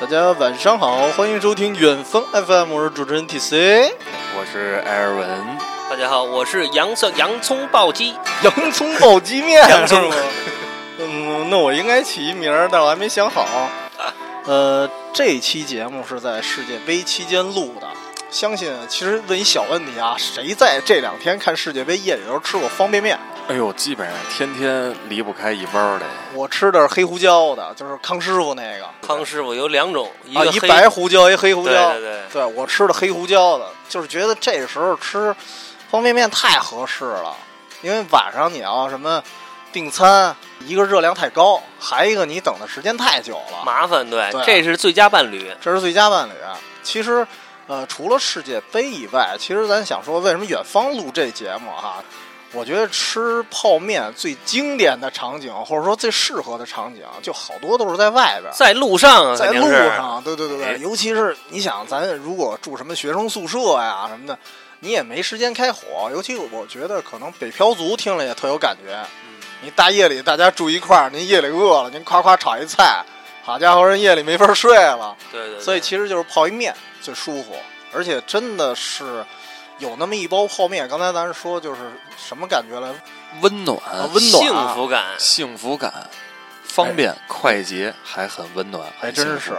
大家晚上好，欢迎收听远方 FM，我是主持人 TC。我是艾尔文，大家好，我是洋蒜洋葱爆鸡，洋葱爆鸡面，洋 葱是吗嗯，那我应该起一名儿，但我还没想 好。呃，这期节目是在世界杯期间录的，相信其实问一小问题啊，谁在这两天看世界杯夜里头吃过方便面？哎呦，基本上天天离不开一包的，我吃的是黑胡椒的，就是康师傅那个，康师傅有两种，一啊，个一黑白胡椒，一黑胡对椒。对对，对我吃的黑胡椒的，就是觉得这时候吃方便面太合适了，因为晚上你要什么订餐，一个热量太高，还一个你等的时间太久了，麻烦对对，这是最佳伴侣，这是最佳伴侣。啊其实，呃，除了世界杯以外，其实咱想说，为什么远方录这节目哈、我觉得吃泡面最经典的场景，或者说最适合的场景，就好多都是在外边儿。在路上啊，在肯路定是上，对对对哎对，尤其是你想，咱如果住什么学生宿舍呀什么的，你也没时间开火。尤其我觉得可能北漂族听了也特有感觉。嗯你大夜里大家住一块儿，您夜里饿了，您夸夸炒一菜，好家伙，人夜里没法睡了。对对，对所以其实就是泡一面最舒服，而且真的是有那么一包泡面。刚才咱说就是什么感觉来？温暖、温暖啊幸福感，幸福感、方便、快捷，还很温暖，还很幸福真是。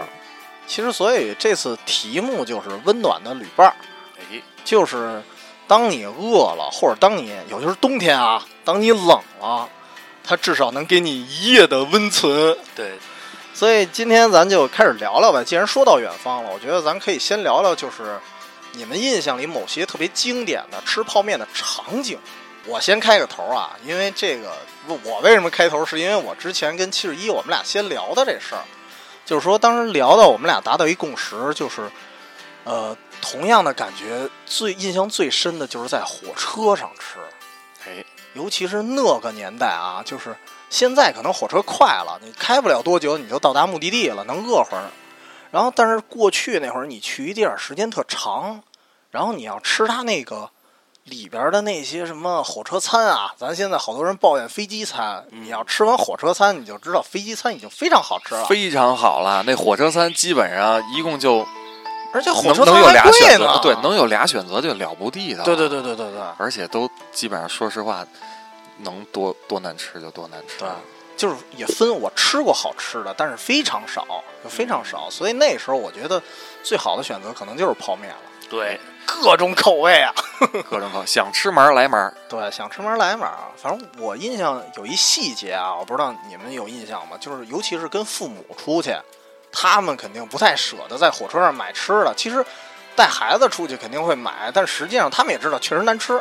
其实所以这次题目就是温暖的旅伴儿。哎，就是当你饿了，或者当你，尤其是冬天啊，当你冷了，它至少能给你一夜的温存。对，所以今天咱就开始聊聊吧。既然说到远方了，我觉得咱可以先聊聊，就是你们印象里某些特别经典的吃泡面的场景。我先开个头啊，因为这个我我为什么开头，是因为我之前跟七十一我们俩先聊的这事儿，就是说当时聊到我们俩达到一共识，就是呃，同样的感觉最印象最深的就是在火车上吃。哎，尤其是那个年代啊，就是现在可能火车快了，你开不了多久你就到达目的地了，能饿会儿。然后，但是过去那会儿你去一地儿时间特长，然后你要吃它那个里边的那些什么火车餐啊，咱现在好多人抱怨飞机餐，你要吃完火车餐，你就知道飞机餐已经非常好吃了，非常好了。那火车餐基本上一共就而且火能车餐能有还俩贵选择呢，，对，能有俩选择就了不地的。对对，对对对对。而且都基本上，说实话，能多多难吃就多难吃。对，就是也分我吃过好吃的，但是非常少，就非常少。所以那时候我觉得最好的选择可能就是泡面了，对，各种口味啊。各种口，想吃嘛儿来嘛儿。对，想吃嘛来嘛。反正我印象有一细节啊，我不知道你们有印象吗？就是尤其是跟父母出去，他们肯定不太舍得在火车上买吃的。其实带孩子出去肯定会买，但实际上他们也知道确实难吃，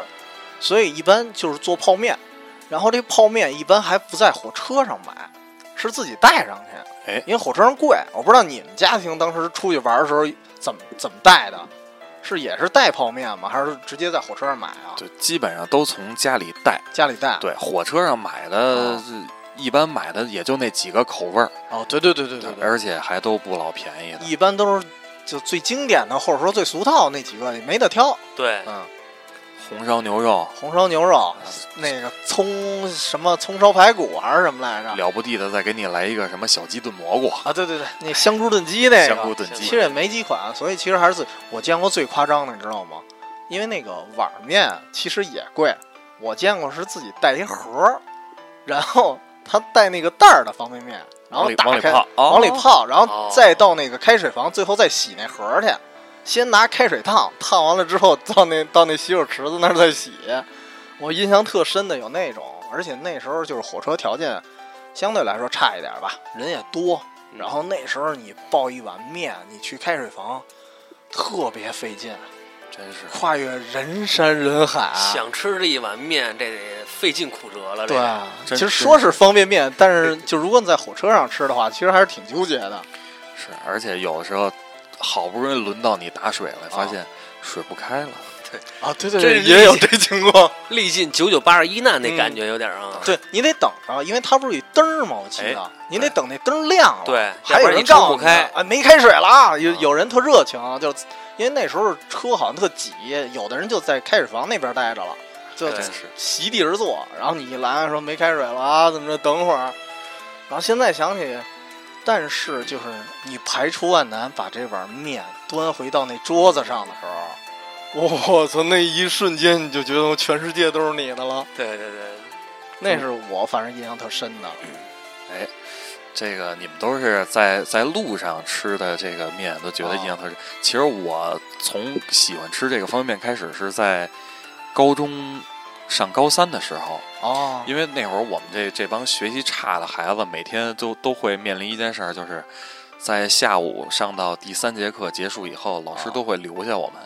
所以一般就是做泡面。然后这泡面一般还不在火车上买，是自己带上去。哎因为火车上贵，我不知道你们家庭当时出去玩的时候怎么怎么带的，是也是带泡面吗？还是直接在火车上买啊？就基本上都从家里带。家里带。对，火车上买的啊，一般买的也就那几个口味儿，哦，对对对对对对，而且还都不老便宜的。一般都是就最经典的，或者说最俗套那几个，也没得挑。对，嗯，红烧牛肉红烧牛肉，嗯那个葱什么葱烧排骨啊还是什么来着？了不地的，再给你来一个什么小鸡炖 蘑菇、啊，对对对，那香猪炖鸡那香菇个，炖其鸡实，也没几款，所以其实还是最我见过最夸张的，你知道吗？因为那个碗面其实也贵，我见过是自己带一盒儿，然后他带那个袋儿的方便面，然后往里打往里开泡，往里哦泡，然后哦再到那个开水房，最后再洗那盒儿去。先拿开水烫，烫完了之后到那到那洗手池子那儿再洗。我印象特深的有那种，而且那时候就是火车条件相对来说差一点吧，人也多。然后那时候你抱一碗面，你去开水房，特别费劲，真是跨越人山人海。想吃这一碗面，这得费尽苦折了，这对啊个，其真实是说是方便面，但是就如果你在火车上吃的话，其实还是挺纠结的。是，而且有时候好不容易轮到你打水了，发现水不开了，啊，对对这对，是也有这情况。历尽九九八十一难那感觉有点啊，对你得等着，因为它不是有一灯儿吗？我记得哎你得等那灯儿亮了。对还有要不然人你冲告诉不你开啊，没开水了啊！有啊有人特热情，啊，就因为那时候车好像特挤，有的人就在开水房那边待着了，就对真是席地而坐。然后你一来说没开水了啊，怎么着？等会儿。然后现在想起，但是就是你排除万难把这碗面端回到那桌子上的时候，我操，那一瞬间你就觉得全世界都是你的了。对对对，那是我反正印象特深的。哎，这个你们都是在在路上吃的这个面，都觉得印象特深。其实我从喜欢吃这个方便面开始是在高中上高三的时候，哦，因为那会儿我们这这帮学习差的孩子，每天都都会面临一件事儿，就是在下午上到第三节课结束以后，老师啊都会留下我们，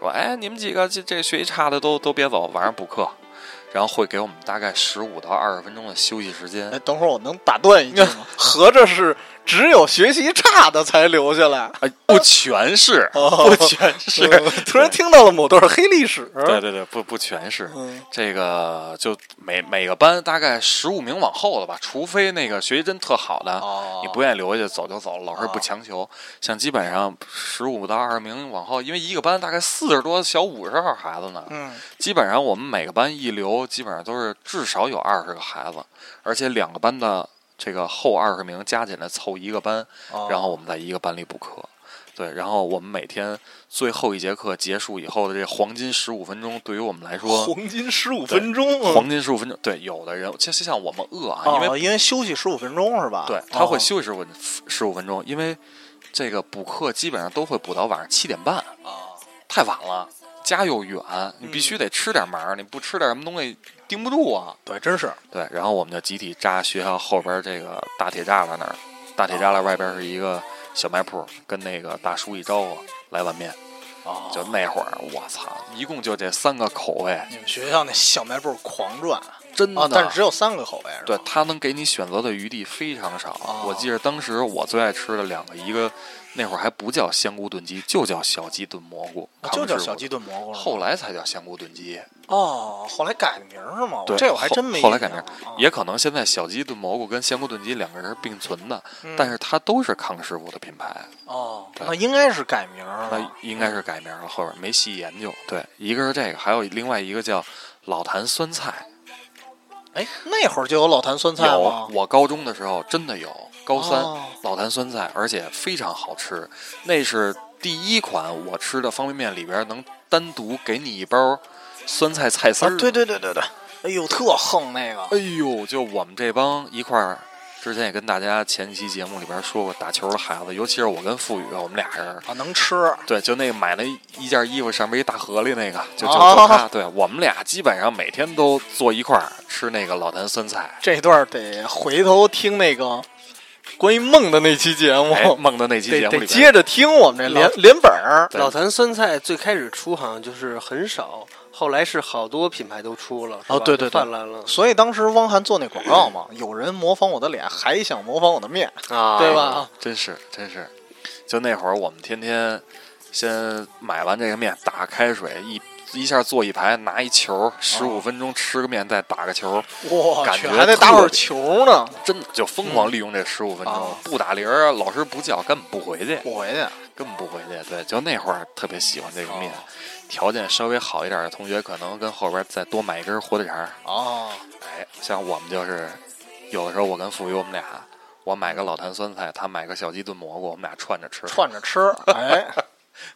说：“哎，你们几个这这学习差的都都别走，晚上补课。”然后会给我们大概十五到二十分钟的休息时间哎，等会儿我能打断一句 吗？合着是只有学习差的才留下来。哎，不全是， 哦不全是，嗯突然听到了某段黑历史。对对对，不不全是。嗯，这个就每每个班大概十五名往后了吧，除非那个学习真特好的，哦，你不愿意留下去走就走，老师不哦强求。像基本上十五到二十名往后，因为一个班大概四十多小五十号孩子呢，嗯，基本上我们每个班一留，基本上都是至少有二十个孩子，而且两个班的这个后二十名加起来凑一个班，哦然后我们在一个班里补课。对，然后我们每天最后一节课结束以后的这黄金十五分钟，对于我们来说，黄金十五分钟，嗯黄金十五分钟，对，有的人就就像我们饿啊，因为哦因为休息十五分钟是吧？对，他会哦休息十五十五分钟，因为这个补课基本上都会补到晚上七点半，啊太晚了，家又远，你必嗯须得吃点忙，你不吃点什么东西盯不住啊。对，真是对，然后我们就集体扎学校后边这个大铁栅栏那儿，大铁栅栏外边是一个小卖铺，跟那个大叔一招呼来碗面，啊就那会儿我操，一共就这三个口味，你们学校那小卖部狂转啊，真的，但是只有三个口味是吧？啊嗯对，它能给你选择的余地非常少。哦我记得当时我最爱吃的两个，一个那会儿还不叫香菇炖鸡，就叫小鸡炖蘑菇，啊就叫康师傅小鸡，炖蘑菇了。后来才叫香菇炖鸡。哦，后来改的名儿是吗？对，哦这我还后真没印后象来了。改名，啊也可能现在小鸡炖蘑菇跟香菇炖鸡两个人是并存的，嗯但是它都是康师傅的品牌，哦，对那应该是改名儿那了。应该是改名了。后边没细研究。对，一个是这个，还有另外一个叫老坛酸菜。哎，那会儿就有老坛酸菜有吗，？啊我高中的时候真的有，高三、哦老坛酸菜，而且非常好吃。那是第一款我吃的方便面里边能单独给你一包酸菜菜丝啊儿、，对，对对对对，哎呦，特横那个。啊哎呦，就我们这帮一块儿，之前也跟大家前期节目里边说过，打球的孩子，尤其是我跟付宇，我们俩人。啊，能吃对，就那买了一件衣服，上面一大河里那个，就就就哦他。对我们俩基本上每天都坐一块儿吃那个老坛酸菜。这段儿得回头听那个关于梦的那期节目，哎，梦的那期节得目得里边，接着听我们这连连本儿。对老坛酸菜最开始出好像就是很少，后来是好多品牌都出了，是哦吧对对对就泛滥了所以当时汪涵做那广告嘛，有人模仿我的脸，还想模仿我的面，哎啊，对？吧？真是真是，就那会儿我们天天先买完这个面，打开水一。一下坐一排，拿一球，十哦五分钟吃个面，再打个球，哇，感去觉还得打会儿球呢，真的就疯狂利用这十五分钟，啊不打铃儿，老师不叫，根本不回去，我回去。根本不回去。对，就那会儿特别喜欢这个面，哦条件稍微好一点的同学可能跟后边再多买一根火腿肠儿。哦，哎，像我们就是，有的时候我跟付宇我们俩，我买个老坛酸菜，他买个小鸡炖蘑菇，我们俩串着吃，串着吃，哎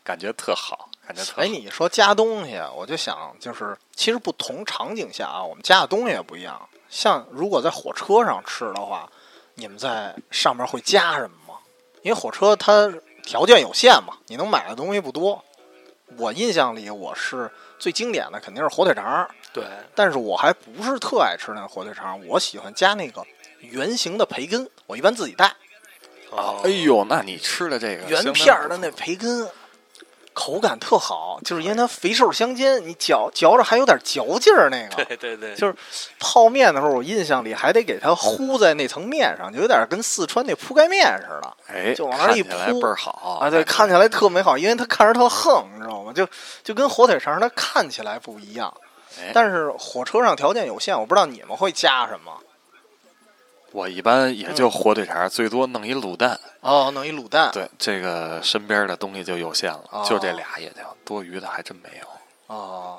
感觉特好，感觉特好。哎，你说加东西，啊我就想就是，其实不同场景下啊，我们加的东西也不一样。像如果在火车上吃的话，你们在上面会加什么吗？因为火车它条件有限嘛，你能买的东西不多。我印象里，我是最经典的肯定是火腿肠儿，对，但是我还不是特爱吃那个火腿肠，我喜欢加那个圆形的培根，我一般自己带啊哦，哎呦，那你吃的这个圆片呃儿的那培根，口感特好，就是因为它肥瘦相间，你嚼嚼着还有点嚼劲儿。那个 对对对，就是泡面的时候，我印象里还得给它糊在那层面上，就有点跟四川那铺盖面似的哎，就往那儿一看起来铺倍儿好哎啊。对，看起来特美好，因为它看着特横，你知道吗？就就跟火腿肠它看起来不一样哎。但是火车上条件有限，我不知道你们会加什么。我一般也嗯就火腿肠，最多弄一卤蛋。哦，弄一卤蛋。对，这个身边的东西就有限了，哦就这俩也就多余的还真没有。哦，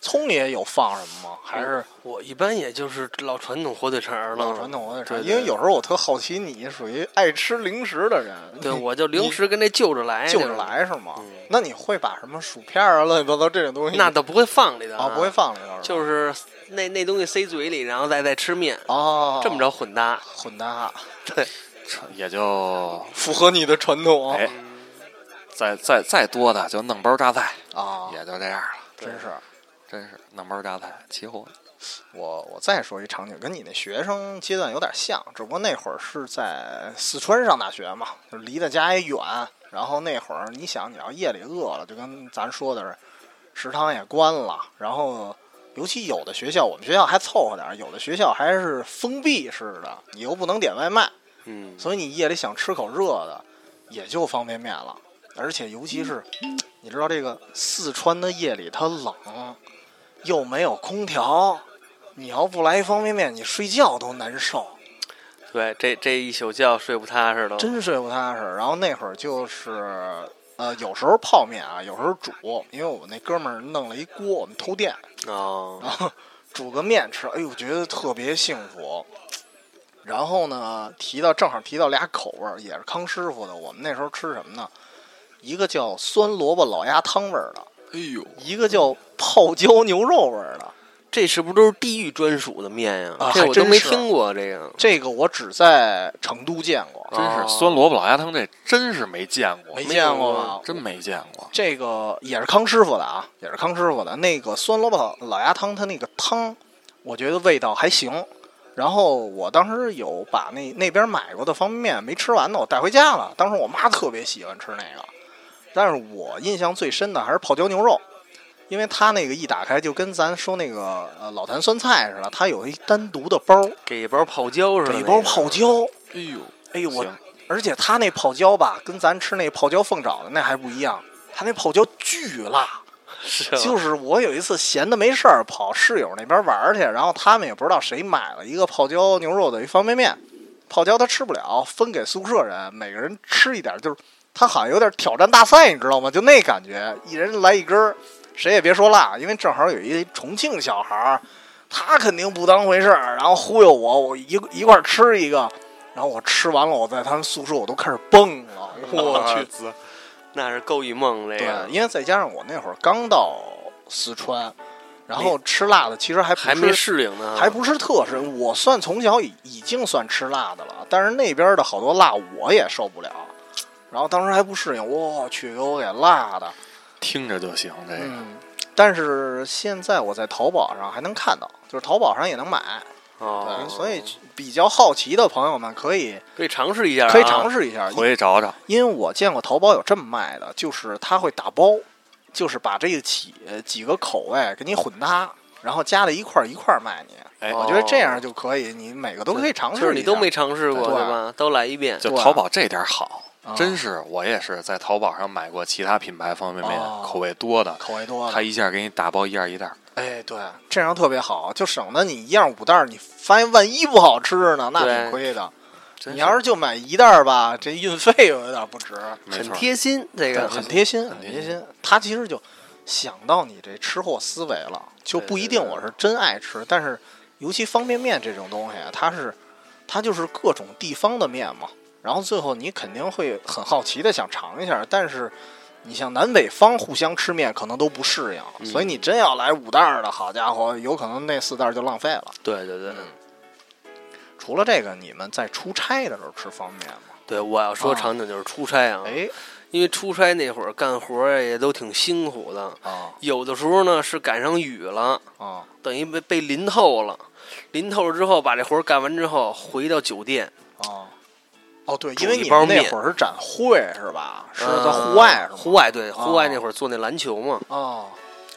通里也有放什么吗？还是我一般也就是老传统火腿肠了，老哦传。统的啥？对对因为有时候我特好奇，你属于爱吃零食的人，对，你我就零食跟那就着来，就着。来是吗嗯？那你会把什么薯片啊、乱七八糟这种东西那倒不会放里的啊不会，放里头吧，就是那那东西塞嘴里，然后再再吃面，哦，这么着混搭。混搭， 对，也就符合你的传统哎，再再再多的就弄包榨菜，啊，也就这样了。真是。真是弄包榨菜起火，我我再说一场景，跟你那学生阶段有点像，只不过那会儿是在四川上大学嘛，就离的家也远。然后那会儿你想，你要夜里饿了，就跟咱说的是，食堂也关了。然后，尤其有的学校，我们学校还凑合点儿，有的学校还是封闭式的，你又不能点外卖，嗯，所以你夜里想吃口热的，也就方便面了。而且尤其是，你知道这个四川的夜里它冷，又没有空调，你要不来一方便面，你睡觉都难受，对，这这一宿觉睡不踏实了。真睡不踏实。然后那会儿就是。呃，有时候泡面啊，有时候煮，因为我们那哥们儿弄了一锅，我们偷电，哦，然后煮个面吃，哎呦，觉得特别幸福。然后呢，提到正好提到俩口味儿，也是康师傅的。我们那时候吃什么呢？一个叫酸萝卜老鸭汤味儿的，哎呦，一个叫泡椒牛肉味儿的。这是不是都是地域专属的面呀、啊这还我都真没是听过这个。这个我只在成都见过，真哦是酸萝卜老鸭汤，这真是没见过，没见过没吧？真没见过。这个也是康师傅的啊，也是康师傅的那个酸萝卜老鸭汤，它那个汤，我觉得味道还行。然后我当时有把那那边买过的方便面没吃完呢，我带回家了。当时我妈特别喜欢吃那个，但是我印象最深的还是泡椒牛肉，因为它那个一打开就跟咱说那个呃老坛酸菜似的，它有一单独的包，给一包泡椒似的，给包泡。椒。哎呦，哎呦我行，而且它那泡椒吧，跟咱吃那泡椒凤爪的那还不一样，它那泡椒巨辣。是吧就是我有一次闲的没事儿，跑室友那边玩儿去，然后他们也不知道谁买了一个泡椒牛肉的一方便面，泡椒他吃不了，分给宿舍人，每个人吃一点儿，就是他好像有点挑战大赛，你知道吗？就那感觉，一人来一根儿，谁也别说辣，因为正好有一重庆小孩儿，他肯定不当回事儿，然后忽悠我，我一一块儿吃一个。然后我吃完了，我在他们宿舍我都开始蹦了，我去，去，那是够一梦这个对，，啊因为再加上我那会儿刚到四川，然后吃辣的其实还不还没是适应呢，还不是特深。我算从小已已经算吃辣的了，但是那边的好多辣我也受不了。然后当时还不适应，我去给我给辣的，听着就行，这哎个嗯。但是现在我在淘宝上还能看到，就是淘宝上也能买，哦对，嗯所以比较好奇的朋友们可以可以尝试一下啊，可以尝试一下，回去找找。因为我见过淘宝有这么卖的，就是他会打包，就是把这几几个口味给你混搭，然后加在一块儿一块儿卖你。哎，哦我觉得这样就可以，你每个都可以尝试一下。就是你都没尝试过对对吧？都来一遍，就对淘宝这点好啊，真是我也是在淘宝上买过其他品牌方便面，哦口味多的，口味多他了，一下给你打包一样一袋儿。哎，对，这样特别好，就省得你一样五袋儿，你发现万一不好吃呢，那对挺亏的。真你要是就买一袋儿吧，这运费又有点不值。没很错，贴心，对这个很贴心，很很贴贴心心。他其实就想到你这吃货思维了，就对不一对定对我是真爱吃，但是尤其方便面这种东西啊，它是它就是各种地方的面嘛。然后最后你肯定会很好奇的想尝一下，但是你像南北方互相吃面可能都不适应，嗯所以你真要来五袋儿的好家伙，有可能那四袋儿就浪费了。对对对除了这个，你们在出差的时候吃方便面吗？对，我要说啊场景就是出差啊，哎因为出差那会儿干活儿也都挺辛苦的，啊有的时候呢是赶上雨了，啊等于被被淋透了，淋透了之后把这活儿干完之后回到酒店，哦，哦对，煮因为啊一你包们那面会儿是展会是吧？是在呃户外是吗？户外嗯对，户外哦那会儿做那篮球嘛，哦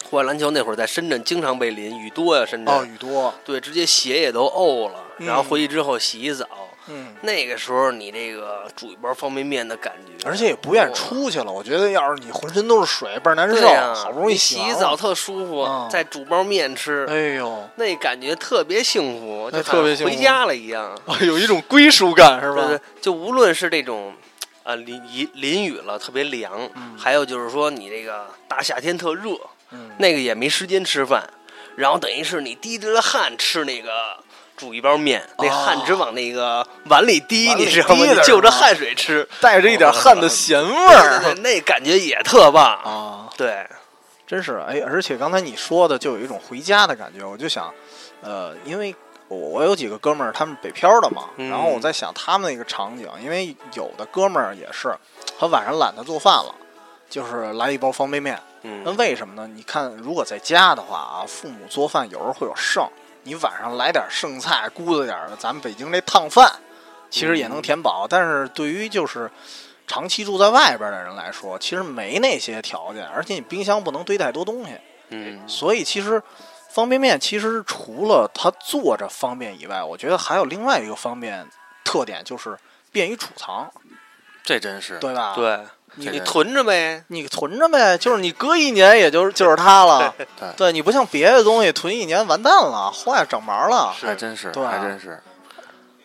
户外篮球那会儿在深圳经常被淋，雨多呀、深圳。哦，雨多，对，直接鞋也都沤了，嗯然后回去之后洗一澡。嗯，那个时候你这个煮一包方便面的感觉，而且也不愿意出去了。我觉得要是你浑身都是水，倍儿难对受，呀、好不容易你洗完一了澡，特舒服，嗯再煮包面吃，哎 呦，那感觉特别幸福，那就特别幸福好像回家了一样，有一种归属感是是吧？？就无论是这种。啊，淋淋淋雨了，特别凉。嗯还有就是说，你这个大夏天特热，嗯，那个也没时间吃饭，然后等于是你滴着汗吃那个煮一包面，那哦汗只往那个碗里滴，碗里你知道吗？滴你的是就着吗汗水吃，带着一哦点汗的咸味儿对对对那感觉也特棒。啊，对，真是哎！而且刚才你说的就有一种回家的感觉，我就想，呃，因为我我有几个哥们儿，他们北漂的嘛，嗯然后我在想他们那个场景，因为有的哥们儿也是，他晚上懒得做饭了，就是来一包方便面。那嗯，为什么呢？你看，如果在家的话啊，父母做饭有时候会有剩，你晚上来点剩菜，咕嘟点儿咱们北京那烫饭，其实也能填饱。但是对于就是长期住在外边的人来说，其实没那些条件，而且你冰箱不能堆太多东西，嗯，所以其实。方便面其实除了它做着方便以外，我觉得还有另外一个方便特点，就是便于储藏，这真是对吧？，对，你你囤着呗。你囤着呗，就是你隔一年，也就是就是它了。对你不像别的东西囤一年完蛋了，坏长毛了。还真是，对啊还真是。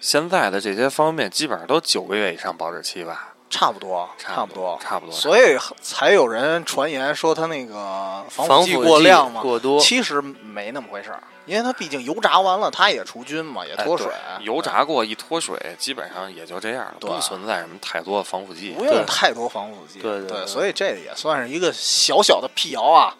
现在的这些方面基本上都九个月以上保质期吧，差不多，差不多，差不多。所以才有人传言说它那个防防腐剂过量嘛，过多，其实没那么回事儿，因为它毕竟油炸完了，它也除菌嘛，也哎脱水，对油炸过一脱水，基本上也就这样了，啊对啊不存在什么太多的防腐剂不。用对太多防腐剂。对对对对所以这也算是一个小小的辟谣啊。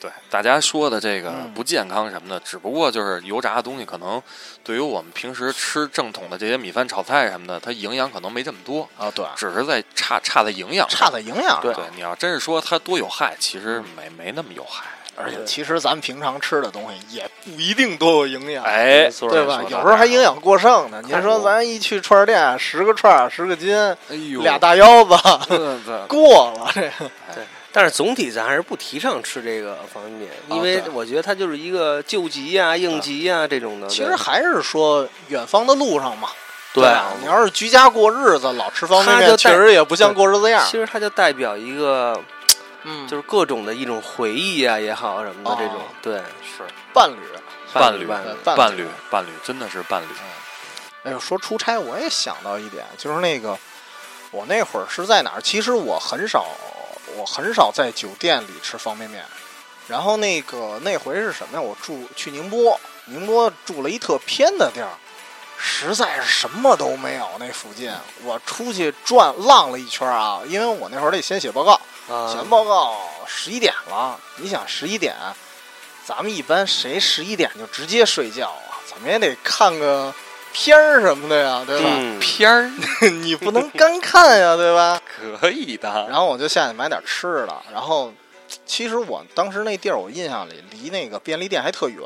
对，大家说的这个嗯不健康什么的，只不过就是油炸的东西，可能对于我们平时吃正统的这些米饭、炒菜什么的，它营养可能没这么多，啊，对，只是在差差在营养上。差在营养对上。你要真是说它多有害，其实没没那么有害。而且其实咱们平常吃的东西也不一定多有营养。哎没，错对吧？说到有时这儿候还营养过剩呢。太您说多咱一去串儿店，十个串儿十个斤，哎呦，俩大腰 子对对过了这个。 但是总体咱还是不提倡吃这个方便面，因为对我觉得它就是一个救急呀、应急呀、这种的。其实还是说远方的路上嘛，对吧？你要是居家过日子，老吃方便它面，就确带实也不像过日子样其。实它就代表一个，嗯，就是各种的一种回忆呀、也好什么的哦这种，对，是伴侣，伴侣侣伴对伴侣，伴侣真的是伴侣。哎呦，说出差我也想到一点，就是那个我那会儿是在哪儿？其实我很少，我很少在酒店里吃方便面。然后那个那回是什么呀？我住去宁波，宁波住了一特偏的地儿，实在是什么都没有。那附近我出去转浪了一圈啊，因为我那会儿得先写报告，写啊完，报告十一点了。你想十一点，咱们一般谁十一点就直接睡觉啊？怎么也得看个片儿什么的呀，对吧？嗯，片儿 你不能干看呀，对吧？可以的，然后我就下去买点吃的，然后。其实我当时那地儿，我印象里离那个便利店还特远，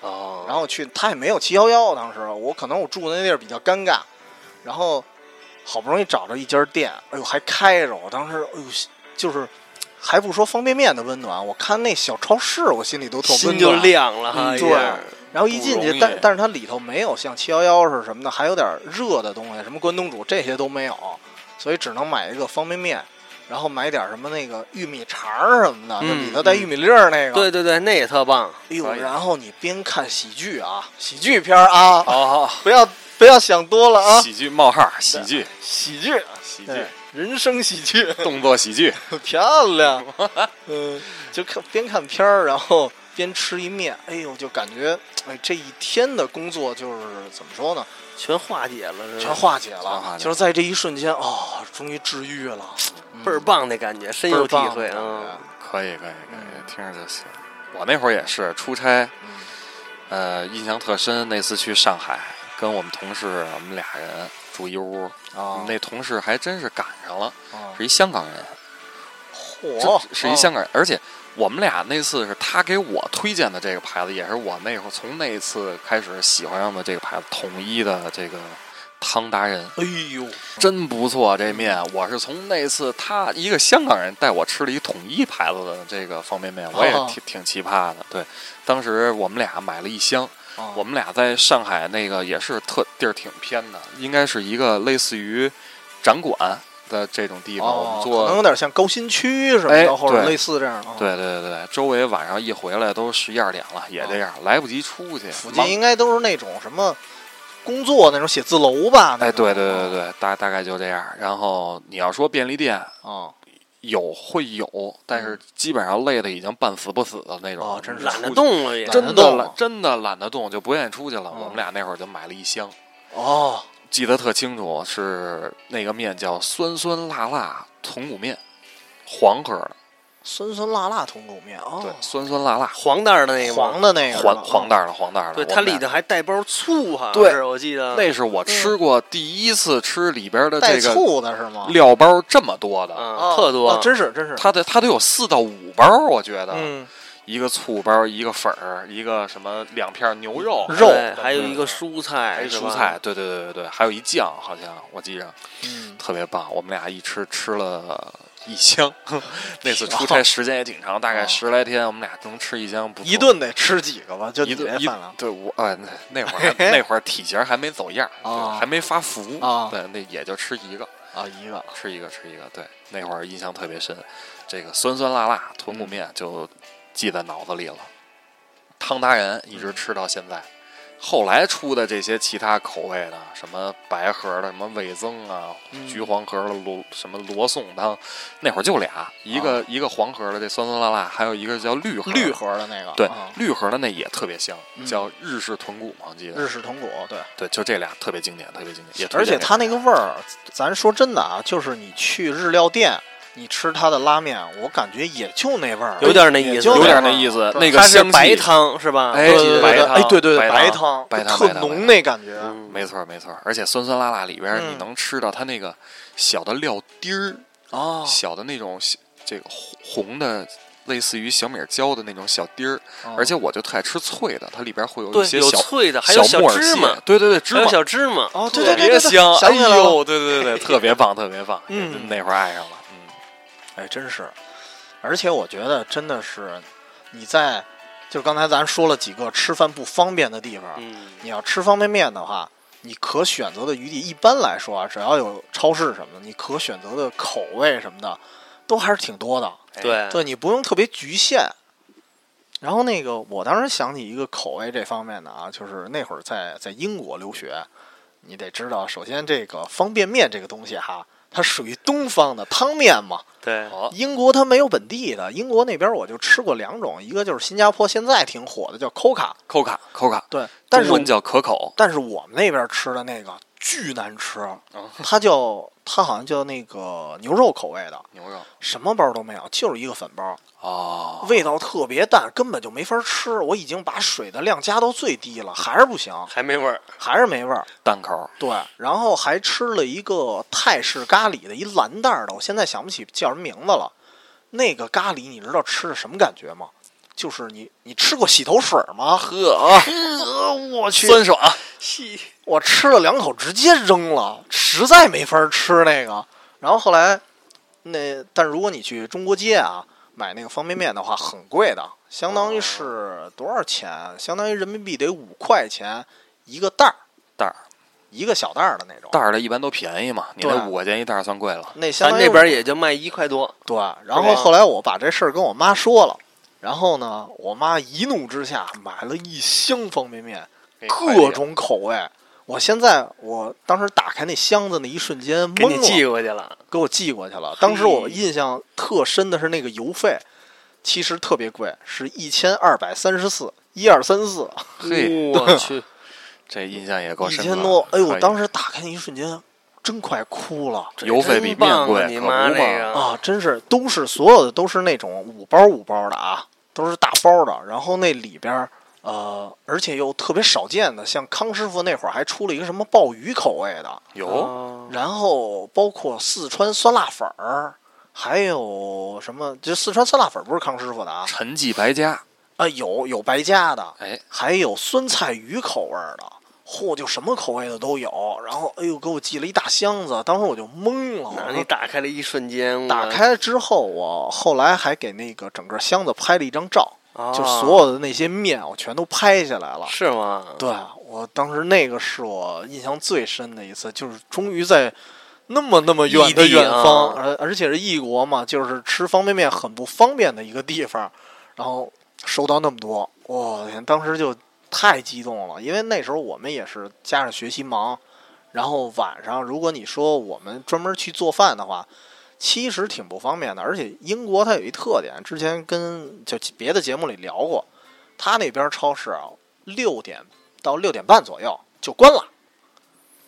哦，然后去他也没有七幺幺，当时我可能我住的那地儿比较尴尬，然后好不容易找着一家店，哎呦还开着，我当时哎呦就是还不说方便面的温暖，我看那小超市我心里都特温心暖，就亮了哈，嗯一下然后一进不容去，易但但是它里头没有像七幺幺是什么的，还有点热的东西，什么关东煮这些都没有，所以只能买一个方便面，然后买点什么那个玉米肠儿什么的，就嗯里头带玉米粒儿那个。对对对，那也特棒，哎呦，可以然后你边看喜剧啊，喜剧片儿啊，好不要不要想多了啊，喜剧冒号喜剧喜剧，喜剧对，人生喜剧， 动作喜剧，漂亮， 嗯，就看边看片儿，然后边吃一面，哎呦，就感觉哎这一天的工作就是怎么说呢，全化解了，是吧全化解全化解了，了就是在这一瞬间，哦，终于治愈了，嗯嗯倍儿棒的感觉，深倍儿有体棒嗯会的感啊觉。，可以可以可以，听着就行。我那会儿也是出差，嗯呃，印象特深。那次去上海，跟我们同事，我们俩人住一屋。我啊们那同事还真是赶上了，啊是一香港人，火真是一香港人。而且我们俩那次是他给我推荐的这个牌子，也是我那会儿从那次开始喜欢上的这个牌子，统一的这个汤达人。哎呦，真不错，啊这面我是从那次他一个香港人带我吃了一统一牌子的这个方便面，我也哦挺挺奇葩的。对，当时我们俩买了一箱，啊我们俩在上海那个也是特地儿挺偏的，应该是一个类似于展馆的这种地方，哦我们可能坐。有点像高新区什么哎的，或者对类似这样啊。，对对对对，周围晚上一回来都十一二点了，也这样，来不及出去。附忙近应该都是那种什么工作那种写字楼吧？那哎，种对对对对，大大概就这样。然后你要说便利店，啊，有会有，但是基本上累的已经半死不死的那种，嗯哦真是出去懒得，动了懒也。得真动的了懒，真的懒得动，就不愿意出去了。嗯我们俩那会儿就买了一箱，哦，记得特清楚，是那个面叫酸酸辣辣豚骨面，黄盒的，酸酸辣辣豚骨面哦，对，酸酸辣辣，黄袋儿的那个吗黄的那个黄了黄袋儿的黄袋儿的，对，我们它里俩头还带包醋，好像对是我记得。那是我吃过第一次吃里边的嗯带这个醋啊的是吗？料包这么多的，嗯，哦特多，哦真是真是，它得它得有四到五包，我觉得，嗯，一个醋包，一个粉儿，一个什么两片牛肉，肉哎对还有一个蔬还菜，有是哎蔬吧菜，，对对对对对，还有一酱，好像我记着嗯特别棒。我们俩一吃吃了一箱， 那次出差时间也挺长，大概十来天，我们俩能吃一箱，不嗯错一顿得吃几个吧？就一你这顿一饭量，对我哎那那会儿那会儿体型还没走样，啊对还没发福啊对，那也就吃一个。啊，一个吃一个吃一个，对，那会儿印象特别深，这个酸酸辣辣豚嗯骨面就记在脑子里了，汤达人一嗯直吃到现在。后来出的这些其他口味的，什么白盒的，什么味增啊，嗯橘黄盒的罗什么罗宋汤，那会儿就俩，一个、一个黄盒的这酸酸辣辣，还有一个叫绿盒哦绿，盒的那个，对，嗯绿盒的那也特别香，嗯叫日式豚骨嘛，我记日得，式豚骨，对，对，就这俩特别经典，特别经典，也推而且荐给它那大个家味儿，咱说真的啊，就是你去日料店，你吃它的拉面，我感觉也就那味儿，有点那也意思，就有点那那味儿意思对那个它是香气白汤是吧？哎对对对对白对对汤哎，对对对，白汤，白就汤特白汤浓那感觉，嗯没错儿没错儿，而且酸酸辣辣里边儿你嗯能吃到它那个小的料丁儿，哦小的那种小这个红红的，类似于小米椒的那种小丁儿，哦嗯而且我就特爱吃脆的，它里边儿会有一对，些有小脆的，还有小小木耳芝蟹麻，对对对，芝还有麻小芝麻，哦，对对特对别对，对香，想起来哎了，呦，对对对，特别棒，特别棒，嗯也是那会儿爱上了，嗯，哎，真是，而且我觉得真的是你在，就刚才咱说了几个吃饭不方便的地方，嗯，你要吃方便面的话，你可选择的余地一般来说啊，只要有超市什么的，你可选择的口味什么的，都还是挺多的。哎对，对，你不用特别局限。然后那个，我当时想起一个口味这方面的啊，就是那会儿在在英国留学，你得知道，首先这个方便面这个东西哈，它属于东方的汤面嘛，对，好，英国它没有本地的，英国那边我就吃过两种，一个就是新加坡现在挺火的叫 Coca，扣卡扣卡，对，但是中文叫可口，但是我们那边吃的那个巨难吃，哦它叫它好像叫那个牛肉口味的，牛肉什么包都没有，就是一个粉包，哦，味道特别淡，根本就没法吃。我已经把水的量加到最低了，还是不行，还没味儿，还是没味儿。淡口儿，对，然后还吃了一个泰式咖喱的一蓝袋儿的，我现在想不起叫什么名字了。那个咖喱你知道吃的什么感觉吗？就是你你吃过洗头水吗？呵啊，呃，我去，酸爽，啊细我吃了两口，直接扔了，实在没法吃那个。然后后来，那但如果你去中国街啊买那个方便面的话，很贵的，相当哦于是多少钱？相当于人民币得五块钱一个袋儿，袋儿。一个小袋儿的那种袋。儿的一般都便宜嘛，你对那五块钱一袋儿算贵了。那相咱当于这边也就卖一块多，对。然后后来我把这事儿跟我妈说了，然后呢，我妈一怒之下买了一箱方便面，各种口味。我现在我当时打开那箱子那一瞬间给懵你嗯了，寄过去了。给我寄过去了。当时我印象特深的是那个邮费，其实特别贵，是一千二百三十四，一二三四，嘿，我去，这印象也够一深刻。千多。哎可呦，以当时打开那一瞬间，真快哭了邮费比真棒面啊贵，你可妈不这嘛。个啊！真是都是所有的都是那种五包五包的啊，都是大包的，然后那里边儿。呃，而且又特别少见的，像康师傅那会儿还出了一个什么鲍鱼口味的，有哦然后包括四川酸辣粉儿，还有什么？就四川酸辣粉儿不是康师傅的啊，陈记白家，啊，有有白家的，哎，还有酸菜鱼口味儿的，嚯，就什么口味的都有。然后，哎呦，给我寄了一大箱子，当时我就懵了。那我你说打开了一瞬间，我打开了之后，我后来还给那个整个箱子拍了一张照，哦就所有的那些面我全都拍下来了。是吗？对啊我当时那个是我印象最深的一次，就是终于在那么那么远的异地啊远方，而、而且是异国嘛，就是吃方便面很不方便的一个地方，然后收到那么多，我的天，当时就太激动了，因为那时候我们也是加上学习忙，然后晚上如果你说我们专门去做饭的话，其实挺不方便的。而且英国它有一特点，之前跟就别的节目里聊过，它那边超市啊，六点到六点半左右就关了。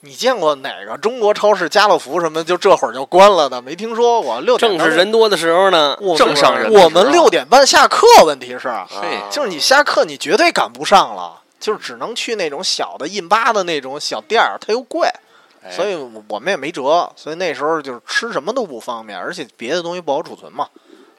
你见过哪个中国超市家乐福什么就这会儿就关了的？没听说过。六点正到是人多的时候呢，我们正上人的时候我们六点半下课，问题是嘿啊就是你下课你绝对赶不上了，就是只能去那种小的印巴的那种小店儿，它又贵，哎所以我我们也没辙。所以那时候就是吃什么都不方便，而且别的东西不好储存嘛。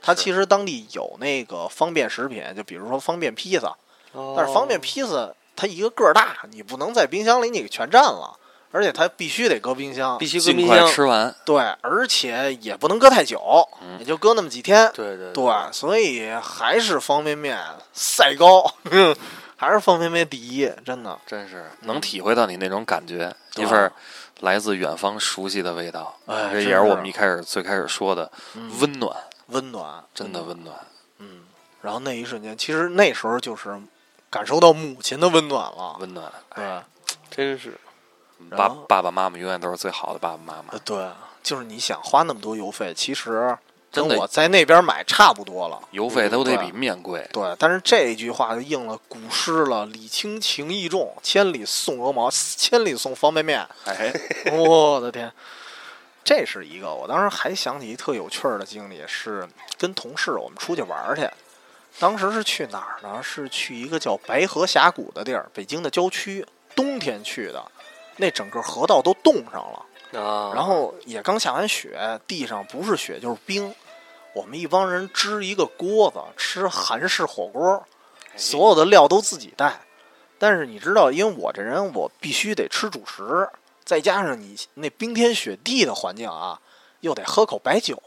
它是其实当地有那个方便食品，就比如说方便披萨，哦但是方便披萨它一个个儿大，你不能在冰箱里你给全占了，而且它必须得搁冰箱必，须搁尽冰快箱。吃完，对，而且也不能搁太久，嗯也就搁那么几天。对对对，所以还是方便面赛高， 还是方便面第一，真的。真是嗯能体会到你那种感觉，对一份儿来自远方熟悉的味道。啊哎这真也是我们是一开始最开始说的，嗯，温暖，温暖，真的温暖。嗯。然后那一瞬间，其实那时候就是感受到母亲的温暖了。哎温暖，对，真是然爸后爸爸妈妈永远都是最好的爸爸妈妈呃。对，就是你想花那么多邮费，其实跟真的我在那边买差不多了。邮费都得比对面贵，对，但是这一句话就应了古诗了：“礼轻情意重，千里送鹅毛，千里送方便面。”哎， 我的天，这是一个。我当时还想起一特有趣儿的经历，是跟同事我们出去玩儿去，当时是去哪儿呢？是去一个叫白河峡谷的地儿，北京的郊区，冬天去的，那整个河道都冻上了，啊。然后也刚下完雪，地上不是雪就是冰。我们一帮人支一个锅子吃韩式火锅，所有的料都自己带。但是你知道，因为我这人我必须得吃主食，再加上你那冰天雪地的环境啊，又得喝口白酒，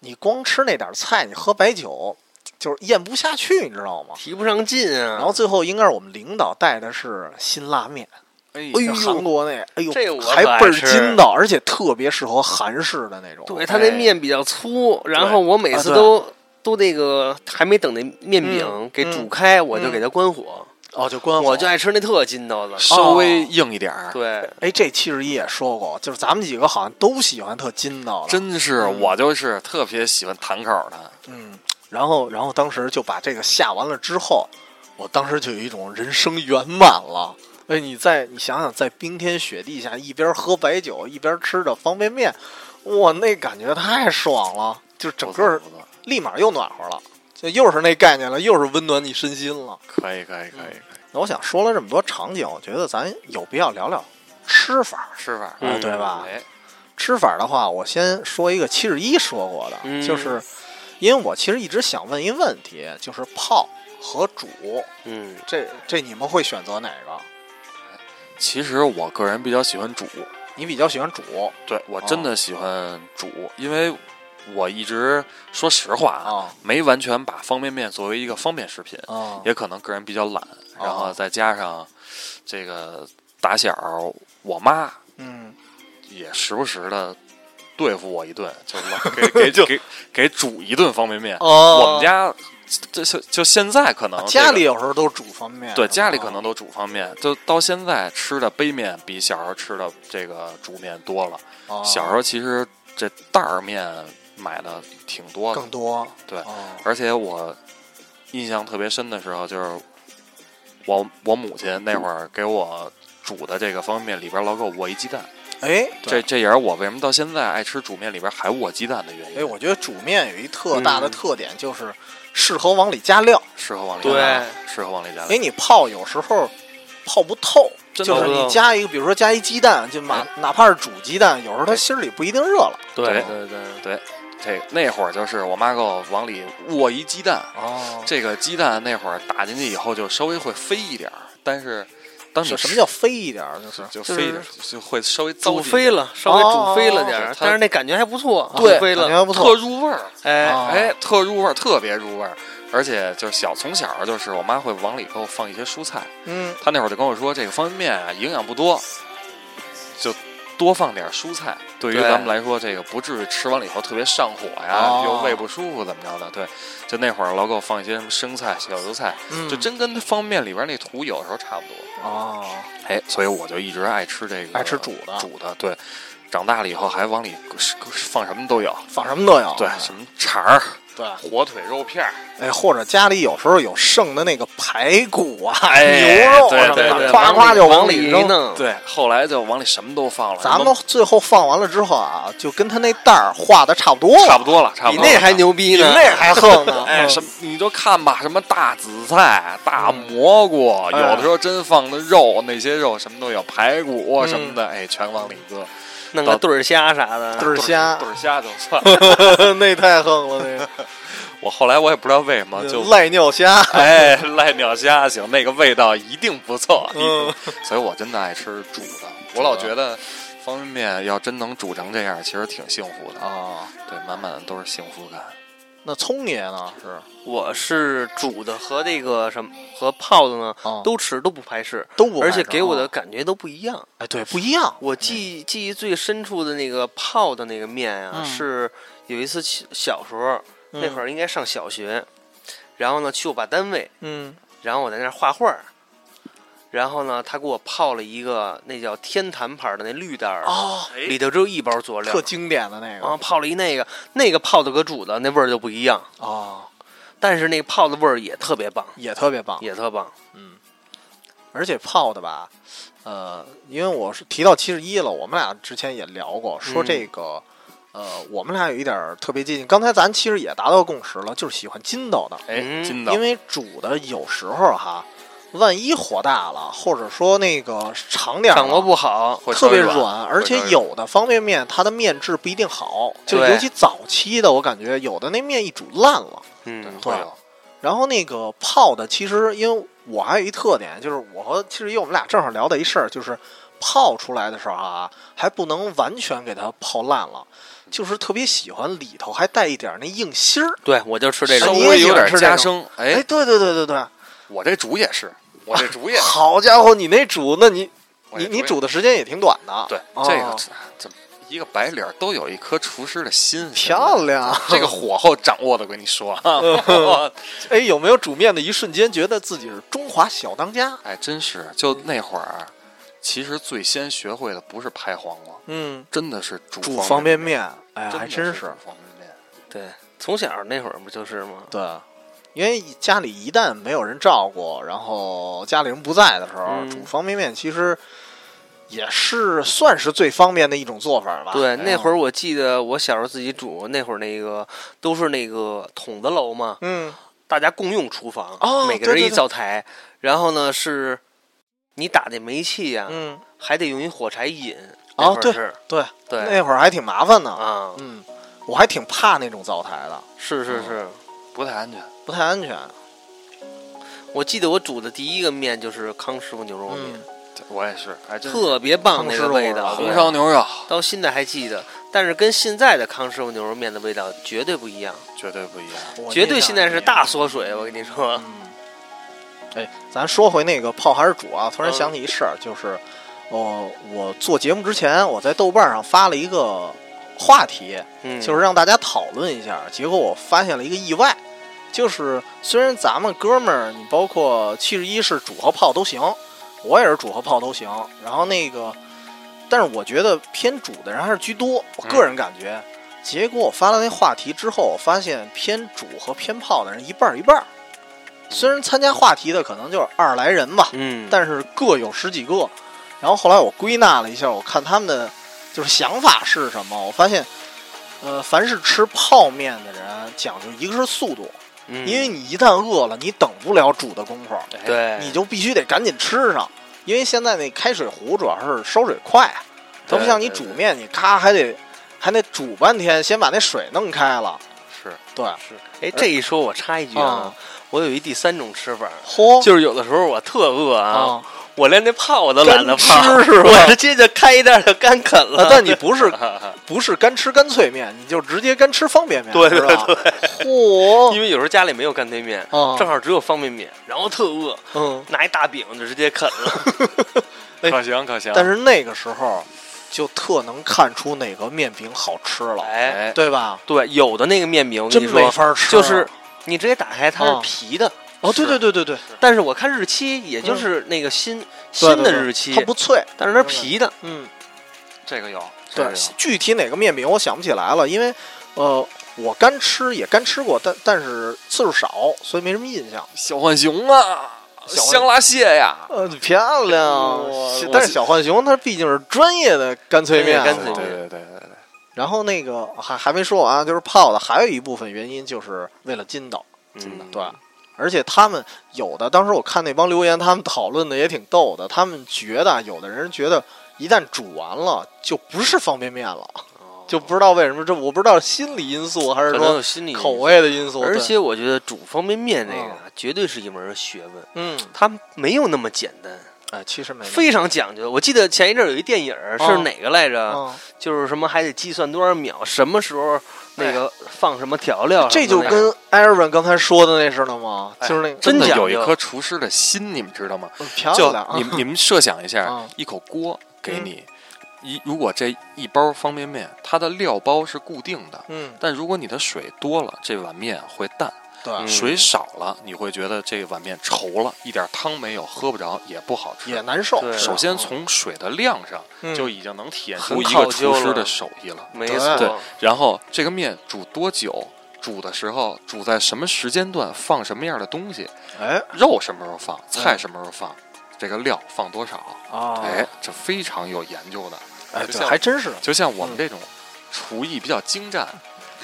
你光吃那点菜，你喝白酒就是咽不下去，你知道 吗？提不上劲啊。然后最后应该是我们领导带的是辛拉面，哎哎呦，韩国那，哎呦，这我还可爱倍儿吃筋道，而且特别适合韩式的那种。对，它那面比较粗，然后我每次哎啊对都都那个还没等那面饼给煮开，我就给它关火，哦，就嗯关我就爱。爱吃那特筋道的。稍微硬一点儿。对，哎，这七十一也说过，就是咱们几个好像都喜欢特筋道的，真是我就是特别喜欢弹口的，嗯，然后然后当时就把这个下完了之后，我当时就有一种人生圆满了。哎，你在你想想，在冰天雪地下一边喝白酒一边吃着方便面，哇，那感觉太爽了，就整个不错不错立马又暖和了，就又是那概念了，又是温暖你身心了。可以可以可以，可以那我想说了这么多场景，我觉得咱有必要聊聊吃法儿，吃法，嗯对吧？哎，吃法的话，我先说一个七十一说过的，嗯就是因为我其实一直想问一问题，就是泡和煮，嗯，这这你们会选择哪个？其实我个人比较喜欢煮，你比较喜欢煮，对我真的喜欢煮，因为我一直说实话啊，没完全把方便面作为一个方便食品，啊也可能个人比较懒，哦然后再加上这个打小我妈嗯，也时不时的对付我一顿，就是 老给给给给煮一顿方便面。哦我们家这就就现在可能家里这个有时候都煮方便面，啊对家里可能都煮方便，就到现在吃的杯面比小时候吃的这个煮面多了。哦小时候其实这袋儿面买的挺多的更，多，对哦而且我印象特别深的时候，就是我我母亲那会儿给我煮的这个方便面里边老给我握一鸡蛋，哎，这对这也是我为什么到现在爱吃煮面里边还握鸡蛋的原因。哎，我觉得煮面有一特大的嗯特点就是适合往里加料，适合往里加对料，适合往里加哎，料。你泡有时候泡不透，真就是泡不你透加一个，比如说加一鸡蛋，就哪哪怕是煮鸡蛋，有时候它心里不一定热了。对对对，这那会儿就是我妈给我往里握一鸡蛋，哦，这个鸡蛋那会儿打进去以后就稍微会飞一点儿，但是当你什么吃叫飞一点儿？就是就就飞一是点儿就会稍微糟煮践一飞点了，稍微煮飞了点哦哦哦儿哦，但是那感觉还不错，啊对，煮飞感觉了，还不特错。入味儿，哦哎，哎，特入味儿，特别入味儿。而且就是小，从小就是我妈会往里给我放一些蔬菜，嗯，她那会儿就跟我说，这个方便面啊营养不多，就多放点蔬菜。对于对咱们来说，这个不至于吃完了以后特别上火哦呀，又胃不舒服怎么着的。对，就那会儿老给我放一些什么生菜、小油菜，嗯就真跟方便面里边那图有时候差不多。哦，哎，所以我就一直爱吃这个，爱吃煮的煮的对。长大了以后还往里放什么都有，放什么都有。对，什么肠儿、对，火腿肉片儿，哎，或者家里有时候有剩的那个排骨啊、哎牛肉对什么对的，对夸夸就往里里扔。弄，对，后来就往里什么都放了，嗯咱什们么最后放完了之后啊，就跟他那袋儿画的差不多了，差不多了，差不比多了那还牛逼比呢，那还横呢。哎，嗯什么你就看吧，什么大紫菜、大蘑菇，有哎的时候真放的肉，那些肉什么都有，排骨啊什么的，哎，全往里搁。弄个对儿虾啥的，对儿虾对儿虾就算。那太横了，那个我后来我也不知道为什么啊就赖尿虾。哎赖鸟虾行，那个味道一定不错。嗯，所以我真的爱吃煮的，我老觉得方便面要真能煮成这样，其实挺幸福的。啊，对，满满的都是幸福感。那聪爷呢？是我是煮的和那个什么和泡的呢，啊，都吃都不排斥，都不而排且斥给我啊的感觉都不一样。哎，对，不一样。我记记忆最深处的那个泡的那个面啊，嗯是有一次小小时候那会嗯儿，儿应该上小学，然后呢去我爸单位，嗯，然后我在那儿画画儿，然后呢他给我泡了一个那叫天坛牌儿的那绿袋儿，哦，里头只有一包佐料特，经典的那然后个泡了一那个，那个泡的和煮的那味儿就不一样，哦，但是那个泡的味儿也特别棒，也特别棒。嗯也特棒。而且泡的吧，呃，因为我是提到七十一了，我们俩之前也聊过，说嗯这个，呃，我们俩有一点儿特别接近。刚才咱其实也达到共识了，就是喜欢筋道的，哎，嗯筋道因为煮的有时候哈，万一火大了，或者说那个长点儿了掌握不好，啊会稍特别微软，而且会稍微有的方便面它的面质不一定好，就对尤其早期的，我感觉有的那面一煮烂了。对嗯，会有然后那个泡的，其实因为我还有一特点，就是我和其实一我们俩正好聊到一事儿，就是泡出来的时候啊，还不能完全给它泡烂了，就是特别喜欢里头还带一点儿那硬芯儿。对我就吃这稍哎种你，也微喜有欢点 吃这夹种生。哎，哎，对对对对对，我这煮 也是，我这煮也是。好家伙，你那煮，那你我你这你也是煮的时间也挺短的，对，哦这个这怎么一个白领儿都有一颗厨师的心，漂亮。啊这个火候掌握的，我跟你说 啊，哎，有没有煮面的一瞬间觉得自己是中华小当家？哎，真是就那会儿，啊其实最先学会的不是拍黄瓜，嗯，真的是煮煮方方便便面，哎呀，面，还真的真是是煮方便面。对，从小那会儿不就是吗？对，因为家里一旦没有人照顾，然后家里人不在的时候，嗯煮方便面其实也是算是最方便的一种做法吧。哎对，那会儿，儿我记得我小时候自己煮，那会儿那个都是那个筒子楼嘛，嗯，大家共用厨房，哦每个对人对一对灶台，然后呢是，你打那煤气呀、嗯，还得用一火柴引，那哦会儿对是对，对那会儿还挺麻烦的。啊，嗯，我还挺怕那种灶台的，是是是，不太安全，不太安全。我记得我煮的第一个面就是康师傅牛肉面，嗯，对我也是，还真是特别棒那个味道，康师傅啊红对烧牛肉到现在还记得，但是跟现在的康师傅牛肉面的味道绝对不一样，绝对不一样。我绝对印象现在里是面大缩水，我跟你说，嗯，哎，咱说回那个泡还是煮啊？突然嗯想起一事儿，就是，哦，我做节目之前，我在豆瓣上发了一个话题， 嗯，就是让大家讨论一下。结果我发现了一个意外，就是虽然咱们哥们儿，你包括七十一是煮和泡都行，我也是煮和泡都行。然后那个，但是我觉得偏煮的人还是居多，我个人感觉。结果我发了那话题之后，我发现偏煮和偏泡的人一半儿一半儿。虽然参加话题的可能就是二十来人吧，嗯，但是各有十几个。然后后来我归纳了一下，我看他们的就是想法是什么，我发现，呃，凡是吃泡面的人讲究一个是速度，嗯因为你一旦饿了，你等不了煮的功夫，哎，对，你就必须得赶紧吃上，因为现在那开水壶主要是烧水快，它不对像你对煮对面，你咔还得还得煮半天，先把那水弄开了，是对，是，哎，这一说我插一句啊，我有一第三种吃法，嚯，就是有的时候我特饿啊，哦啊，我连那泡我都懒得泡，干吃是吧啊我直接就开一袋就干啃了。呃但你不是不是干吃干脆面，你就直接干吃方便面，对是吧？嚯， 因为有时候家里没有干脆面，啊正好只有方便面，然后特饿，嗯，拿一大饼就直接啃了。哎可行可啊行。但是那个时候就特能看出哪个面饼好吃了，哎，哎，对吧？对，有的那个面饼，我跟真你没说，法吃了，就是你直接打开它是啊皮的，哦，对对对对对，但是我看日期也就是那个新对新对的对日期它，不脆，但是它是皮的，嗯，这个有，这对个有，具体哪个面饼我想不起来了，因为呃，我干吃也干吃过，但但是次数少，所以没什么印象。小浣熊啊，小浣香辣蟹呀，呃，漂亮我！小我但是小浣熊它毕竟是专业的干脆面啊，专业干对对脆面对对对对，然后那个还还没说完啊，就是泡的还有一部分原因就是为了筋道，嗯，对。而且他们有的，当时我看那帮留言，他们讨论的也挺逗的。他们觉得啊有的人觉得一旦煮完了就不是方便面了，哦就不知道为什么这我不知道心理因素还是可能说有心理因素口。味的因素。而对且我觉得煮方便面这个啊绝对是一门学问，嗯，它没有那么简单，哎，其实没那么非常讲究。我记得前一阵儿有一电影儿哦是哪个来着，嗯就是什么还得计算多少秒，什么时候那个放什么调料什这么的就那个，跟艾尔文刚才说的那似的吗？哎就是那个真的讲有一究颗厨师的心，你们知道吗？嗯漂就亮啊，你们你们设想一下 嗯，一口锅给你，一如果这一包方便面，它的料包是固定的，嗯，但如果你的水多了，这碗面会淡；对嗯，水少了，你会觉得这碗面稠了，一点汤没有，喝不着，也不好也吃。难受。对是吧首先从水的量上嗯就已经能体现很出一考个究厨师了的手艺了。没对错，然后这个面煮多久，煮的时候，煮在什么时间段，放什么样的东西，哎肉什么时候放，嗯菜什么时候放，这个料放多少，啊哎，这非常有研究的。哎，就对，像还真是就像我们这种厨艺比较精湛，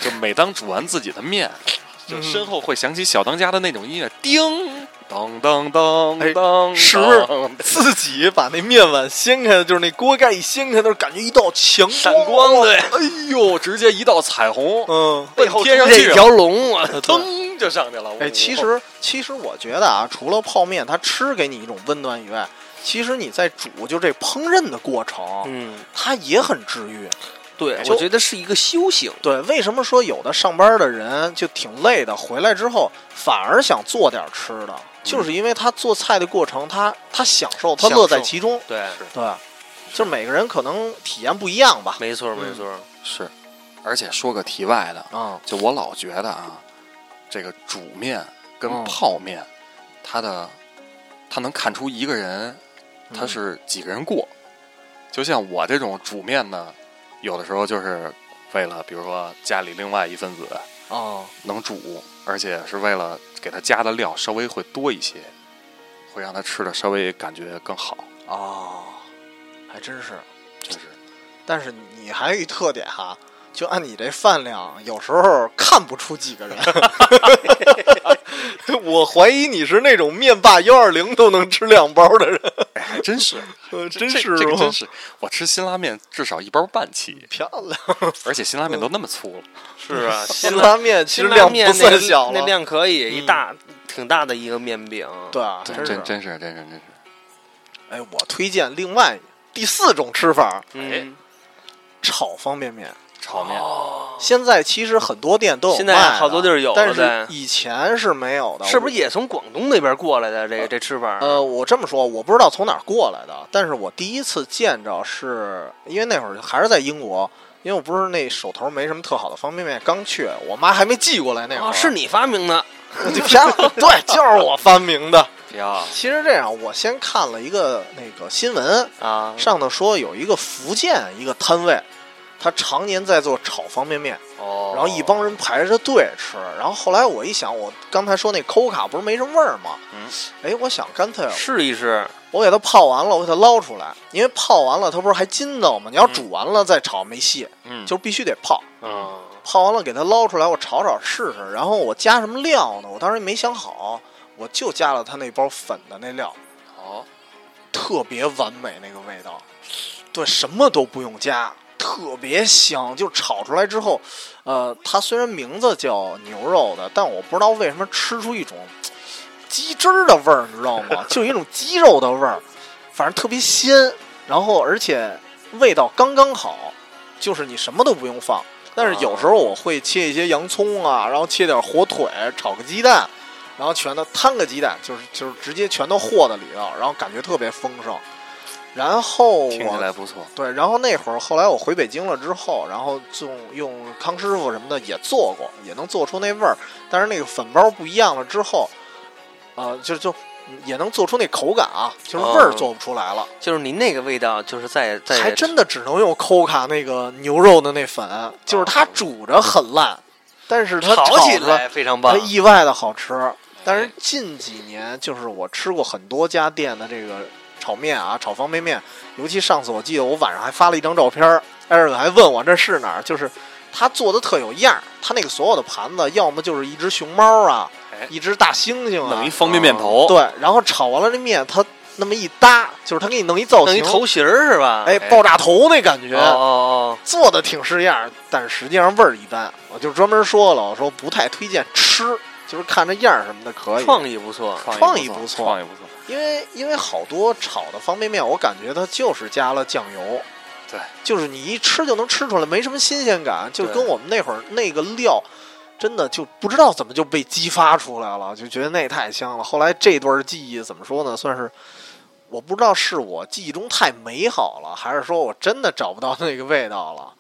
就每当煮完自己的面，就嗯身后会响起小当家的那种音乐，叮当当当哎当，是当 自己把那面碗掀开，就是那锅盖一掀开，都是感觉一道强闪光光，对，哎呦，直接一道彩虹，嗯，奔天上去这了，条 龙啊，腾就上去了。哦哎，其实其实我觉得啊，除了泡面它吃给你一种温暖以外，其实你在煮就这烹饪的过程，嗯，它也很治愈。对，就我觉得是一个修行，对，为什么说有的上班的人就挺累的，回来之后反而想做点吃的，嗯就是因为他做菜的过程，他他享受，他乐在享受其中。对，对，就是每个人可能体验不一样吧。没错嗯 没错，是，而且说个题外的，嗯，就我老觉得啊，这个煮面嗯跟泡面，它的它能看出一个人他嗯是几个人过。就像我这种煮面呢，有的时候就是为了，比如说家里另外一份子哦，能煮，而且是为了给他加的料稍微会多一些，会让他吃的稍微感觉更好。哦，还真是。真是，但是你还有一特点哈，就按你这饭量，有时候看不出几个人。我怀疑你是那种面霸幺二零都能吃两包的人，哎，还 真是，呃这真这是哦这个真是，我吃辛拉面至少一包半起，漂亮。而且辛拉面都那么粗了。是 啊，辛拉拉面其实量面不那个算小啊了，那量可以，嗯一大挺大的一个面饼，对啊，真是真。真是真是真是，哎，我推荐另外第四种吃法，嗯，炒方便面。炒面、哦现在其实很多店都有卖现的，在好多地儿有了但是呗以前是没有的。是不我是也从广东那边过来的？这个这吃法，呃，我这么说，我不知道从哪儿过来的，但是我第一次见着是因为那会儿还是在英国，因为我不是那手头没什么特好的方便面，刚去，我妈还没寄过来那会儿，哦，是你发明的，就偏 对，就是我发明的。呀，其实这样，我先看了一个那个新闻，啊，上头说有一个福建一个摊位，他常年在做炒方便面，哦，然后一帮人排着队吃，然后后来我一想，我刚才说那抠卡不是没什么味儿吗？嗯，哎，我想干脆试一试，我给它泡完了，我给它捞出来，因为泡完了它不是还筋道吗？你要煮完了再炒没戏，嗯，就必须得泡。嗯，泡完了给它捞出来，我炒炒试试。然后我加什么料呢？我当时没想好，我就加了它那包粉的那料，好，特别完美那个味道。对，什么都不用加，特别香。就炒出来之后，呃，它虽然名字叫牛肉的，但我不知道为什么吃出一种嘖鸡汁儿的味儿，你知道吗？就有一种鸡肉的味儿，反正特别鲜。然后而且味道刚刚好，就是你什么都不用放。但是有时候我会切一些洋葱啊，然后切点火腿，炒个鸡蛋，然后全都摊个鸡蛋，就是就是直接全都和在里头，然后感觉特别丰盛。然后嗯听起我来不错。对，然后那会儿后来我回北京了之后，然后就用康师傅什么的也做过，也能做出那味儿，但是那个粉包不一样了之后，啊、就就也能做出那口感啊，就是味儿哦做不出来了，就是你那个味道，就是在在还真的只能用 Coca 那个牛肉的那粉，就是它煮着很烂，但是它哦炒起着来非常棒它。意外的好吃。但是近几年，就是我吃过很多家店的这个炒面啊，炒方便面，尤其上次我记得我晚上还发了一张照片儿，艾瑞克还问我这是哪儿，就是他做的特有样儿，他那个所有的盘子要么就是一只熊猫啊哎，一只大猩猩啊弄一，方便面头，对，然后炒完了这面，他那么一搭，就是他给你弄一造弄一型，头型儿是吧？哎，哎爆炸头那感觉，哦哦做的挺式样儿，但实际上味儿一般。我就专门说了，我说不太推荐吃，就是看着样儿什么的可哦，以。创意不错。创意意不不错嗯创意不错，因为因为好多炒的方便面，我感觉它就是加了酱油，对，就是你一吃就能吃出来，没什么新鲜感，就对跟我们那会儿那个料。真的就不知道怎么就被激发出来了，就觉得那太香了。后来这段记忆怎么说呢？算是我不知道是我记忆中太美好了，还是说我真的找不到那个味道了。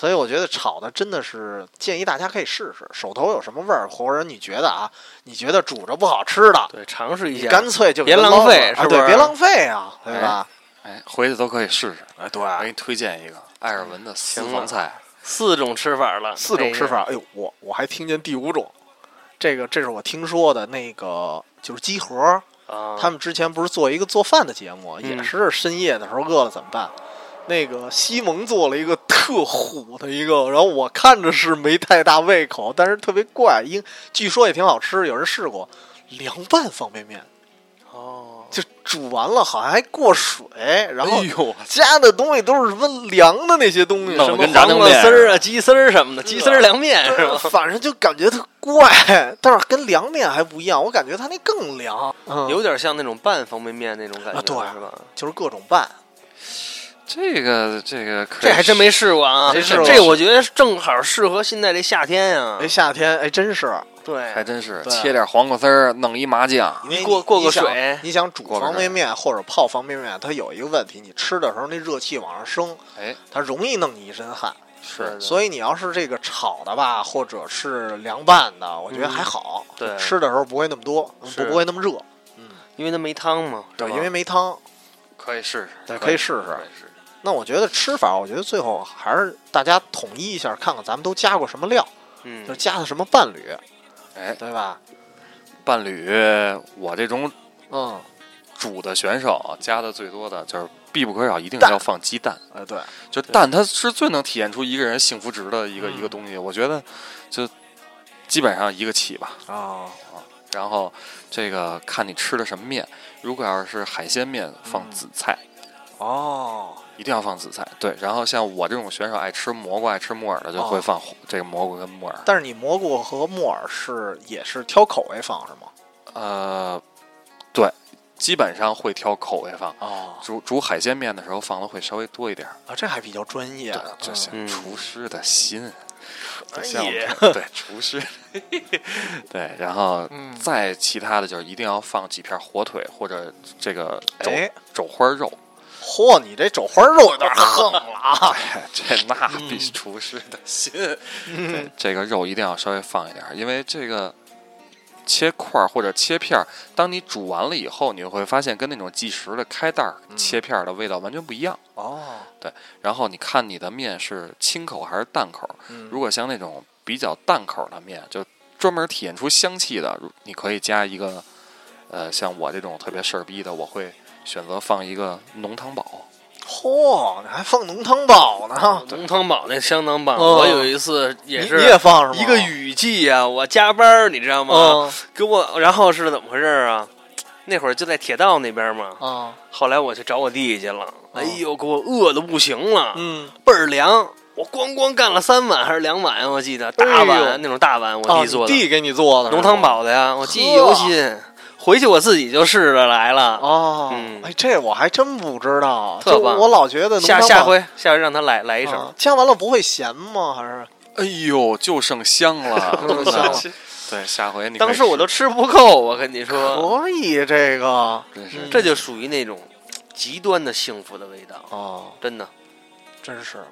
所以我觉得炒的真的是建议大家可以试试，手头有什么味儿，或者你觉得啊，你觉得煮着不好吃的，对，尝试一你下。干脆就别给它浪捞费了是啊不对，是别浪费啊，对吧？哎，回去都可以试试。哎，对我给你推荐一个艾尔文的私行了房菜，四种吃法了，四种吃哎呀。法，哎呦，我我还听见第五种，这个这是我听说的那个就是鸡盒，啊，他们之前不是做一个做饭的节目，嗯也是深夜的时候饿了怎么办？那个西蒙做了一个特虎的一个，然后我看着是没太大胃口，但是特别怪，因据说也挺好吃，有人试过凉拌方便面，哦，就煮完了好像还过水，然后哎呦，加的东西都是什么凉的那些东西，弄什得么跟炸黄酱瓜面丝儿啊、鸡丝儿什么的，鸡丝儿凉面 是对吧？反正就感觉特怪，但是跟凉面还不一样，我感觉它那更凉，嗯，有点像那种拌方便面那种感觉，啊对是吧？就是各种拌，这个这个可以这还真没试过啊，没试这过这我觉得正好适合现在这夏天呀、哎，夏天哎，真是对，还真是对切点黄瓜丝儿，弄一麻酱，因为你过过个你想水你想煮过个方便面或者泡方便面，它有一个问题，你吃的时候那热气往上升，哎，它容易弄你一身汗，是所以你要是这个炒的吧，或者是凉拌的，我觉得还好，对吃的时候不会那么多，是不不会那么热，嗯，因为它没汤嘛，对，是吧因为没汤，可以试对试，可以试试可以试试。那我觉得吃法，我觉得最后还是大家统一一下，看看咱们都加过什么料，就嗯，加的什么伴侣，哎，对吧？伴侣，我这种嗯，煮的选手加的最多的就是必不可少，一定蛋是要放鸡蛋。哎，对，就蛋，它是最能体现出一个人幸福值的一个、嗯一个东西。我觉得，就基本上一个起吧。啊，然后这个看你吃的什么面，如果要是海鲜面，嗯放紫菜。哦，一定要放紫菜，对。然后像我这种选手爱吃蘑菇、爱吃木耳的，就哦会放红这个蘑菇跟木耳。但是你蘑菇和木耳是也是挑口味放是吗？呃，对，基本上会挑口味放。哦，煮煮海鲜面的时候放的会稍微多一点儿，啊，这还比较专业对啊，，这嗯像嗯厨师的心，哎对像我们呀这对厨师， 对，然后嗯再其他的就是一定要放几片火腿或者这个肘哎，肘花肉，嚯，你这肘花肉有点横了啊！这那比厨师的心， 对，这个肉一定要稍微放一点儿，因为这个切块儿或者切片儿，当你煮完了以后，你会发现跟那种即食的开袋儿切片儿的味道完全不一样。哦，然后你看你的面是清口还是淡口，嗯如果像那种比较淡口的面，就专门体现出香气的，如你可以加一个，呃，像我这种特别事儿逼的，我会选择放一个浓汤宝。嚯，你还放浓汤宝呢？浓汤宝那相当棒。哦我有一次也你是你也放是吗？一个雨季呀、我加班儿你知道吗？嗯，给我，然后是怎么回事儿啊？那会儿就在铁道那边嘛，啊后来我去找我弟去了，哎呦，给我饿的不行哦了，嗯，倍儿凉。我咣咣干了三碗还是两碗呀，我记得大碗、哎呦那种大碗，啊我弟做的、你弟给你做的是吗浓汤宝的啊呀，我记忆犹新。回去我自己就试着来了，哦，嗯哎，这我还真不知道，特就棒我老觉得浓下汤下宝回下回让他来来一啊手。加完了不会咸吗？还是哎呦，就剩香了， 就剩香了对，下回你可以当时我都吃不够，我跟你说，可以这个试真是嗯这就属于那种极端的幸福的味道，哦，真的真是。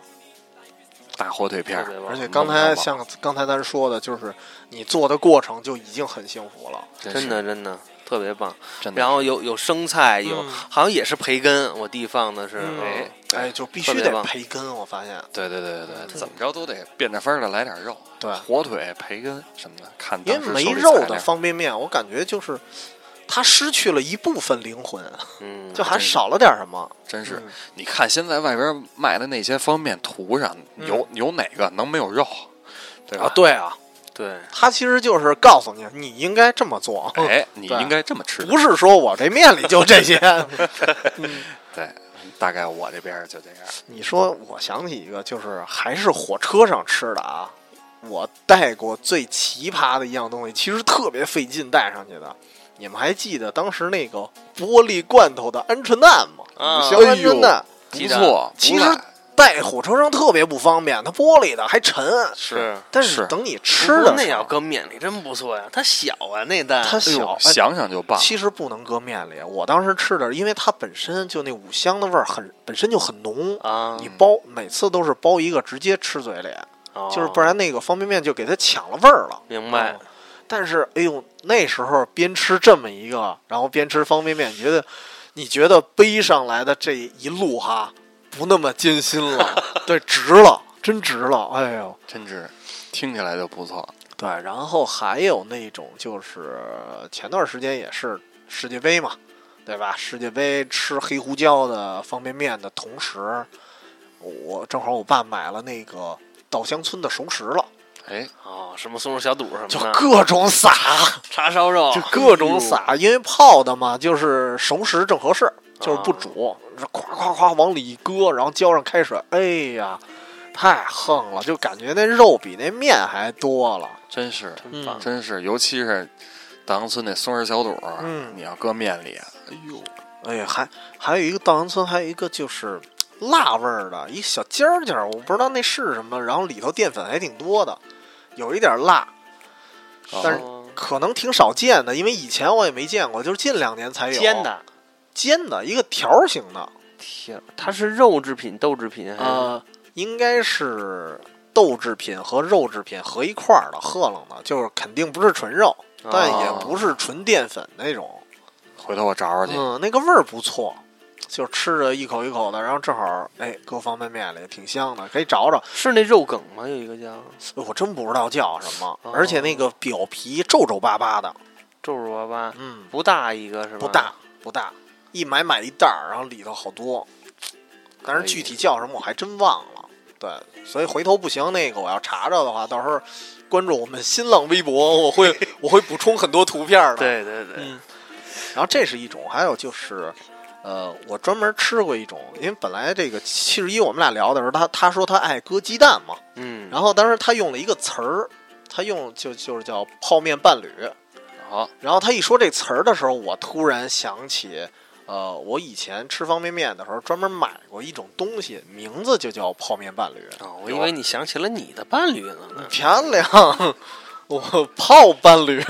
大火腿片特儿，别棒。而且刚才像刚才咱说的，就是你做的过程就已经很幸福了。真是真的真的，特别棒。真的。然后有有生菜，有、嗯好像也是培根，我弟放的是，嗯嗯对哎，就必须特别得棒培根，我发现。对对对对对，怎么着都得变着法儿的来点肉，对，火腿、培根什么的，看因当为没时手里肉材的料方便面，我感觉就是它失去了一部分灵魂，嗯，就还真是少了点什么。真是嗯，你看现在外边卖的那些方便面图上有有哪个能没有肉，对吧？对嗯啊，对，它其实就是告诉你，你应该这么做，哎，你对应该这么吃。不是说我这面里就这 些。对，大概我这边就这样。你说，我想起一个，就是还是火车上吃的啊。我带过最奇葩的一样东西，其实特别费劲带上去的。你们还记得当时那个玻璃罐头的鹌鹑蛋吗？啊五香鹌鹑蛋，不错，其不实赖带火车上特别不方便，它玻璃的还沉。是但是等你不吃过的那时要候，搁面里真不错呀，它小啊那蛋，它哎呦小，哎想想就棒。其实不能搁面里。我当时吃的，因为它本身就那五香的味儿很，本身就很浓。啊，你包每次都是包一个直接吃嘴里，哦就是不然那个方便面就给它抢了味儿了。明白嗯，但是哎呦，那时候边吃这么一个，然后边吃方便面，你觉得你觉得背上来的这一路哈，不那么艰辛 了，对，值了，真值了，哎呦，真是听起来就不错。对。然后还有那种就是前段时间也是世界杯嘛，对吧？世界杯吃黑胡椒的方便面的同时，我正好我爸买了那个稻香村的熟食了，哎，哦，什么松鼠小肚什么就的，各种撒。叉烧肉就各哎种撒，因为泡的嘛，就是熟食正合适，就是不煮，咵咵咵往里一搁，然后浇上开水，哎呀，太横了，就感觉那肉比那面还多了。真是，嗯真是，尤其是稻香村那松仁小肚，嗯你要搁面里，哎呦，哎呀，还还有一个稻香村，还有一个就是辣味儿的，一小尖儿尖儿，我不知道那是什么，然后里头淀粉还挺多的，有一点辣，但是哦可能挺少见的，因为以前我也没见过，就是近两年才有煎的，煎的一个条儿形的。天，它是肉制品、豆制品还是？呃，应该是豆制品和肉制品合一块儿的，喝冷的，就是肯定不是纯肉，但也哦不是纯淀粉那种。回头我找找去。嗯，那个味儿不错，就吃着一口一口的，然后正好哎搁方便面里，挺香的，可以找找。是那肉梗吗？有一个叫我真不知道叫什么，哦而且那个表皮皱皱巴巴的，皱皱巴巴，嗯，不大一个是吧？不大，不大，一买买一袋儿，然后里头好多，哎但是具体叫什么我还真忘了。对，所以回头不行，那个我要查查的话，到时候关注我们新浪微博，我 会我会补充很多图片的。，对对对，嗯。然后这是一种，还有就是，呃，我专门吃过一种，因为本来这个七十一我们俩聊的时候，他他说他爱搁鸡蛋嘛，嗯，然后当时他用了一个词儿，他用就就是叫泡面伴侣。好，然后他一说这词儿的时候，我突然想起，呃，我以前吃方便面的时候专门买过一种东西，名字就叫泡面伴侣，哦，我以为你想起了你的伴侣了呢。漂亮。我泡伴 侣，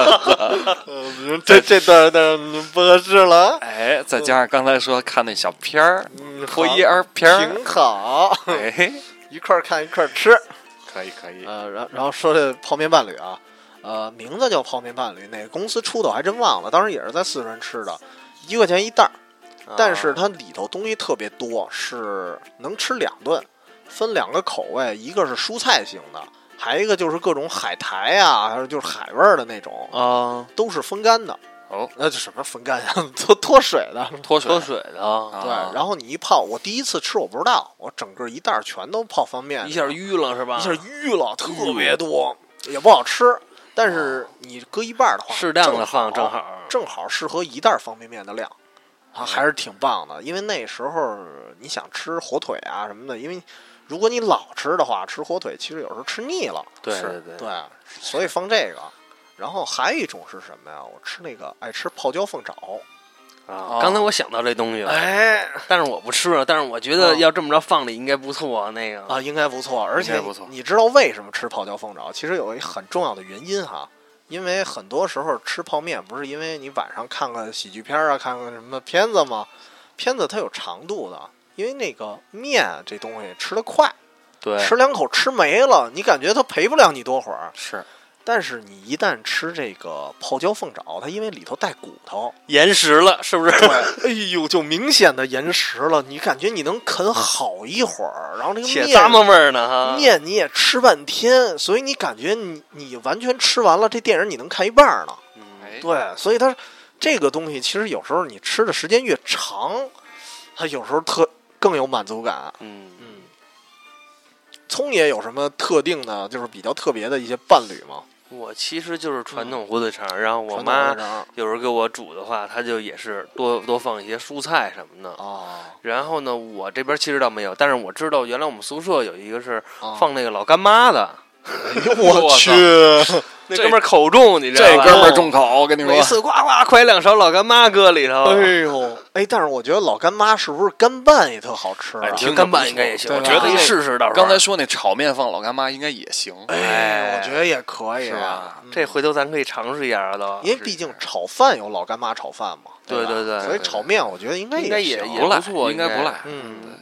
呃这这段的不合适了，哎，再加上刚才说看那小片儿，嗯脱衣儿片儿，挺好，哎，一块儿看一块儿吃。可以可以，呃，然然后说这泡面伴侣啊，呃，名字叫泡面伴侣，哪个公司出的我还真忘了，当时也是在四川吃的，一块钱一袋儿，嗯啊但是它里头东西特别多，是能吃两顿，分两个口味，一个是蔬菜型的，还有一个就是各种海苔啊，还有就是海味儿的那种，呃啊，都是风干的。哦，那就什么风干呀， 脱脱水的。脱水脱水的啊，对，啊然后你一泡，我第一次吃我不知道，我整个一袋儿全都泡方便面一下淤了是吧？一下淤了，特嗯别多，也不好吃。但是你搁一半儿的话，适当的放正正好啊好。嗯正好适合一袋儿方便面的量，啊，还是挺棒的。因为那时候你想吃火腿啊什么的，因为如果你老吃的话，吃火腿其实有时候吃腻了，对是对对，，所以放这个。然后还有一种是什么呀？我吃那个爱吃泡椒凤爪，啊，刚才我想到这东西了，哎但是我不吃了，但是我觉啊得要这么着放着应该不错，那个啊，应该不错。而应且该不错你知道为什么吃泡椒凤爪？其实有一个很重要的原因哈，因为很多时候吃泡面不是因为你晚上看个喜剧片啊，看个什么片子吗？片子它有长度的，因为那个面这东西吃得快，对吃两口吃没了，你感觉它陪不了你多会儿。是但是你一旦吃这个泡椒凤爪，它因为里头带骨头，延时了，是不 是？哎呦，就明显的延时了。你感觉你能啃好一会儿，然后那个且面咂摸味儿呢哈。面你也吃半天，所以你感觉你你完全吃完了，这电影你能看一半儿呢。嗯，哎，对，所以它这个东西其实有时候你吃的时间越长，它有时候特更有满足感。嗯，嗯，聪爷有什么特定的，就是比较特别的一些伴侣吗？我其实就是传统火腿肠，然后我嗯传统妈的人儿有时候给我煮的话，她就也是多多放一些蔬菜什么的。哦，然后呢，我这边其实倒没有，但是我知道原来我们宿舍有一个是哦放那个老干妈的，我去，那这哥们儿口重，你知道这吧？哦哥们儿重口，我跟你每说，次呱呱快两勺老干妈搁里头，哎呦，哎，但是我觉得老干妈是不是干拌也特好吃啊哎？其挺实干拌应该也行，对我吧觉得可以试试到时候。刚才说那炒面放老干妈应该也行。哎，我觉得也可以是吧啊。这回头咱可以尝试一下了都，因为毕竟炒饭有老干妈炒饭嘛，对吧对对所以对炒面我觉得应该应该也也行不赖不错，应该不赖嗯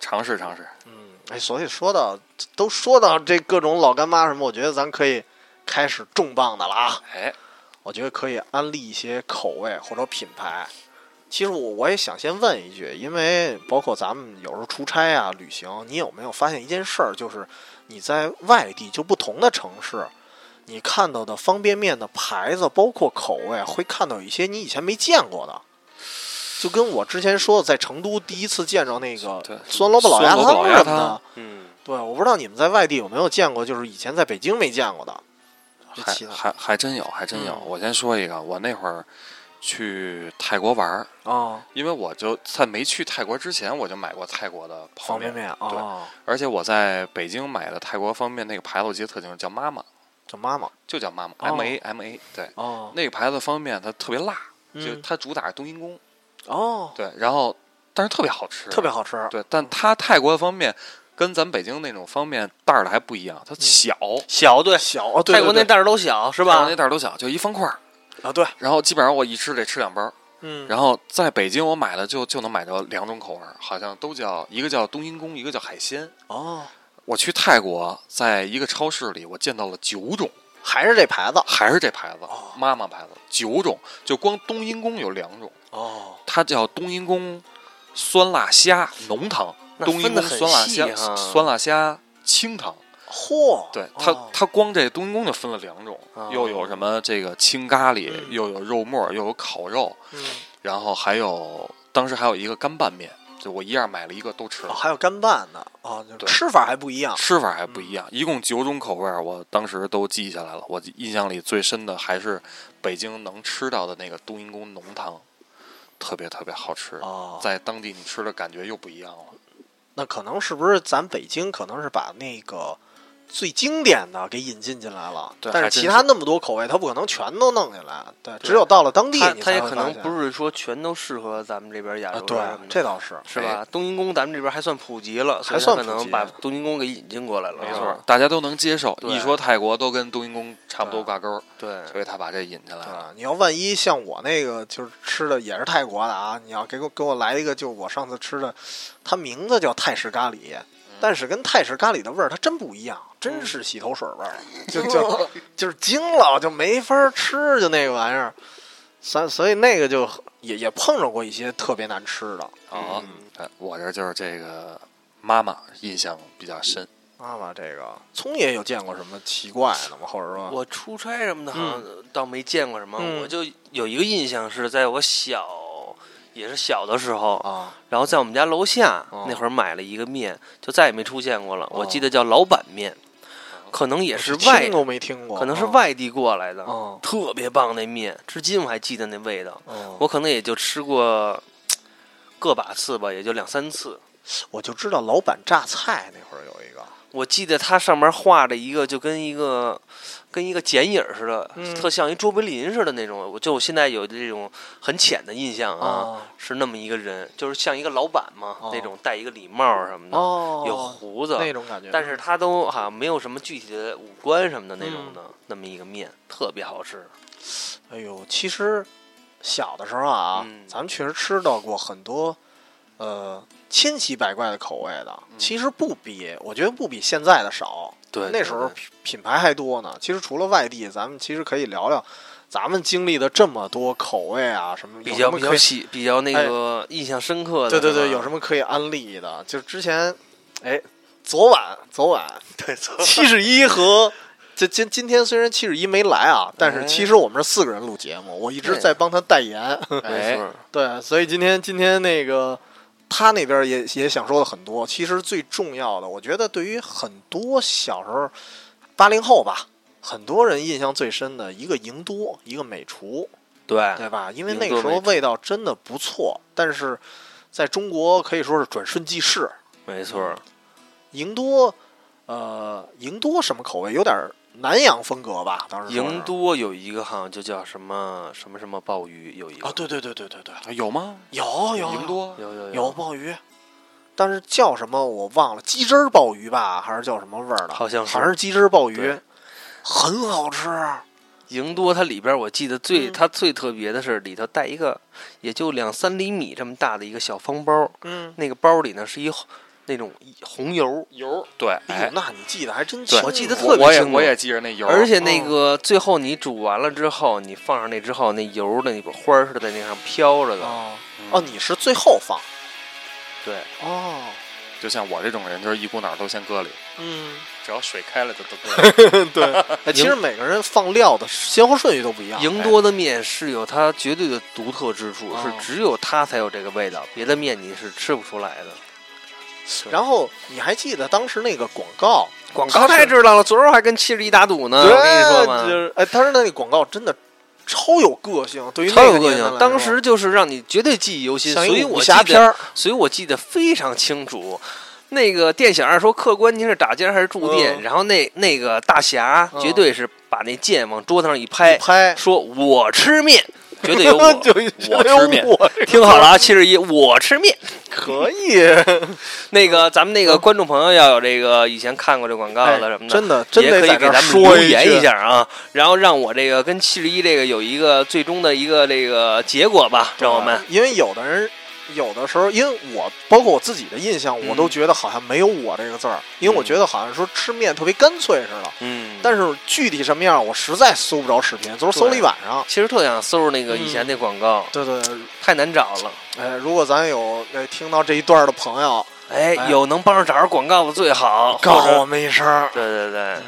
尝试尝试，嗯，哎，所以说到都说到这各种老干妈什么，我觉得咱可以开始重磅的了啊！哎，我觉得可以安利一些口味或者品牌。其实我我也想先问一句，因为包括咱们有时候出差啊、旅行，你有没有发现一件事儿，就是你在外地就不同的城市，你看到的方便面的牌子，包括口味，会看到一些你以前没见过 的。就跟我之前说的，在成都第一次见着那个对酸萝卜老鸭酸萝卜汤老鸭什么的汤，嗯，对，我不知道你们在外地有没有见过，就是以前在北京没见过的。这还奇了还还真有，还真有。嗯我先说一个，我那会儿去泰国玩儿，啊，因为我就在没去泰国之前，我就买过泰国的泡方面，便面对啊，而且我在北京买的泰国方便面那个牌子，我记得特清楚，叫妈妈，叫妈妈就叫妈妈、哦 M A M A，对，哦那个牌子方便面它特别辣，就嗯它主打冬阴功，哦，对，然后但是特别好吃，特别好吃。对，但它泰国的方便面跟咱们北京那种方便面袋儿的还不一样，它嗯小，小对，小哦，对泰国那对对袋儿都小是是吧？吧那？袋儿都小，就一方块儿，啊，对，然后基本上我一吃得吃两包。嗯，然后在北京我买的就就能买着两种口味儿，好像都叫一个叫冬阴功，一个叫海鲜。哦，我去泰国，在一个超市里，我见到了九种，还是这牌子还是这牌子哦，妈妈牌子，九种，就光冬阴功有两种，哦，它叫冬阴功酸辣虾浓汤，那冬阴分得功很酸辣细虾哈哦酸辣虾清汤。嚯，对它哦，它光这冬阴功就分了两种，哦又有什么这个青咖喱，嗯又有肉末，又有烤肉，嗯，然后还有当时还有一个干拌面，就我一样买了一个都吃哦了，还有干拌的啊，就是对吃法还不一样。吃法还不一样，一共九种口味儿，我当时都记下来了。我印象里最深的还是北京能吃到的那个冬阴功浓汤，特别特别好吃，哦，在当地你吃的感觉又不一样了。那可能是不是咱北京可能是把那个最经典的给引进进来了，对但还是真其是他那么多口味，它不可能全都弄进来，对，只有到了当地它你它才也会可发能现不是说全都适合咱们这边亚啊，对洲人什么，的这倒是，是吧？冬阴功咱们这边还算普及了，所以哎还算它可普能及把冬阴功给引进过来了，没是错吧，大家都能接受。嗯对一说泰国，都跟冬阴功差不多对挂钩，对，所以他把这引进来对了。吧？你要万一像我那个就是吃的也是泰国的啊，你要给我给我来一个，就是我上次吃的，它名字叫泰式咖喱，嗯但是跟泰式咖喱的味儿它真不一样，真是洗头水味 儿，就就就是惊了，就没法吃，就那个玩意儿。所以所以那个就也也碰着过一些特别难吃的啊嗯，哎我这就是这个妈妈印象比较深。啊妈妈这个聪爷有见过什么奇怪的吗？或者说我出差什么的，好像倒没见过什么。嗯我就有一个印象是在我小，也是小的时候，啊然后在我们家楼下、哦那会儿买了一个面，就再也没出现过了。我记得叫老板面，哦可能也是外听，都没听过，可能是外地过来的，啊哦特别棒那面，至今我还记得那味道。哦我可能也就吃过个把次吧，也就两三次。我就知道老板榨菜那会儿有一个，我记得它上面画着一个，就跟一个跟一个剪影儿似的，嗯特像一卓别林似的那种。我就我现在有这种很浅的印象啊，哦是那么一个人，就是像一个老板嘛，哦那种戴一个礼帽儿什么的，哦，有胡子，那种感觉，但是他都好像没有什么具体的五官什么的那嗯种的，那么一个面特别好吃。哎呦，其实小的时候啊，嗯咱们确实吃到过很多呃千奇百怪的口味的，其实不比，我觉得不比现在的少。对，那时候对品品牌还多呢。其实除了外地，咱们其实可以聊聊咱们经历的这么多口味啊，什么有比什较么比可较以哎喜比较那个印象深刻的，对对对，有么什么可以安利的？就是之前，哎，昨晚昨晚 对错 七十一和这今今天虽然七十一没来啊，但是哎其实我们是四个人录节目，我一直对在帮他代言。没哎错， 对，所以今天今天那个他那边也也想说了很多。其实最重要的，我觉得对于很多小时候八零后吧，很多人印象最深的一个营多，一个美厨，对对吧？因为赢那个得时为候味道真的不错，但是在中国可以说是转瞬即逝。没错，赢多，呃，赢多什么口味？有点儿南洋风格吧？当时说是赢多有一个好像就叫什么什么什么鲍鱼，有一个啊，对对对对对对，啊有啊吗？有有赢多有有有鲍鱼，但是叫什么我忘了，鸡汁儿鲍鱼吧，还是叫什么味儿的？好像是好像是鸡汁儿鲍鱼对，很好吃。赢多它里边我记得最嗯它最特别的是里头带一个也就两三厘米这么大的一个小方包，嗯，那个包里呢是一那种红哦油，油，对，哎呦哎，，那你记得还真对清，我记得楚特别我也清楚我也记着哦那油，而且那个最后你煮完了之后，你放上那之后，那油的那个花儿似的在那上飘着的，哦嗯哦，你是最后放对，哦，就像我这种人，就是一股脑儿都先搁里，嗯。只要水开了就都搁里。对，哎其实每个人放料的先后顺序都不一样。赢多的面是有它绝对的独特之处，哦是只有它才有这个味道，别的面你是吃不出来的。哎然后你还记得当时那个广告？广告告太是知道了，昨儿还跟七十一打赌呢，我对跟你说嘛，就是哎，当时那个广告真的超有个性，对于超那有个个年代来性，说当时就是让你绝对记忆犹新，所像一以武我记侠片得，儿，所以我记得非常清楚。那个店小二说：“客官，您是打尖还是驻店？”嗯然后那那个大侠嗯绝对是把那剑往桌子上一拍，拍说：“我吃面，哎绝 对有我。就我吃面 我听好了啊，七十一，我吃面。可以，那个咱们那个观众朋友要有这个以前看过这广告的什嗯么哎的，真的真也得可以在给这儿咱们说留言一一句。下啊，然后让我这个跟七十一这个有一个最终的一个这个结果吧，让我们啊因为有的人有的时候，因为我包括我自己的印象，我嗯都觉得好像没有“我”这个字儿，因为我嗯觉得好像说吃面特别干脆似的。嗯，但是具体什么样，我实在搜不着视频，昨儿搜了一晚上。其实特想搜那个以前那广告，对对，对太难找了。哎，如果咱有呃听到这一段的朋友，哎哎，有能帮着找着广告的最好，告或者诉我们一声儿。对对对，嗯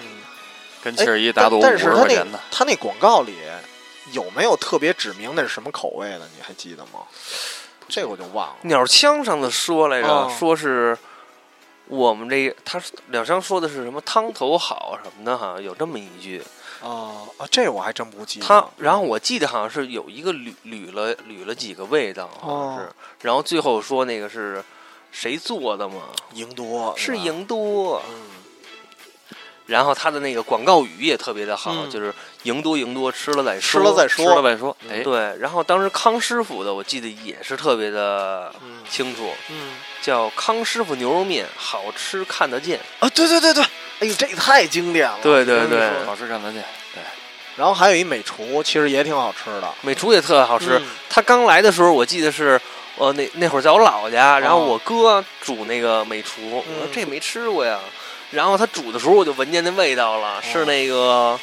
跟哎七十一打赌五但但十是他块那钱呢，他那广告里有没有特别指明那是什么口味的？你还记得吗？这个我就忘了。鸟枪上次说来着，哦说是我们这他鸟枪说的是什么汤头好什么的，好像有这么一句。哦、啊，这我还真不记得。他然后我记得好像是有一个捋捋了捋了几个味道，好像是，哦然后最后说那个是谁做的嘛？赢多是吧，赢多，嗯，然后他的那个广告语也特别的好，嗯就是赢多赢多，吃了再吃说，了再吃了说。嗯再说。哎，对，然后当时康师傅的我记得也是特别的嗯清楚，嗯叫康师傅牛肉面，好吃看得见。啊，对对对对，哎呦，这也太经典了。对对我跟你对说好吃看得见。对，然后还有一美厨，其实也挺好吃的。美厨也特好吃。嗯他刚来的时候，我记得是，呃，那那会儿在我姥姥家，然后哦嗯我哥煮那个美厨，我说这没吃过呀。然后他煮的时候，我就闻见那味道了，哦是那个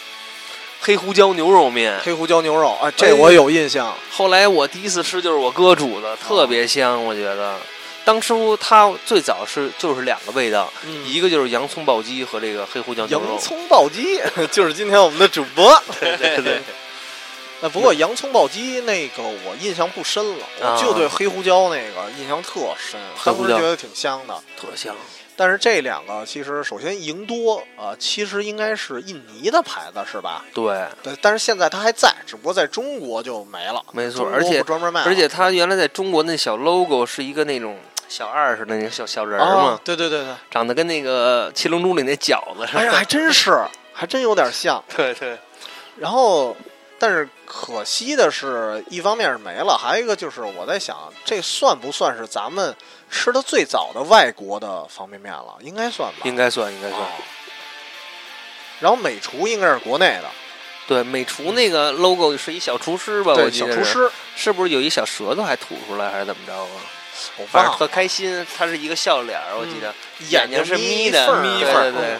黑胡椒牛肉面。黑胡椒牛肉，啊，哎这我有印象。后来我第一次吃就是我哥煮的，特别香，我觉得。当初他最早是就是两个味道，嗯一个就是洋葱爆鸡和这个黑胡椒牛肉洋。葱爆鸡 就是今天我们的主播。对对 对，呃，不过洋葱爆鸡那个我印象不深了，我啊就对黑胡椒那个印象特深，黑当时胡椒觉得挺香的。特香。但是这两个其实，首先赢多啊、呃其实应该是印尼的牌子是吧？对，对，但是现在它还在，只不过在中国就没了。没错中国而且不专门卖了，而且他原来在中国那小 logo 是一个那种小二似的那种小小人儿嘛，哦，对对对对，长得跟那个《七龙珠》里那饺子似的。哎呀，还真是，还真有点像。对对，然后，但是可惜的是，一方面是没了，还有一个就是我在想，这算不算是咱们吃的最早的外国的方便面了？应该算吧，应该算应该算。哦然后美厨应该是国内的，对，美厨那个 logo 是一小厨师吧？我对，记小得厨是，师，是不是有一小舌头还吐出来，还是怎么着啊？我反正忘特了，嗯开心，他是一个笑脸儿，我记得、眼睛是眯的，缝儿眯对对对对对。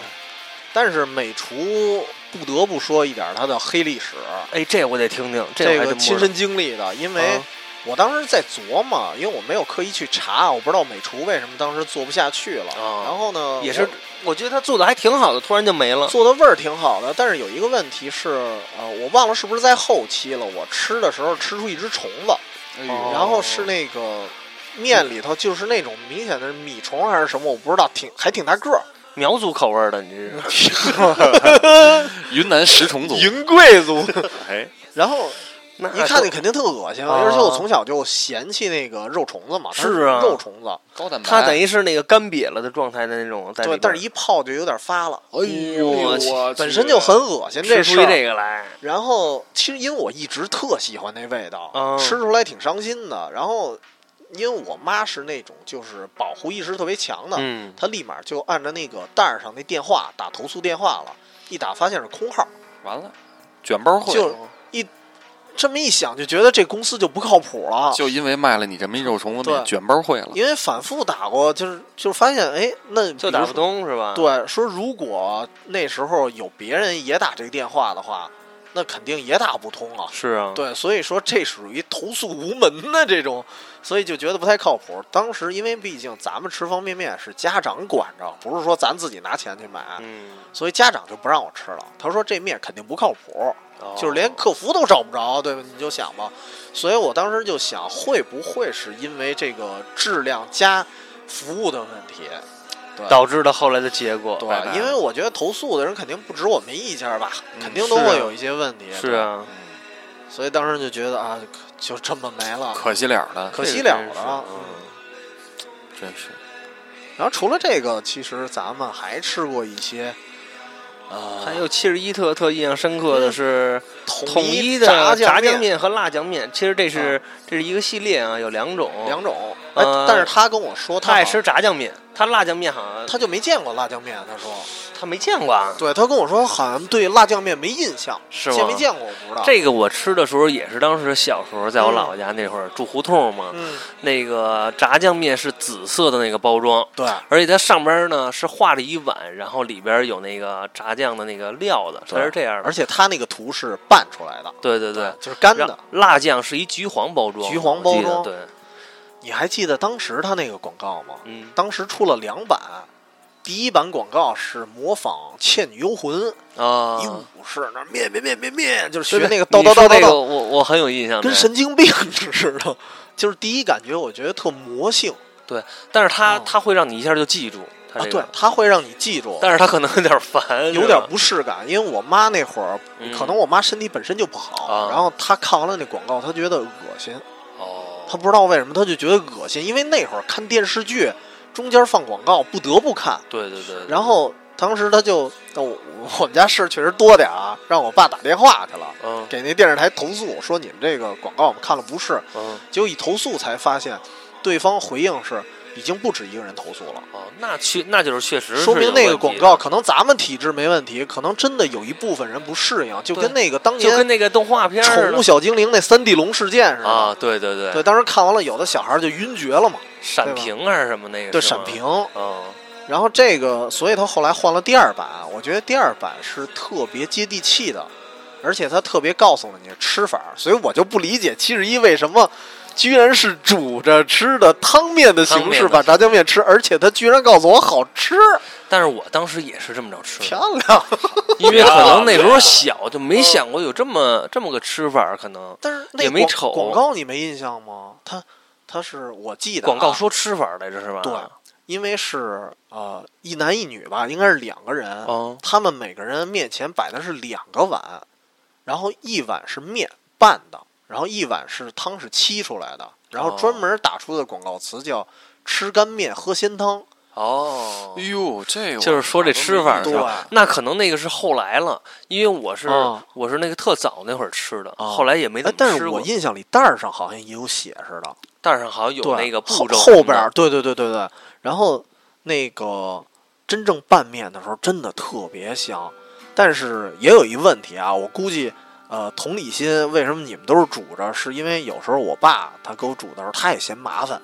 但是美厨不得不说一点它的黑历史，哎，这我得听听，这我个还真不知亲道身经历的，因为啊我当时在琢磨，因为我没有刻意去查，我不知道美厨为什么当时做不下去了。啊然后呢，也我是，我觉得他做的还挺好的，突然就没 了。做的味儿挺好的，但是有一个问题是，呃，我忘了是不是在后期了。我吃的时候吃出一只虫子，哦然后是那个面里头就是那种明显的米虫还是什么，我不知道，挺还挺大个儿。苗族口味儿的，你这 是云南食哦虫组，银贵 族，哎，然后那一看那肯定特恶 心了，啊而且我从小就嫌弃那个肉虫子嘛，它是啊肉虫子，高蛋白，他等于是那个干瘪了的状态的那种，在里哎对，边但是一泡就有点发了，哎呦我去本身就很恶心吃出事一儿。这个来，然后其实因为我一直特喜欢那味道，嗯吃出来挺伤心的。然后因为我妈是那种就是保护意识特别强的，嗯，她立马就按着那个袋儿上那电话打投诉电话了，一打发现是空号，完了，卷哦包会就一这么一想就觉得这公司就不靠谱了。就因为卖了你这么一肉虫子对面，卷包会了，因为反复打过，就是就发现，哎，那就比如打说不通是吧？，对，说如果那时候有别人也打这个电话的话，那肯定也打不通啊。是啊，对，所以说这属于投诉无门的这种，所以就觉得不太靠谱。当时因为毕竟咱们吃方便面是家长管着，不是说咱自己拿钱去买，嗯，所以家长就不让我吃了。他说这面肯定不靠谱，哦就是连客服都找不着，对吧？你就想吧。所以我当时就想，会不会是因为这个质量加服务的问题？对导致的后来的结果，对拜拜因为我觉得投诉的人肯定不止我们一家吧，嗯肯定都是啊会有一些问题。是对，啊，嗯所以当时就觉得啊，就就这么没了，可惜了了，可惜了这个真是了。嗯真是然后除了这个，其实咱们还吃过一些，呃，还有七十一特特印象深刻的是统一一的炸酱酱面嗯面和辣酱面，其实这是这是一个系列啊，有两种。两种。哎呃，但是他跟我说他他爱好吃炸酱面，他辣酱面好像他就没见过辣酱面，他说，他没见过啊。对他跟我说好像对辣酱面没印象，是吗见没见过我不知道。这个我吃的时候也是当时小时候在我嗯姥姥家那会儿住胡同嘛，嗯，那个炸酱面是紫色的那个包装，对，而且它上边呢是画着一碗，然后里边有那个炸酱的那个料子，它是这样的而。且他那个图是拌出来的，对对对，就是干然的后。辣酱是一橘黄包装，橘黄包装我记得对，你还记得当时他那个广告吗？嗯，当时出了两版，第一版广告是模仿《倩女幽魂》，啊一，武士那面面面面面，就是对哎学对那个叨你叨说叨叨这个叨，我我很有印象，跟对神经病似的。就是第一感觉，我觉得特魔性但是它哦它会让你一下就记住它啊，这对个，，它会让你记住，但是它可能有点烦，有是点吧不适感。因为我妈那会儿，嗯可能我妈身体本身就不好，啊然后她看完了那广告，她觉得恶心，哦，她不知道为什么，她就觉得恶心，因为那会儿看电视剧中间放广告，不得不看。对对对，然后当时他就，那我我们家事儿确实多点儿啊，让我爸打电话去了，嗯给那电视台投诉说你们这个广告我们看了不是，嗯结果一投诉才发现，对方回应是已经不止一个人投诉了，哦，那确那就是确实是说明那有个问广题告可能咱们体质没问题，可能真的有一部分人不适应，就跟那个当就年跟那个动画片儿宠物小精灵那三地龙事件似的。啊，对对对对，当时看完了，有的小孩就晕厥了嘛，闪对吧屏还是什么那个对，是闪吗屏。嗯然后这个，所以他后来换了第二版，啊我觉得第二版是特别接地气的，而且他特别告诉了你吃法，所以我就不理解七十一为什么居然是煮着吃的汤面的汤形面式的把炸酱面吃，而且他居然告诉我好吃，但是我当时也是这么着吃的，漂亮。因为可能那时候小，就没想过有这么这么个吃法儿，可能 但是那也没广丑广告你没印象吗？他他是我记得、啊广告，说吃法儿来着是吧？对因为是呃一男一女吧，应该是两个人，嗯他们每个人面前摆的是两个碗，然后一碗是面拌的，然后一碗是汤是沏出来的，然哦后专门打出的广告词叫“吃干面喝鲜汤哦哎。呦，这我就是说这吃法儿是对吧？那可能那个是后来了，因为我是、嗯我是那个特早那会儿吃的，哦后来也没”，怎哎么，但吃是过我。印象里袋儿上好像也有写似的，但是好像有对，那个步后骤后边儿，对对对对对，然后那个真正拌面的时候真的特别香，但是也有一问题啊，我估计。呃，同理心，为什么你们都是煮着？是因为有时候我爸他给我煮的时候，他也嫌麻烦，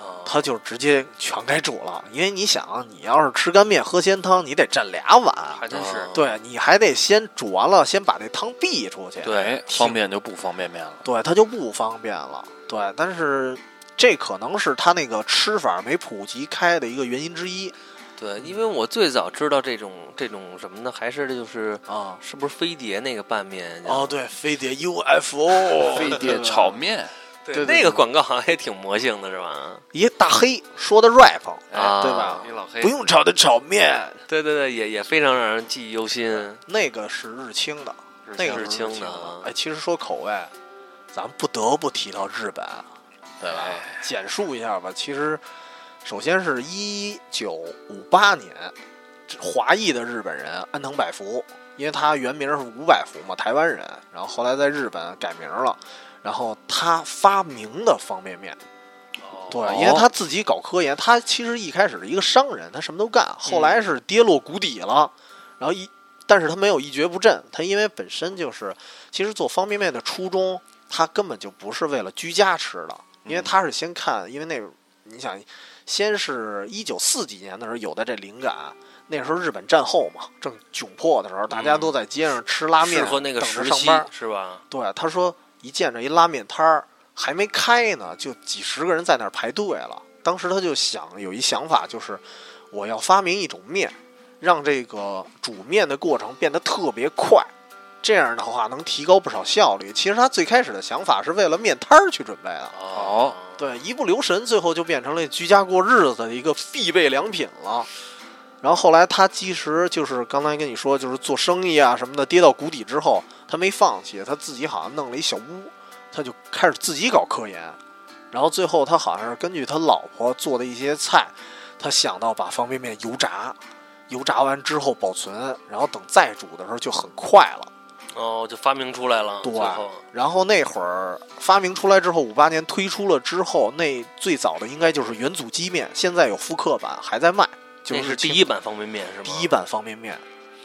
啊他就直接全给煮了。因为你想，你要是吃干面喝鲜汤，你得蘸俩碗，还真是啊对你还得先煮完了，先把这汤避出去。对，哎方便就不方便面了。对，它就不方便了。对，但是这可能是它那个吃法没普及开的一个原因之一对，因为我最早知道这种这种什么呢，还是就是啊。是不是飞碟那个拌面？哦，，对，飞碟 UFO， 飞对碟吧 炒面，对对对那个对广告好像也挺魔性的，是吧？一大黑说的 rap，啊，对吧你老黑不用炒的炒面，对对对，也也非常让人记忆犹新。那个是日清的，那个日是清的的啊。哎，其实说口味，咱不得不提到日本，对吧？哎简述一下吧。其实，首先是一九五八年，这华裔的日本人安藤百福，因为他原名是伍百福嘛，台湾人，然后后来在日本改名了。然后他发明的方便面，对，哦因为他自己搞科研，他其实一开始是一个商人，他什么都干，后嗯来是跌落谷底了，然后一，但是他没有一蹶不振，他因为本身就是，其实做方便面的初衷，他根本就不是为了居家吃的，因为嗯他是先看，因为那，你想，先是一九四几年的时候有的这灵感。那时候日本战后嘛，正窘迫的时候，大家都在街上吃拉面，嗯适合那个等着时上期班。是吧？对，啊他说一见着一拉面摊儿还没开呢，就几十个人在那儿排队了。当时他就想有一想法，就是我要发明一种面，让这个煮面的过程变得特别快，这样的话能提高不少效率。其实他最开始的想法是为了面摊儿去准备的，哦，对，一不留神，最后就变成了居家过日子的一个必备良品了。然后后来他其实就是刚才跟你说，就是做生意啊什么的，跌到谷底之后，他没放弃，他自己好像弄了一小屋，他就开始自己搞科研。然后最后他好像是根据他老婆做的一些菜，他想到把方便面油炸，油炸完之后保存，然后等再煮的时候就很快了。哦，就发明出来了。对最后然后那会儿发明出来之后，五八年推出了之后，那最早的应该就是元祖鸡面，现在有复刻版还在卖，就那是第清一版方便面是吗？第一版方便面。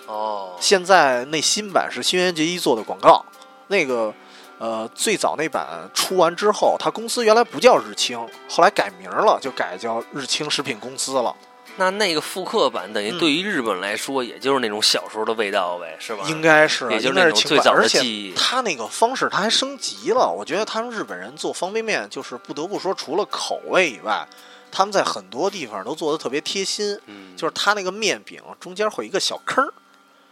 哦，现在那新版是新垣结衣做的广告，那个呃最早那版出完之后，他公司原来不叫日清，后来改名了，就改叫日清食品公司了，那那个复刻版等于嗯对于日本来说，也就是那种小时候的味道呗，是吧？应该是啊也就应是该那是种清最版，早而的且记忆。他那个方式他还升级了，我觉得他们日本人做方便面，就是不得不说，除了口味以外，他们在很多地方都做的特别贴心。嗯，就是他那个面饼中间会有一个小坑儿，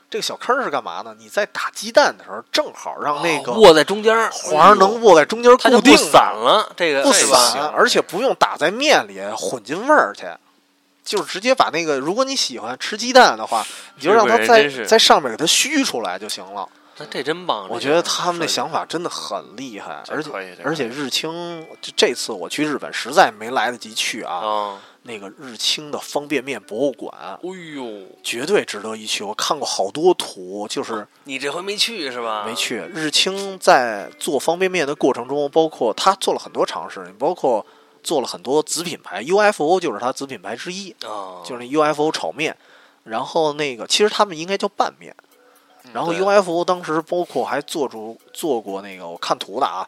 这个小坑儿是干嘛呢？你在打鸡蛋的时候，正好让那个哦握在中间儿，哎黄儿能握在中间它就固不定，散了。这 个不这个散，而且不用打在面里混进味儿去。就是直接把那个，如果你喜欢吃鸡蛋的话，你就日让本它人在真是在上面给它虚出来就行了。那这真棒。我这觉得个他们那设计想法真的很厉害，这而且可以这而且可以日清这这次我去日本实在没来得及去啊，哦，那个日清的方便面博物馆哎呦，绝对值得一去。我看过好多图，就是你这回没去是吧？没。去。日清在做方便面的过程中，包括他做了很多尝试，包括做了很多子品牌，UFO 就是他子品牌之一。哦，就是那 UFO 炒面，然后那个其实他们应该叫拌面，嗯然后对 UFO 当时包括还做出做过那个我看图的啊，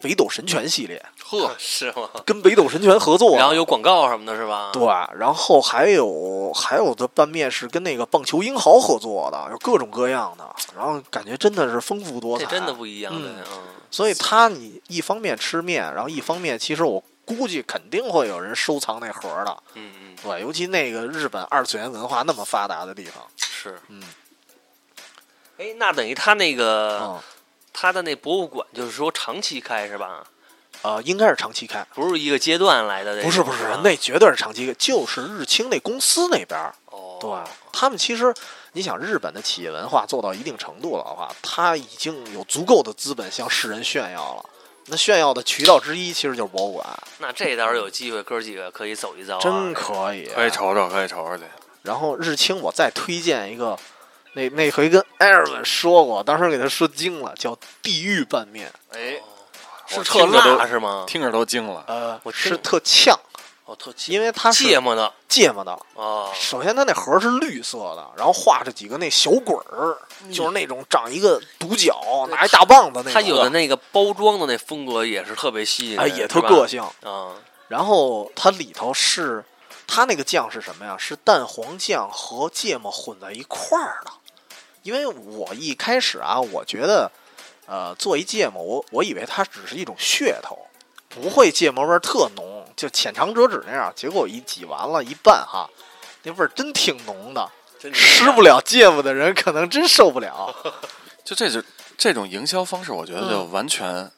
北斗神拳系列呵，是吗？跟北斗神拳合作，嗯然后有广告什么的是吧？对，然后还有还有的拌面是跟那个棒球英豪合作的，有各种各样的，然后感觉真的是丰富多这彩，真的不一样的嗯。嗯所以它你一方面吃面，然后一方面其实我估计肯定会有人收藏那盒的，嗯嗯，对，尤其那个日本二次元文化那么发达的地方。是。嗯，哎，那等于他那个啊、他的那博物馆，就是说长期开是吧？呃，应该是长期开，不是一个阶段来的这种。不是不是吧，那绝对是长期开，就是日清那公司那边儿，哦，对他们其实，你想日本的企业文化做到一定程度的话，他已经有足够的资本向世人炫耀了。那炫耀的渠道之一其实就是博物馆，那这到时候有机会，哥几个可以走一遭啊。真可以。可以瞅瞅，可以瞅瞅去。然后日清，我再推荐一个，那那回跟艾尔文说过，当时给他说惊了，叫地狱拌面，哎，是我特听着都辣是吗？听着都惊了。呃，啊我听是特呛，哦，特因为它是芥末的芥末的，哦，首先，它那盒是绿色的，然后画着几个那小鬼儿，嗯就是那种长一个独角，拿一大棒子那种。它有的那个包装的那风格也是特别吸引人，哎，也特是吧个性。啊，然后它里头是它那个酱是什么呀？是蛋黄酱和芥末混在一块儿的。因为我一开始啊，我觉得呃做一芥末，我我以为它只是一种噱头，不会芥末味儿特浓，就浅尝辄止那样。结果我一挤完了，一拌哈，那味儿真挺浓 的。真的吃不了芥末的人可能真受不了。就这就这种营销方式，我觉得就完全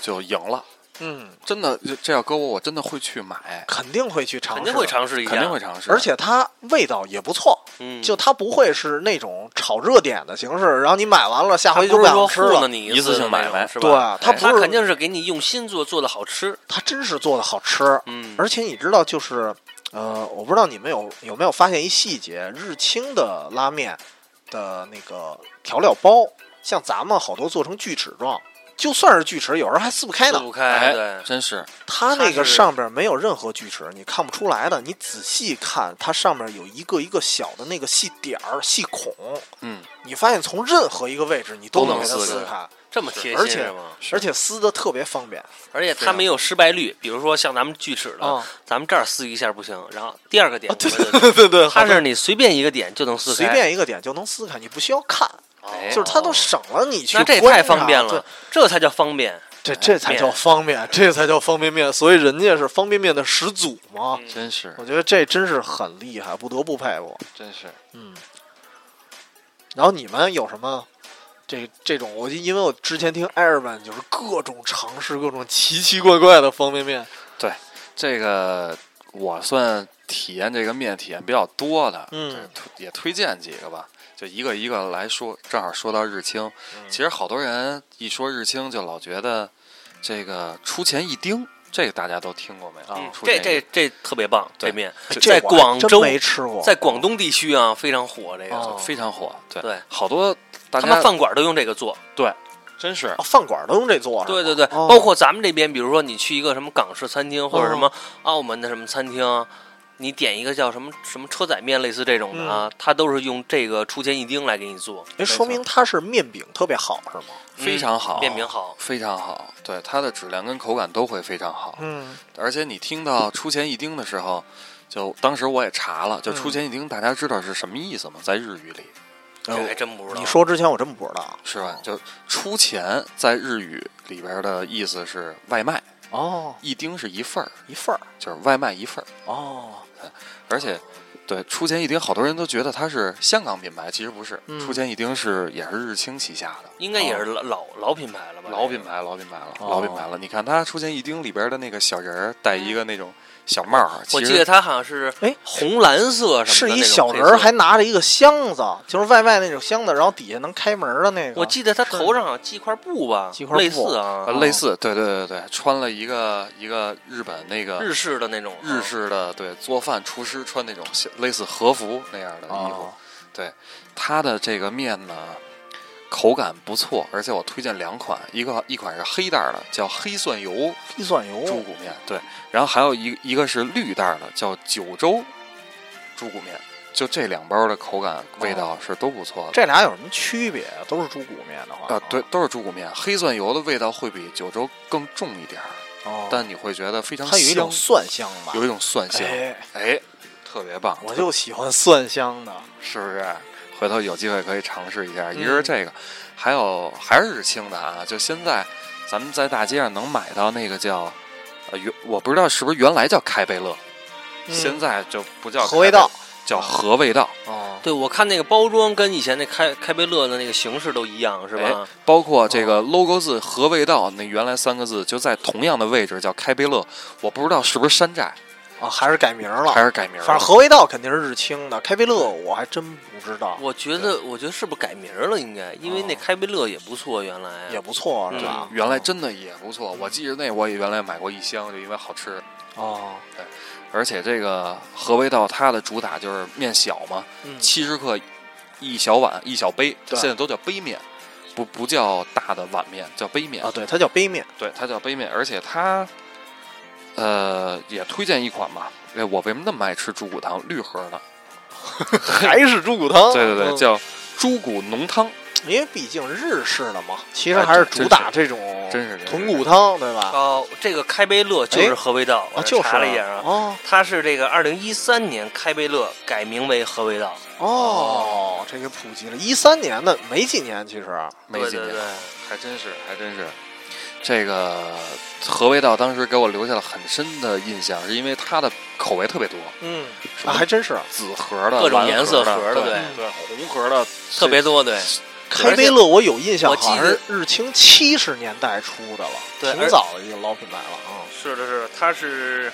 就赢了。嗯，真的，就这要搁我，我真的会去买，肯定会去尝试，肯定会，尝试一下，肯定会尝试。而且它味道也不错，嗯，就它不会是那种炒热点的形式，然后你买完了下他回就不不是想说吃糊了弄。你一次次性的买那卖种是对啊吧？他哎不他是肯定是给你用心做，做的好吃，它真是做的好吃，嗯，而且你知道，就是呃，我不知道你们有有没有发现一细节，日清的拉面的那个调料包，像咱们好多做成锯齿状，就算是锯齿，有时候还撕不开呢。不哎开，对，真是它它那个是上边没有任何锯齿，你看不出来的。你仔细看，它上面有一个一个小的那个细点儿、细孔，嗯，你发现从任何一个位置你都都能给它撕撕开开，这么贴而心且是吗？而且撕的特别方 便。而且它没有失败率，比如说像咱们锯齿的，啊，咱们这儿撕一下不行，然后第二个点，对我们 对对对，它是你随便一个点就能撕随开，便一个点就能撕开，你不需要看，哎就是它都省了你去那这也观太方察便了，哎这才叫方便。对，这这才叫方便，这才叫方便面。所以人家是方便面的始祖嘛。嗯真是我觉得这真是很厉害，不得不佩服。真是。嗯，然后你们有什么这这种？我就因为我之前听艾尔曼就是各种尝试各种奇奇怪怪的方便面，这个我算体验这个面体验比较多的，嗯就是推也推荐几个吧，就一个一个来说。正好说到日清，嗯其实好多人一说日清就老觉得这个出钱一丁，这个大家都听过没有？嗯出这钱这一这特别棒，对这面这在我还广真州没吃过，在广东地区啊非常火，这哦个丁非常火，对对好多大他们家饭馆都用这个做。真是啊饭馆都用这做，对对对，哦包括咱们这边，比如说你去一个什么港式餐厅或者什哦么澳门的什么餐厅，你点一个叫什么什么车仔面，类似这种的啊，它都是用这个出钱一丁来给你做，嗯哎，说明它是面饼特别好是吗？非常好，面饼哦好。非常好，对它的质量跟口感都会非常好。嗯而且你听到出钱一丁的时候，就当时我也查了，就出钱一丁，大家知道是什么意思吗？在日语里这还真哎不知道。呃你说之前我真不知道是吧？就出钱在日语里边的意思是外卖，哦，一丁是一份儿，一份儿就是外卖一份儿。哦，而且，对出钱一丁，好多人都觉得它是香港品牌，其实不是，嗯出钱一丁是也是日清旗下的。应该也是老老老品牌了吧？老品牌，老品牌了，哦老品牌了。你看它出钱一丁里边的那个小人儿，戴一个那种小帽儿，我其记得实它好像是哎红蓝色什是么一的那种配色，小人儿还拿着一个箱子，就是外卖那种箱子，然后底下能开门儿的那个。我记得他头上好像系块布吧，系块类布似啊呃，类似，对对对对，穿了一个一个日本那个日式的那种啊日式的对做饭厨师穿那种小类似和服那样的衣服哦，它的这个面呢口感不错，而且我推荐两款，一个一款是黑袋儿的叫黑蒜油黑蒜油，猪骨哦面，对，然后还有一一个是绿袋儿的叫九州猪骨面，就这两包的口感味哦道是都不错的。这俩有什么区别？都是猪骨面的话啊，对，，都是猪骨面，黑蒜油的味道会比九州更重一点儿，哦，但你会觉得非常它有一香种，蒜香吧，有一种蒜香，哎，哎，特别棒，我就喜欢蒜香的。是不是？回头有机会可以尝试一下，嗯一个是这个，还有还是日清的啊，就现在咱们在大街上能买到那个叫，呃原我不知道是不是原来叫开贝乐，嗯现在就不叫和味道开贝乐，叫和味道，哦，对，我看那个包装跟以前那开开贝乐的那个形式都一样，是哎吧？包括这哦个 logo 字和味道那原来三个字就在同样的位置叫开贝乐，我不知道是不是山寨啊，还是改名了，还是改名了，反正和味道肯定是日清的，开菲乐我还真不知道，我觉得，我觉得是不是改名了？应该，因为那哦开贝乐也不错，原来也不错，是嗯吧？原来真的也不错，我记得那我也原来买过一箱，就因为好吃。哦，而且这个和味道它的主打就是面小嘛，嗯七十克一小碗一小杯，对现在都叫杯面，不不叫大的碗面，叫杯面啊，。对，它叫杯面，对，它叫杯面，而且它呃也推荐一款吧。哎，我为什么那么爱吃猪骨汤？绿盒的，还是猪骨汤？对对对，嗯叫猪骨浓汤。因为毕竟日式的嘛，其实哎还是真主打这种真是真是豚骨汤，对吧？哦，这个开贝乐就是合味道，啊，哦我哎就是查了一眼啊，哦它是这个二零一三年开贝乐改名为合味道，哦，这个普及了，一三年的没几年，其实啊没对几对年对，还真是，还真是。这个何味道当时给我留下了很深的印象，是因为它的口味特别多，嗯什啊，么还真是紫盒的、各种蓝颜色盒盒的，的对对对，红盒的特别多，对开杯乐，我有印象，我记好像得是日清七十年代出的了，对挺而早的一个老品牌了啊。是的是，它是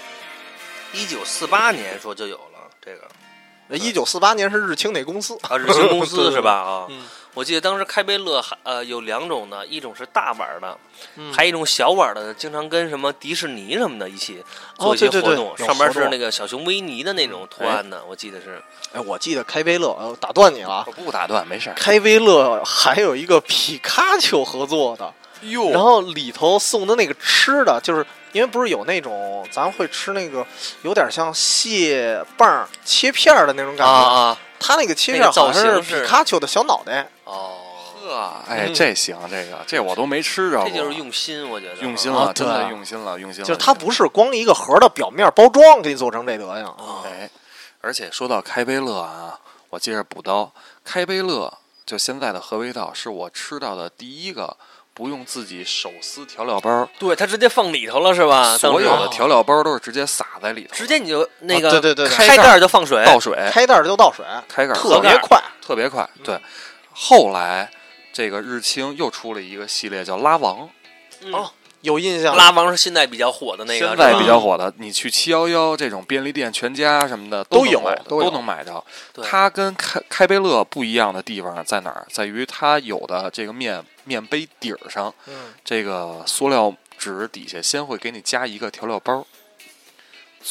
一九四八年说就有了这个一九四八年是日清哪公司？啊，日清对公对司 对是吧？啊，嗯我记得当时开杯乐还呃有两种呢，一种是大碗儿的，嗯还有一种小碗儿的，经常跟什么迪士尼什么的一起哦做一些对活对对动，嗯有上面活动是那个小熊维尼的那种图案的，我记得是哎，我记得开杯乐，呃打断你了啊我。不打断，没事儿。开杯乐还有一个皮卡丘合作的，哟然后里头送的那个吃的，就是因为不是有那种咱会吃那个有点像蟹棒儿切片儿的那种啊感觉，啊它那个切片那儿个造好型像是皮卡丘的小脑袋。哦，呵，哎，嗯这行，这个这我都没吃着过，这就是用心，我觉得哦用心啊了，真对的啊用心了，用心了。就是它不是光一个盒的表面包装给你做成这德行啊，啊，哎，而且说到开杯乐啊，我接着补刀，开杯乐就现在的合味道是我吃到的第一个不用自己手撕调料包，对，它直接放里头了是吧？所啊有当时哦的调料包都是直接撒在里头的，直接你就那啊个对对对对开盖儿就放水，倒水，开袋儿就倒水，开盖儿特喝别盖儿快。特别快。对，后来这个日清又出了一个系列叫拉王，嗯哦有印象，拉王是现在比较火的那个，现在是吧比较火的，你去七幺幺这种便利店、全家什么的都能有买都有都能买着。对它跟开开杯乐不一样的地方在哪儿？在于它有的这个面面杯底儿上，嗯，这个塑料纸底下先会给你加一个调料包。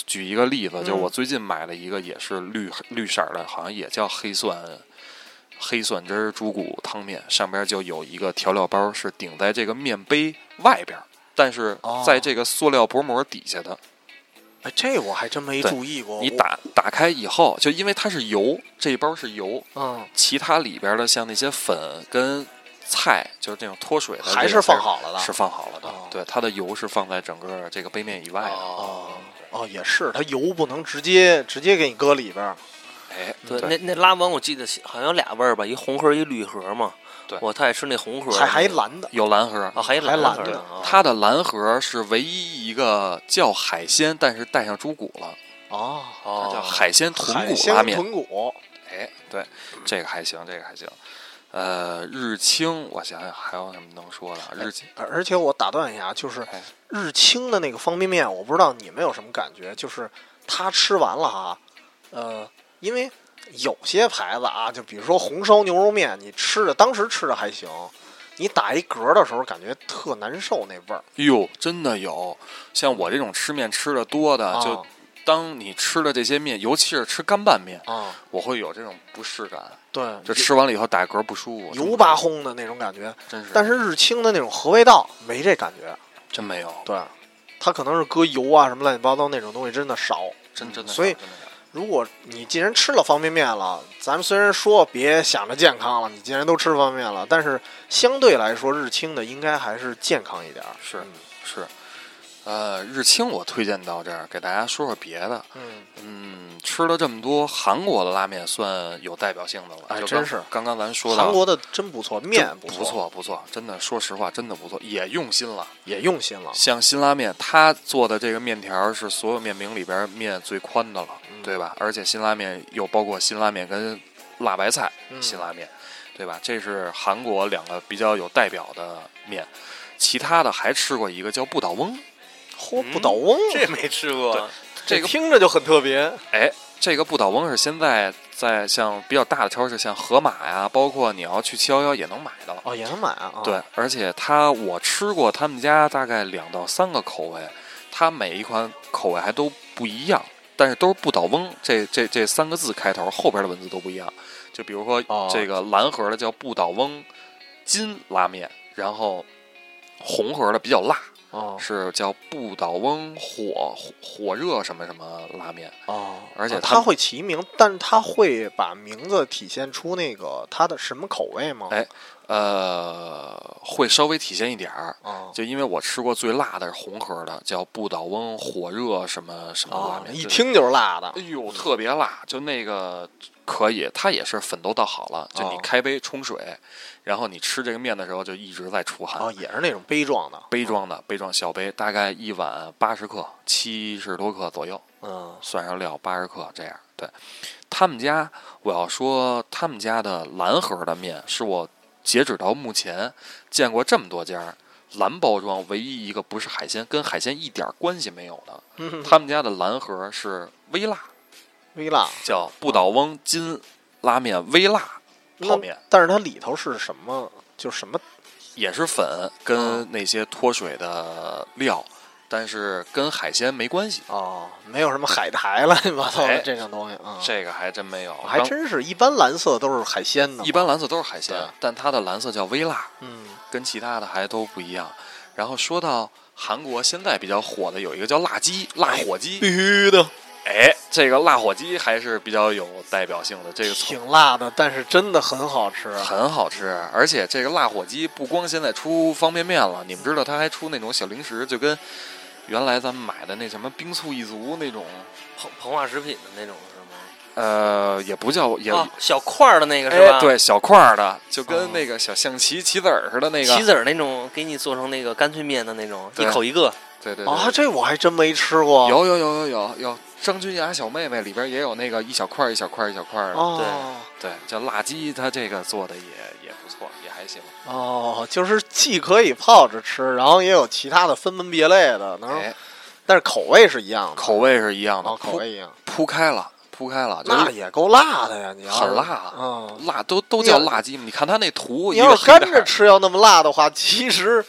举一个例子，就是嗯我最近买了一个也是绿绿色儿的，好像也叫黑蒜黑蒜汁儿猪骨汤面，上边就有一个调料包是顶在这个面杯外边儿，但是哦在这个塑料薄膜底下的。哎，这我还真没对注意过。你我，打打开以后，就因为它是油，这一包是油，哦嗯，其他里边的像那些粉跟菜，就是那种脱水的，还是放，好了的。是放好了的。哦对，它的油是放在整个这个杯面以外的。哦哦。哦，也是，它油不能直接直接给你搁里边儿。哎，嗯对，对那那拉王我记得是好像有俩味儿吧，一红盒一绿盒嘛。对我太爱吃那红盒的，还还蓝的，有蓝盒啊，，还一还蓝盒蓝的的啊。它的蓝盒是唯一一个叫海鲜，但是带上猪骨了，哦，它叫哦，海鲜豚海骨鲜拉面。豚骨，哎，对，这个还行，这个还行。呃，日清，我想想还有什么能说的？日清，而而且我打断一下，就是哎日清的那个方便面，我不知道你们有什么感觉，就是它吃完了哈，呃，因为有些牌子啊，就比如说红烧牛肉面，你吃着当时吃着还行，你打一嗝的时候感觉特难受那味儿，哟，真的有，像我这种吃面吃的多的，啊就当你吃了这些面，尤其是吃干拌面，啊，我会有这种不适感，对，就吃完了以后打嗝不舒服，油巴烘的那种感觉，真是，但是日清的那种合味道没这感觉，真没有，对，它可能是搁油啊什么乱七八糟那种东西真的少，真真的有，所以真的有如果你既然吃了方便面了，咱们虽然说别想着健康了，你既然都吃方便面了，但是相对来说，日清的应该还是健康一点儿。是嗯是，呃，日清我推荐到这儿，给大家说说别的，嗯，嗯，吃了这么多韩国的拉面，算有代表性的了，哎就真刚是刚刚咱说韩到。国的真不错，面真不不错不错，真的，说实话，真的不错，也用心了。也用心了。像辛拉面，它做的这个面条是所有面饼里边面最宽的了，嗯对吧？而且辛拉面又包括辛拉面跟辣白菜嗯辛拉面，对吧？这是韩国两个比较有代表的面。其他的还吃过一个叫不倒翁，嚯，嗯不倒翁， 啊这没吃过，这个听着就很特别。哎，这个不倒翁是现在在像比较大的超市，像盒马呀、包括你要去七幺幺也能买到。哦，也能买啊。啊对，，而且它我吃过他们家大概两到三个口味，它每一款口味还都不一样，但是都是不倒翁这这这三个字开头后边的文字都不一样。就比如说哦这个蓝盒的叫不倒翁金拉面，然后红盒的比较辣，哦是叫不倒翁火火火热什么什么拉面，哦，而且啊他他们会起名，但是他会把名字体现出那个他的什么口味吗？哎呃会稍微体现一点儿，啊，就因为我吃过最辣的是红盒的，叫不倒翁火热什么什么拉啊，面，一就听就是辣的哎呦特别辣，就那个可以，它也是粉都倒好了，就你哦开杯冲水，然后你吃这个面的时候就一直在出汗啊，，也是那种杯状的。杯装的杯装小杯，大概一碗八十克，七十多克左右，嗯算上料八十克这样。对，他们家我要说他们家的蓝盒的面是我截止到目前见过这么多家蓝包装唯一一个不是海鲜，跟海鲜一点关系没有的。嗯，他们家的蓝盒是微辣，微辣叫不倒翁金拉面微辣嗯泡面，，那但是它里头是什么？就什么也是粉跟那些脱水的料，但是跟海鲜没关系。哦，没有什么海苔了， 乱七八糟哎的这种东西啊。这个还真没有，还真是一般蓝色都是海鲜的刚嘛，一般蓝色都是海鲜对，但它的蓝色叫微辣，嗯跟其他的还都不一样。然后说到韩国现在比较火的有一个叫辣鸡、辣火鸡，必须的，哎，这个辣火鸡还是比较有代表性的，这个从挺辣的，但是真的很好吃啊。很好吃，而且这个辣火鸡不光现在出方便面了，你们知道它还出那种小零食，就跟原来咱们买的那什么冰醋一族那种，膨膨化食品的那种是吗？呃，也不叫也、啊，小块儿的那个是吧？哦哎，，对，小块儿的，就跟那个小象棋棋子儿似的那个，棋子儿那种，给你做成那个干脆面的那种，一对口一个。对哦对对啊，这我还真没吃过。有有有有有有张君雅小妹妹里边也有那个一小块儿一小块儿一小块儿的，哦对，叫辣鸡，它这个做的也也不错，也还行。哦，就是既可以泡着吃，然后也有其他的分门别类的，能、哎，但是口味是一样的，口味是一样的，嗯哦口铺味一样，铺开了，铺开了，就是那也够辣的呀！你要是很辣啊嗯，辣都都你要叫辣鸡嘛？你看它那图，你一个要是黑干点着儿吃要那么辣的话，其实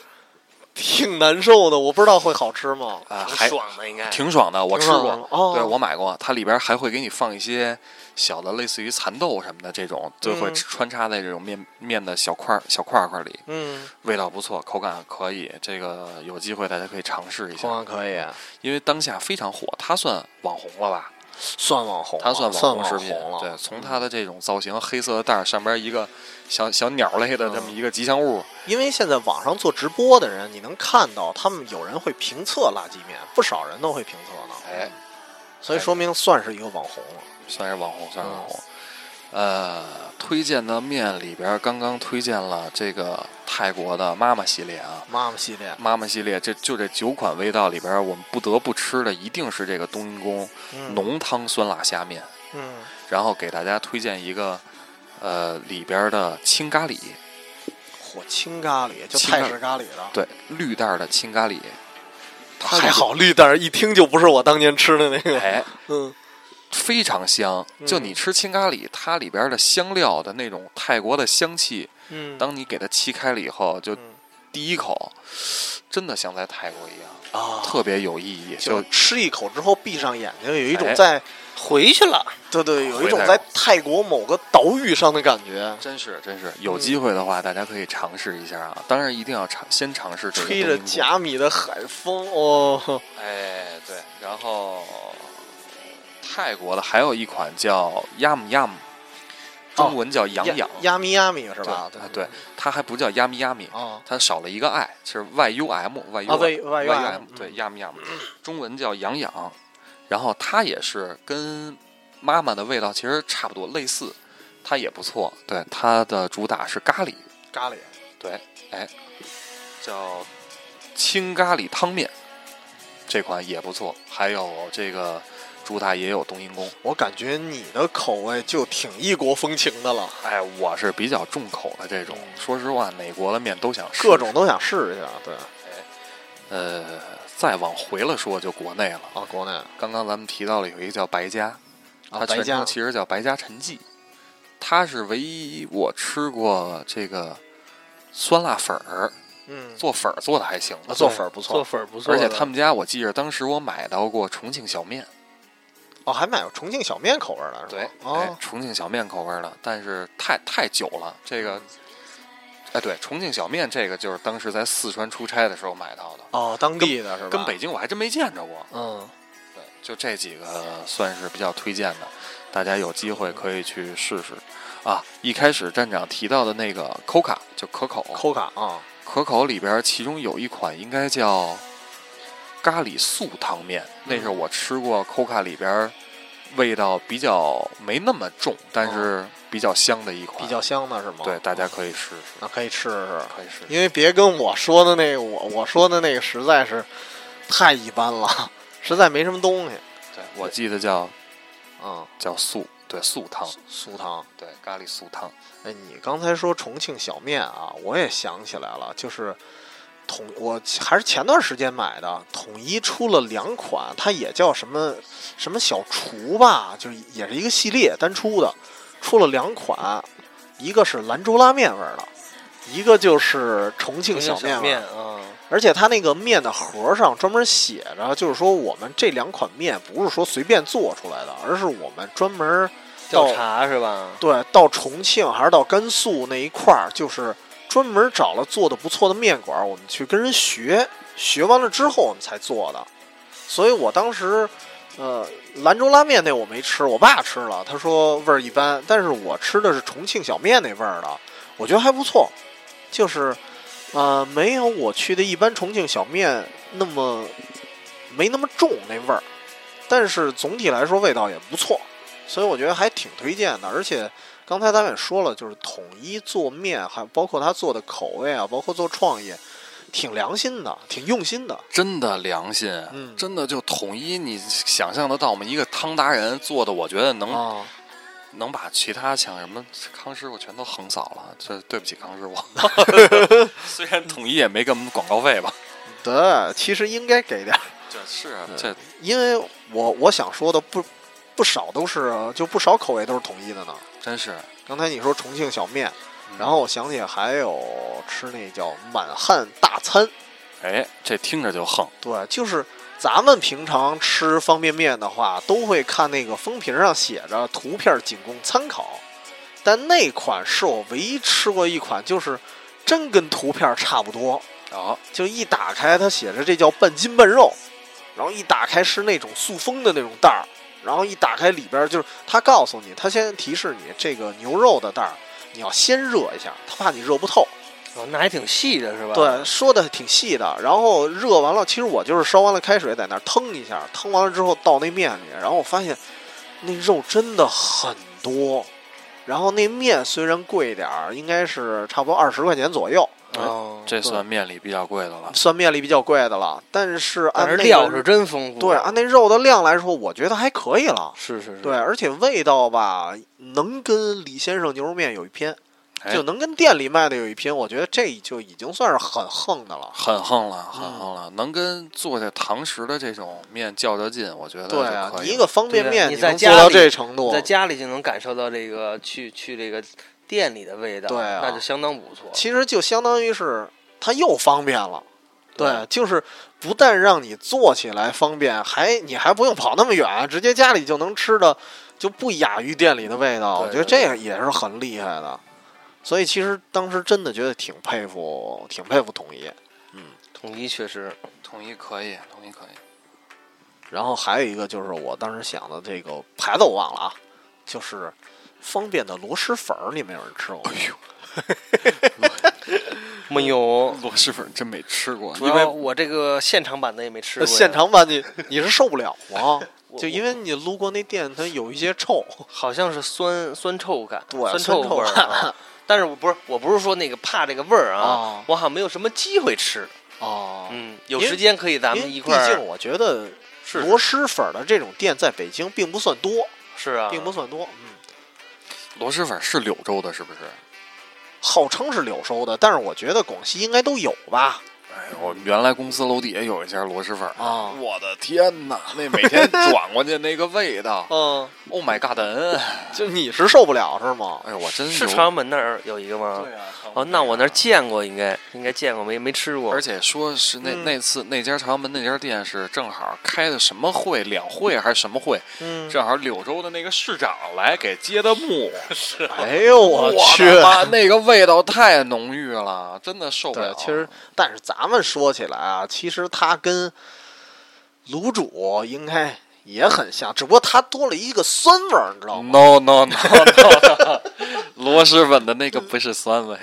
挺难受的。我不知道会好吃吗？啊，挺还爽的应该。挺爽的，我吃挺过爽的，哦对我买过，它里边还会给你放一些小的，类似于蚕豆什么的这种，就会嗯穿插在这种面面的小块儿小块块里，嗯，味道不错，口感可以，这个有机会大家可以尝试一同下，样可以，啊因为当下非常火，它算网红了吧？算网红了，它算哦算网红食品，红了。嗯对，从它的这种造型，黑色的袋儿上边一个小小鸟类的这么一个吉祥物，因为现在网上做直播的人，你能看到他们有人会评测辣鸡面，不少人都会评测呢，哎，所以说明算是一个网红了。算是网红，算是网红。嗯呃，推荐的面里边儿刚刚推荐了这个泰国的妈妈系列啊，妈妈系列，妈妈系列这就这九款味道里边儿，我们不得不吃的一定是这个冬阴功嗯浓汤酸辣虾面。嗯，然后给大家推荐一个，呃，里边儿的青咖喱，火青咖喱就青咖喱泰式咖喱了。对，绿袋儿的青咖喱，它还好绿但是一听就不是我当年吃的那里边，个。哎，嗯，非常香。就你吃青咖喱，它里边儿的香料的那种泰国的香气，嗯当你给它切开了以后，就嗯第一口真的像在泰国一样，啊，特别有意义。就就吃一口之后闭上眼睛，有一种哎在、回去了，对对，有一种回来在了泰国某个岛屿上的感觉，真是真是嗯有机会的话，大家可以尝试一下啊！当然一定要尝，先尝试这个吹冬着阴功贾米的海风哦，哎，对，然后泰国的还有一款叫 Yum Yum，中文叫痒痒，哦呀咪呀咪是对吧？啊，对，它还不叫 Yum Yum，啊它少了一个 i，是 Y U M Y 啊 U 对 Y U M，嗯 M，对 Yum Yum，中文叫痒痒，然后它也是跟妈妈的味道其实差不多类似，它也不错，对，它的主打是咖喱，咖喱对，哎，叫青咖喱汤面，这款也不错。还有这个主打也有冬阴功。我感觉你的口味就挺异国风情的了，哎，我是比较重口的这种，说实话，哪国的面都想试。嗯各种都想试一下。对呃，再往回了说就国内了。啊，国内刚刚咱们提到了有一个叫白家，啊，它白全家称其实叫白家陈记，它是唯一我吃过这个酸辣粉儿嗯，做粉儿做的还行啊吧，做粉儿不错，粉儿不而且他们家我记着当时我买到过重庆小面。哦，还买过重庆小面口味儿的是吧？对，哎哦，嗯重庆小面口味儿的，但是太太久了，这个，哎，对，重庆小面这个就是当时在四川出差的时候买到的，哦，当地的是吧？跟北京我还真没见着过。嗯，对，就这几个算是比较推荐的，大家有机会可以去试试。啊，一开始站长提到的那个 Coca 就可口，扣卡啊，可口里边其中有一款应该叫咖喱素汤面，那嗯是我吃过 Coca 里边味道比较没那么重，但是比较香的一款，嗯比较香的是吗？啊对，，大家可以试试，那可以试试。可以试试。因为别跟我说的那个，我我说的那个实在是太一般了， 实在没什么东西。对，我记得叫嗯，叫素，对素汤，素汤。对咖喱素汤，哎，你刚才说重庆小面啊，我也想起来了，就是统我还是前段时间买的，统一出了两款，它也叫什么什么小厨吧，就是也是一个系列单出的，出了两款，一个是兰州拉面味儿的，一个就是重庆小面味儿小面啊，而且它那个面的盒上专门写着，就是说我们这两款面不是说随便做出来的，而是我们专门到调查是吧？对到重庆还是到甘肃那一块儿，就是专门找了做的不错的面馆儿，我们去跟人学，学完了之后我们才做的。所以我当时，呃，兰州拉面那我没吃，我爸吃了，他说味儿一般，但是我吃的是重庆小面那味儿的，我觉得还不错，就是，呃，没有我去的一般重庆小面那么没那么重那味儿，但是总体来说味道也不错，所以我觉得还挺推荐的。而且刚才咱们也说了，就是统一做面，还包括他做的口味啊，包括做创意，挺良心的，挺用心的。真的良心，啊嗯真的就统一，你想象得到吗？一个汤达人做的，我觉得嗯能、啊，能把其他像什么康师傅全都横扫了，这对不起康师傅。虽然统一也没给我们广告费吧，对，其实应该给点儿，这是啊嗯这因为我我想说的不不少都是就不少口味都是统一的呢。真是。刚才你说重庆小面，嗯然后我想起还有吃那叫满汉大餐，哎，这听着就横，对，就是咱们平常吃方便面的话，都会看那个封皮上写着“图片仅供参考”，但那款是我唯一吃过一款，就是真跟图片差不多，哦，就一打开它写着这叫半筋半肉，然后一打开是那种塑封的那种袋儿，然后一打开里边就是它告诉你，它先提示你这个牛肉的袋儿你要先热一下，它怕你热不透。哦，那还挺细的是吧？对，说的挺细的。然后热完了，其实我就是烧完了开水，在那儿腾一下，腾完了之后倒那面里，然后我发现那肉真的很多。然后那面虽然贵点儿，应该是差不多二十块钱左右，哦，哎这算面里比较贵的了。算面里比较贵的了。但是按但是那个料是真丰富。啊对按那肉的量来说，我觉得还可以了。是是是，对，而且味道吧，能跟李先生牛肉面有一拼，哎就能跟店里卖的有一拼。我觉得这就已经算是很横的了。很横了，很横了，能跟做这堂食的这种面较较劲，我觉得就对啊，可你以一了个方便对面，你能在做家到里这程度你在，家里就能感受到这个去去这个店里的味道，对啊那就相当不错。其实就相当于是它又方便了。对对，就是不但让你做起来方便，还你还不用跑那么远，直接家里就能吃的，就不亚于店里的味道。我对觉得对这个也是很厉害的。所以其实当时真的觉得挺佩服，挺佩服统一。统一确实，统一可以，统一可以。然后还有一个就是我当时想的这个牌子我忘了啊，就是方便的螺蛳粉儿，你们有人吃过吗？没有。螺蛳粉真没吃过，主因要为我这个现场版的也没吃那过呀，现场版你你是受不了吗？我就因为你路过那店，它有一些臭。好像是酸酸臭感， 对酸酸臭味儿、啊。 但是我不是我不是说那个怕这个味儿啊哦，我好像没有什么机会吃。 哦嗯，有因时间可以咱因为们一块毕竟儿我觉得试试。螺蛳粉儿的这种店在北京并不算多，是啊，并不算多。嗯，螺蛳粉是柳州的，是不是？号称是柳州的，但是我觉得广西应该都有吧。哎呦，原来公司楼底下有一家螺蛳粉儿啊我的天哪，那每天转过去那个味道 嗯， ，Oh my God！就你是受不了是 吗？哎呦，我真是有朝阳门那儿有一个吗？嗯啊，哦，那我那儿见过，应该应该见过，没没吃过而。且说是那、嗯那次那家朝阳门那家店是正好开的什么会，两会还是什么会，嗯，正好柳州的那个市长来给接的幕，哎呦我我去！的妈，那个味道太浓郁了，真的受不对了。，其实 但是咱们说起来啊，其实他跟卤煮应该也很像，只不过他多了一个酸味儿，你知道吗？ no no no no，螺蛳粉的那个不是酸味，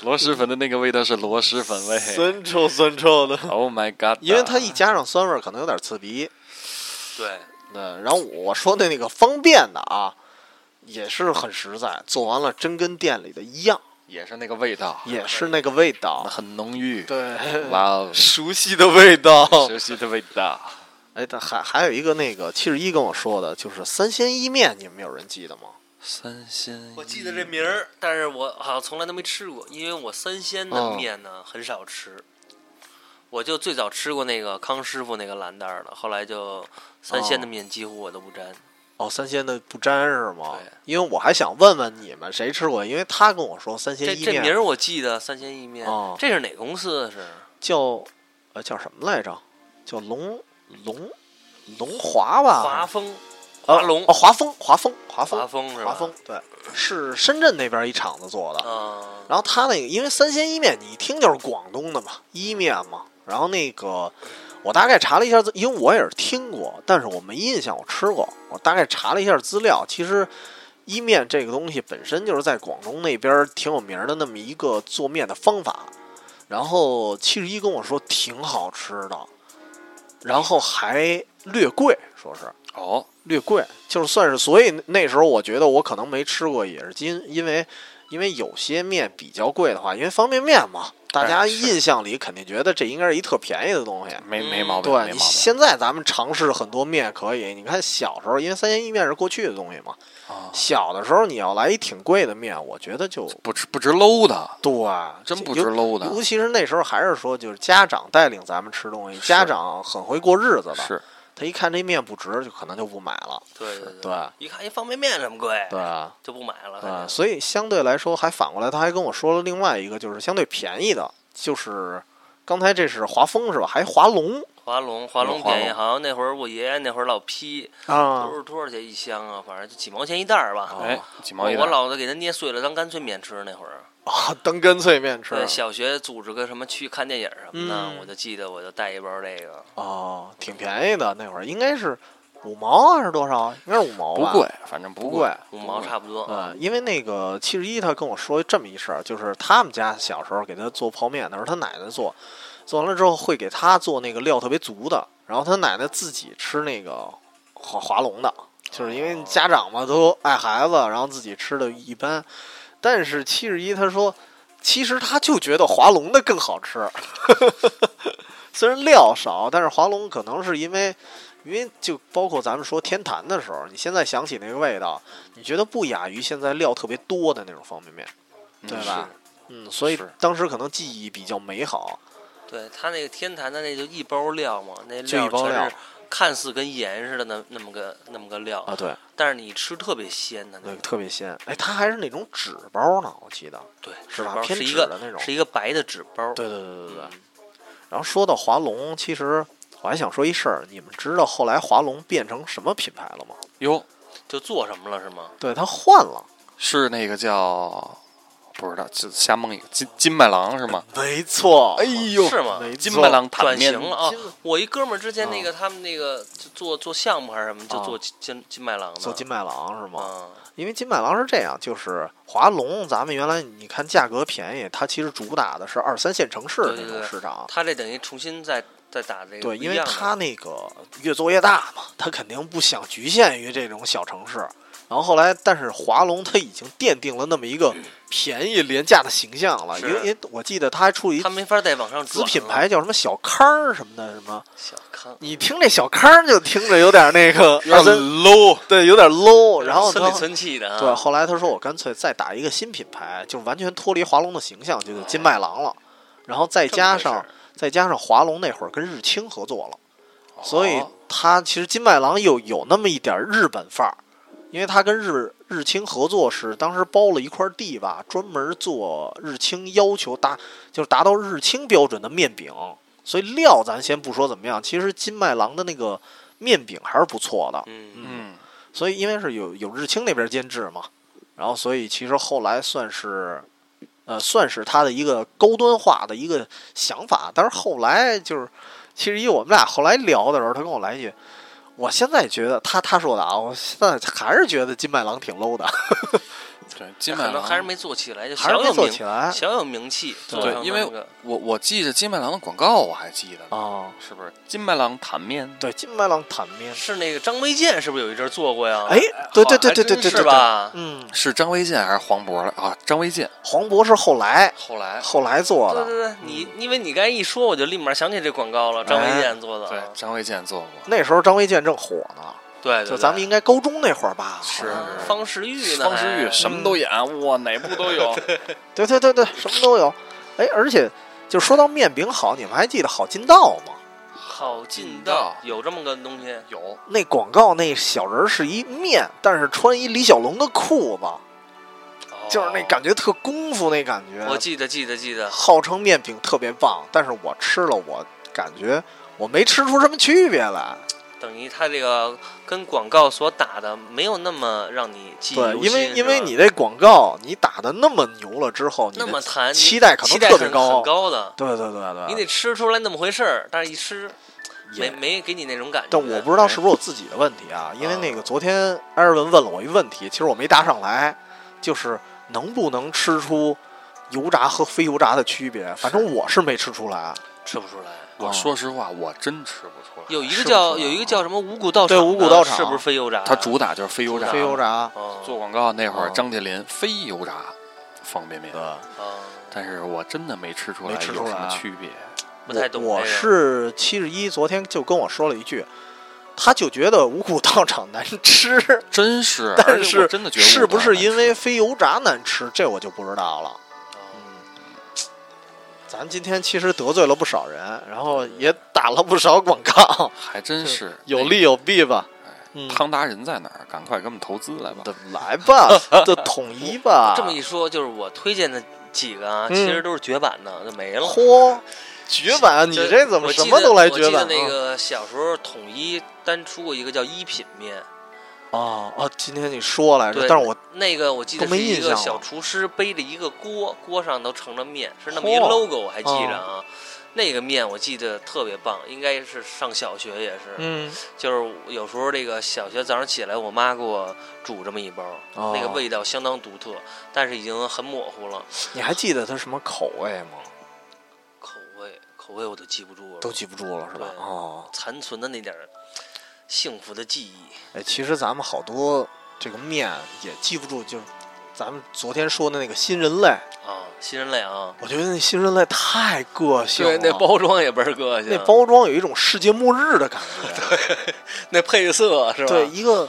螺蛳粉的那个味道是螺蛳粉味。臭 酸臭的， Oh my god！因为它一加上酸味儿，可能有点刺鼻。对，嗯，然后我说的那个方便的啊，也是很实在，做完了真跟店里的一样，也是那个味道，也是那个味道，很浓郁。 对，哇哦，熟悉的味道。熟悉的味道。哎，但还还有一个那个七十一跟我说的，就是三鲜意面，你们有人记得吗？三鲜，我记得这名儿，但是我好像从来都没吃过，因为我三鲜的哦面呢、很少吃。我就最早吃过那个康师傅那个蓝袋儿的，后来就三鲜的哦面几乎我都不沾。哦，三鲜的不沾是吗对？因为我还想问问你们谁吃过，因为他跟我说三这鲜意这名面儿我记得，三鲜意面，哦这是哪公司啊的？是叫呃叫什么来着？叫龙龙龙华吧？华丰、啊华龙哦，、华丰华丰华丰华丰是吧？华丰对，嗯是深圳那边一厂子做的。啊，然后他那个因为三鲜意面，你一听就是广东的嘛，意面嘛。然后那个我大概查了一下资，因为我也是听过，但是我没印象我吃过。我大概查了一下资料，其实意面这个东西本身就是在广东那边儿挺有名儿的那么一个做面的方法。然后七十一跟我说挺好吃的，然后还略贵，说是。哦，略贵，就是算是，所以那时候我觉得我可能没吃过，也是因因为因为有些面比较贵的话，因为方便面嘛，大家哎是印象里肯定觉得这应该是一特便宜的东西。没嗯没毛病，对没你毛病。现在咱们尝试很多面可以，你看小时候，因为三鲜意面是过去的东西嘛，啊小的时候你要来一挺贵的面，我觉得就不值不值搂的，对，真这不尤值搂的。尤其是那时候，还是说就是家长带领咱们吃东西，是家长很会过日子的，是，他一看这面不值，就可能就不买了。对对对对，一看一方便面这么贵，对啊。就不买了。啊，反正所以相对来说，还反过来，他还跟我说了另外一个，就是相对便宜的，就是刚才这是华丰是吧？还华龙华龙华龙华便宜，龙好像那会儿我爷爷那会儿老批，啊都是多少钱一箱啊？反正就几毛钱一袋儿吧。哎，几毛我一我袋。老子给他捏碎了当干脆面吃，那会儿。啊，当干脆面吃对，小学组织个什么去看电影什么的，嗯我就记得我就带一包这个。哦，挺便宜的那会儿，应该是五毛还是多少？应该是五毛不吧？贵，反正不不贵。五毛差不多啊，嗯，因为那个七十一他跟我说这么一事儿，就是他们家小时候给他做泡面，那时候他奶奶做，做完了之后会给他做那个料特别足的，然后他奶奶自己吃那个华华龙的，就是因哦为家长嘛都爱孩子，然后自己吃的一般，但是七十一他说，其实他就觉得华龙的更好吃， 虽然料少，但是华龙可能是因为。因为就包括咱们说天坛的时候，你现在想起那个味道，你觉得不亚于现在料特别多的那种方便面，嗯对吧？嗯，所以是当时可能记忆比较美好。 对他那个天坛的那就一包料嘛，那就一料包料全是看似跟盐似的那那么个那么个料，啊，对，但是你吃特别鲜的那那个个，特别鲜。哎，它还是那种纸包呢，我记得。对，是吧纸包偏是一纸的个那种是一个白的纸包，对对对对对。嗯然后说到华龙，其实我还想说一事儿，你们知道后来华龙变成什么品牌了吗？哟，就做什么了是吗？对，它换了。是那个叫不知道，就瞎蒙一个金金麦郎是吗？没错。呦是吗？哎没金错麦郎转坦面型了啊金！嗯我一哥们儿之前那个他们那个就做做项目还是什么，就做金金金麦郎的，做金麦郎是吗？啊，因为金麦郎是这样，就是华龙，咱们原来你看价格便宜，它其实主打的是二三线城市对对那种对市场，他这等于重新再再打这个不对，一因为样的他那个越做越大嘛，他肯定不想局限于这种小城市。然后后来，但是华龙他已经奠定了那么一个便宜廉价的形象了，因是为因为我记得他还出了一他没啊法再往上子转品了牌叫什么小康儿什么的什么，小康。你听这小康儿就听着有点那个有点二三 low，对，有点 low。然后村里他村气的啊，对，后来他说我干脆再打一个新品牌，就完全脱离华龙的形象，就叫金麦郎了。然后再这么加回事上儿再加上华龙那会儿跟日清合作了，所以哦他其实金麦郎有有那么一点日本范儿，因为他跟日日清合作是当时包了一块地吧，专门做日清要求达就是达到日清标准的面饼，所以料咱先不说怎么样，其实金麦郎的那个面饼还是不错的，嗯，嗯，所以因为是有有日清那边监制嘛，然后所以其实后来算是，呃，算是他的一个高端化的一个想法。但是后来就是，其实以我们俩后来聊的时候，他跟我来一句，我现在觉得他他说的啊，我现在还是觉得金麦郎挺 low 的，对，金麦可能郎还是没做起来，就还是小没有做名起来小有名气，对做成因为那个我我记得金麦郎的广告，我还记得呢，啊。是不是？金麦郎坦面，对，金麦郎坦面，是那个张卫健是不是有一阵儿做过呀？哎，对对对对对还真对是对，吧？嗯，是张卫健还是黄渤了啊？张卫健黄渤是后来后来后来做对的，对对，你因为你刚才一说，我就立马想起这广告了，张卫健做的对啊，张卫健做过，那时候张卫健正火呢，对对，就对咱们应该高中那会儿吧，好是像啊方世玉呢，方世还玉什么都演，哇，哪部都有。对对对对，什么都有。哎，而且就说到面饼好，你们还记得好劲道吗？好劲道道有这么个东西，有那广告那小人儿是一面，但是穿一李小龙的裤子，就是那感觉特功夫那感哦我觉，记得记得记得，号称面饼特别棒，但是我吃了我感觉我没吃出什么区别来。等于他这个跟广告所打的没有那么让你记忆犹对，因新为因为是吧你这广告你打的那么牛了之后，你那的么弹，你期待可能期待特别很高啊很高的，对对对你对，得吃出来那么回事儿，但是一吃没也没给你那种感觉。但我不知道是不是我自己的问题啊，嗯因为那个昨天艾尔文问了我一问题，其实我没答上来，就是能不能吃出油炸和非油炸的区别？反正我是没吃出来。啊吃不出来。嗯我说实话，我真吃不出来。有一吃个不叫出来有一啊个叫什么五谷道对场的，五谷道场啊是不是非油炸呀？它主打就是非油炸，非油炸，哦做广告那会儿，嗯张铁林非油炸方便面，哦但是我真的没吃出来没吃有出什来啊么区别。不太懂这个。我我是七十一，昨天就跟我说了一句，他就觉得五谷道场难吃，真是，而但且我是真的觉得是不是因为我非油炸难吃，这我就不知道了。嗯哦咱今天其实得罪了不少人，然后也打了不少广告，还真是有利有弊吧。嗯那个汤达人在哪儿？赶快给我们投资来吧！的来 吧，的统一吧。这么一说，就是我推荐的几个啊，啊嗯其实都是绝版的，就没了。嚯，绝版，你就这怎么什么都来绝我版啊记得？那个小时候统一单出过一个叫一品面，哦哦，今天你说来着，对但是我那个我记得都没是印一象个了小厨师背着一个锅，锅上都盛着面，是那么一嚯 logo，我还记着啊。那个面我记得特别棒，应该是上小学也是，嗯就是有时候这个小学早上起来，我妈给我煮这么一包，哦那个味道相当独特，但是已经很模糊了，你还记得它什么口味吗？口味口味我都记不住了，都记不住了是吧？对哦，残存的那点儿幸福的记忆。哎，其实咱们好多这个面也记不住，就是咱们昨天说的那个新人类，啊，新人类啊，哦我觉得那新人类太个性了，包装也倍儿个性那包装有一种世界末日的感 觉。那配色是吧？对，，一个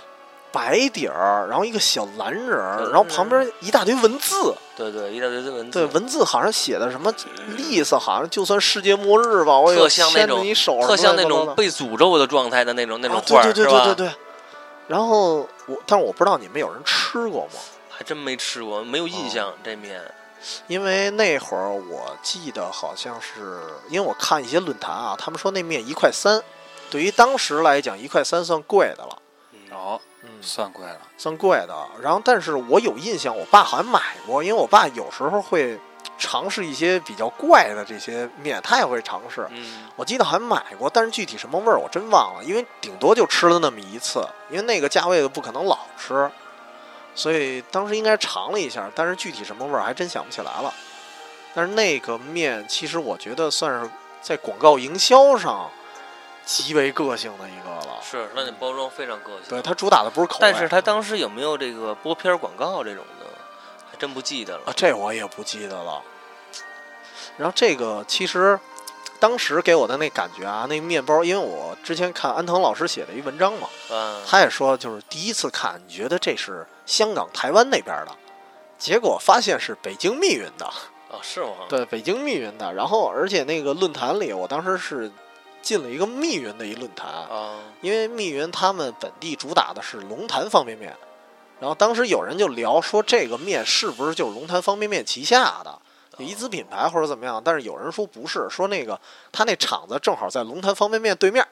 白底儿，然后一个小蓝人儿，小蓝然后旁边一大堆文字，对对，一大堆的文对，字，文字好像写的什么意思，好像就算世界末日吧，我也特像那牵着种你手，特像那种被被诅咒的状态的那种那种画啊、对儿对是对对对对。吧？然后我，但是我不知道你们有人吃过吗？还真没吃过，没有哦印象这面。因为那会儿我记得好像是，因为我看一些论坛啊，他们说那面一块三，对于当时来讲一块三算贵的了，嗯哦，嗯算贵了，算贵的。然后，但是我有印象，我爸好像买过，因为我爸有时候会尝试一些比较怪的这些面，他也会尝试。嗯，我记得好像买过，但是具体什么味儿我真忘了，因为顶多就吃了那么一次，因为那个价位的不可能老吃，所以当时应该尝了一下，但是具体什么味儿还真想不起来了。但是那个面，其实我觉得算是在广告营销上极为个性的一个了。是，那那包装非常个性。嗯对，它主打的不是口味，但是他嗯当时有没有这个播片儿广告这种的，还真不记得啊了，。这我也不记得了。然后这个其实当时给我的那感觉啊，那面包，因为我之前看安藤老师写的一文章嘛，嗯，他也说就是第一次看，你觉得这是香港、台湾那边的，结果发现是北京密云的，哦，是吗？对，北京密云的。然后，而且那个论坛里，我当时是进了一个密云的一论坛，啊，因为密云他们本地主打的是龙潭方便面。然后当时有人就聊说，这个面是不是就是龙潭方便面旗下的就一子品牌或者怎么样？但是有人说不是，说那个他那厂子正好在龙潭方便面对面，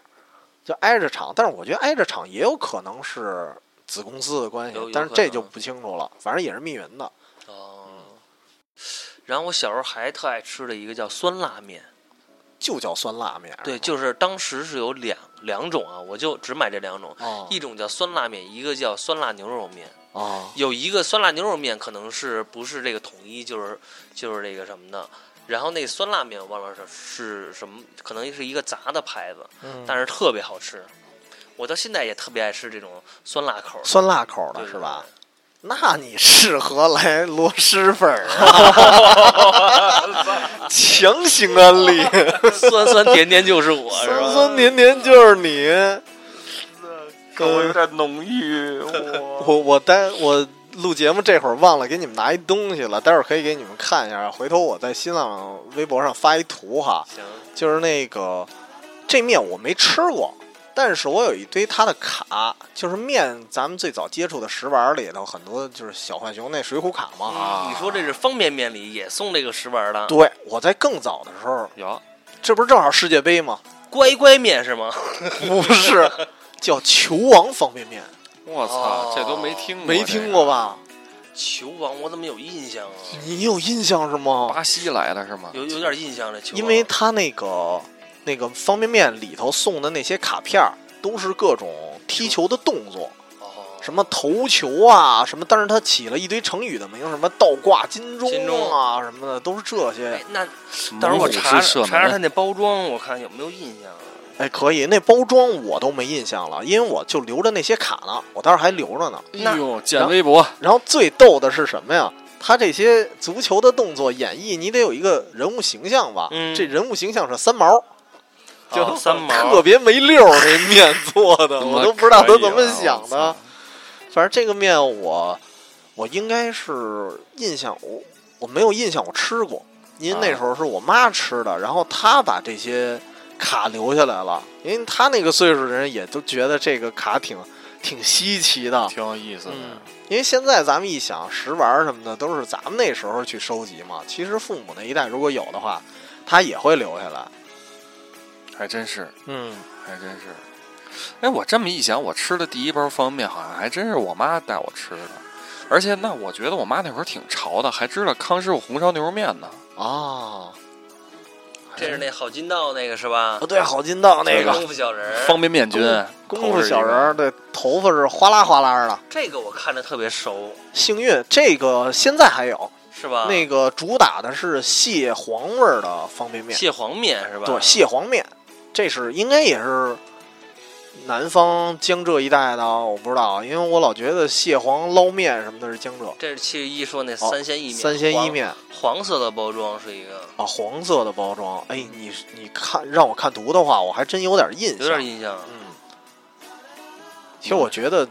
就挨着厂。但是我觉得挨着厂也有可能是子公司的关系有有，但是可这能就不清楚了。反正也是密云的。哦。然后我小时候还特爱吃的一个叫酸辣面，就叫酸辣面儿。对，就是当时是有两两种啊，我就只买这两种，哦一种叫酸辣面，一个叫酸辣牛肉面。哦有一个酸辣牛肉面可能是不是这个统一，就是就是这个什么的。然后那个酸辣面我忘了是是什么，可能是一个杂的牌子，嗯但是特别好吃。我到现在也特别爱吃这种酸辣口的，酸辣口对的是吧？？那你适合来螺蛳粉儿啊！强行安利，对对对 酸酸甜甜就是我，是吧酸酸甜甜就是你。口味有点浓郁，我我我待我录节目这会儿忘了给你们拿一东西了，待会儿可以给你们看一下，回头我在新浪微博上发一图哈，行，就是那个这面我没吃过，但是我有一堆它的卡，就是面咱们最早接触的食玩里头很多就是小浣熊那水浒卡嘛。啊你说这是方便面里也送这个食玩的对，我在更早的时候， 有这不是正好世界杯 吗？乖乖面是吗？不是，叫球王方便面，我哦操，这都没听过，没听过？吧？球王我怎么有印象啊？你有印象是吗？巴西来的是吗？有有点印象这球王，因为它那个那个方便面里头送的那些卡片儿都是各种踢球的动作，哦什么头球啊，什么，但是它起了一堆成语的名，什么倒挂金钟金钟啊什么的，都是这些哎。那到当时时候我查查射查查它门，那包装，我看有没有印象啊。哎，可以，那包装我都没印象了，因为我就留着那些卡呢，我当时还留着呢。哎呦，见微博然后最逗的是什么呀？他这些足球的动作演绎，你得有一个人物形象吧？嗯这人物形象是三毛，就、哦三毛特别没溜儿那面做的，我都不知道他怎么想啊的。反正这个面我我应该是印象，我我没有印象我吃过，因为那时候是我妈吃啊的，然后她把这些卡留下来了，因为她那个岁数的人也都觉得这个卡挺挺稀奇的，挺有意思嗯的。，因为现在咱们一想食玩儿什么的，都是咱们那时候去收集嘛。其实父母那一代如果有的话，他也会留下来。还真是，嗯，还真是。哎，我这么一想，我吃的第一包方便面好像还真是我妈带我吃的，而且那我觉得我妈那会儿挺潮的，还知道康师傅红烧牛肉面呢。哦，这是那好金道那个是吧不？对，郝金道哦那这个功夫小人儿，方便面君，功夫小人儿，对，头发是哗啦哗啦的。这个我看着特别熟，幸运，这个现在还有，是吧？那个主打的是蟹黄味儿的方便面，蟹黄面是吧？对，蟹黄面，这是应该也是南方江浙一带的啊，我不知道，因为我老觉得蟹黄捞面什么的是江浙。这是七十一说那三鲜意面，哦三鲜一面黄，黄色的包装是一个，啊，黄色的包装。哎，嗯你你看让我看图的话，我还真有点印象。有点印象。嗯，其实我觉得，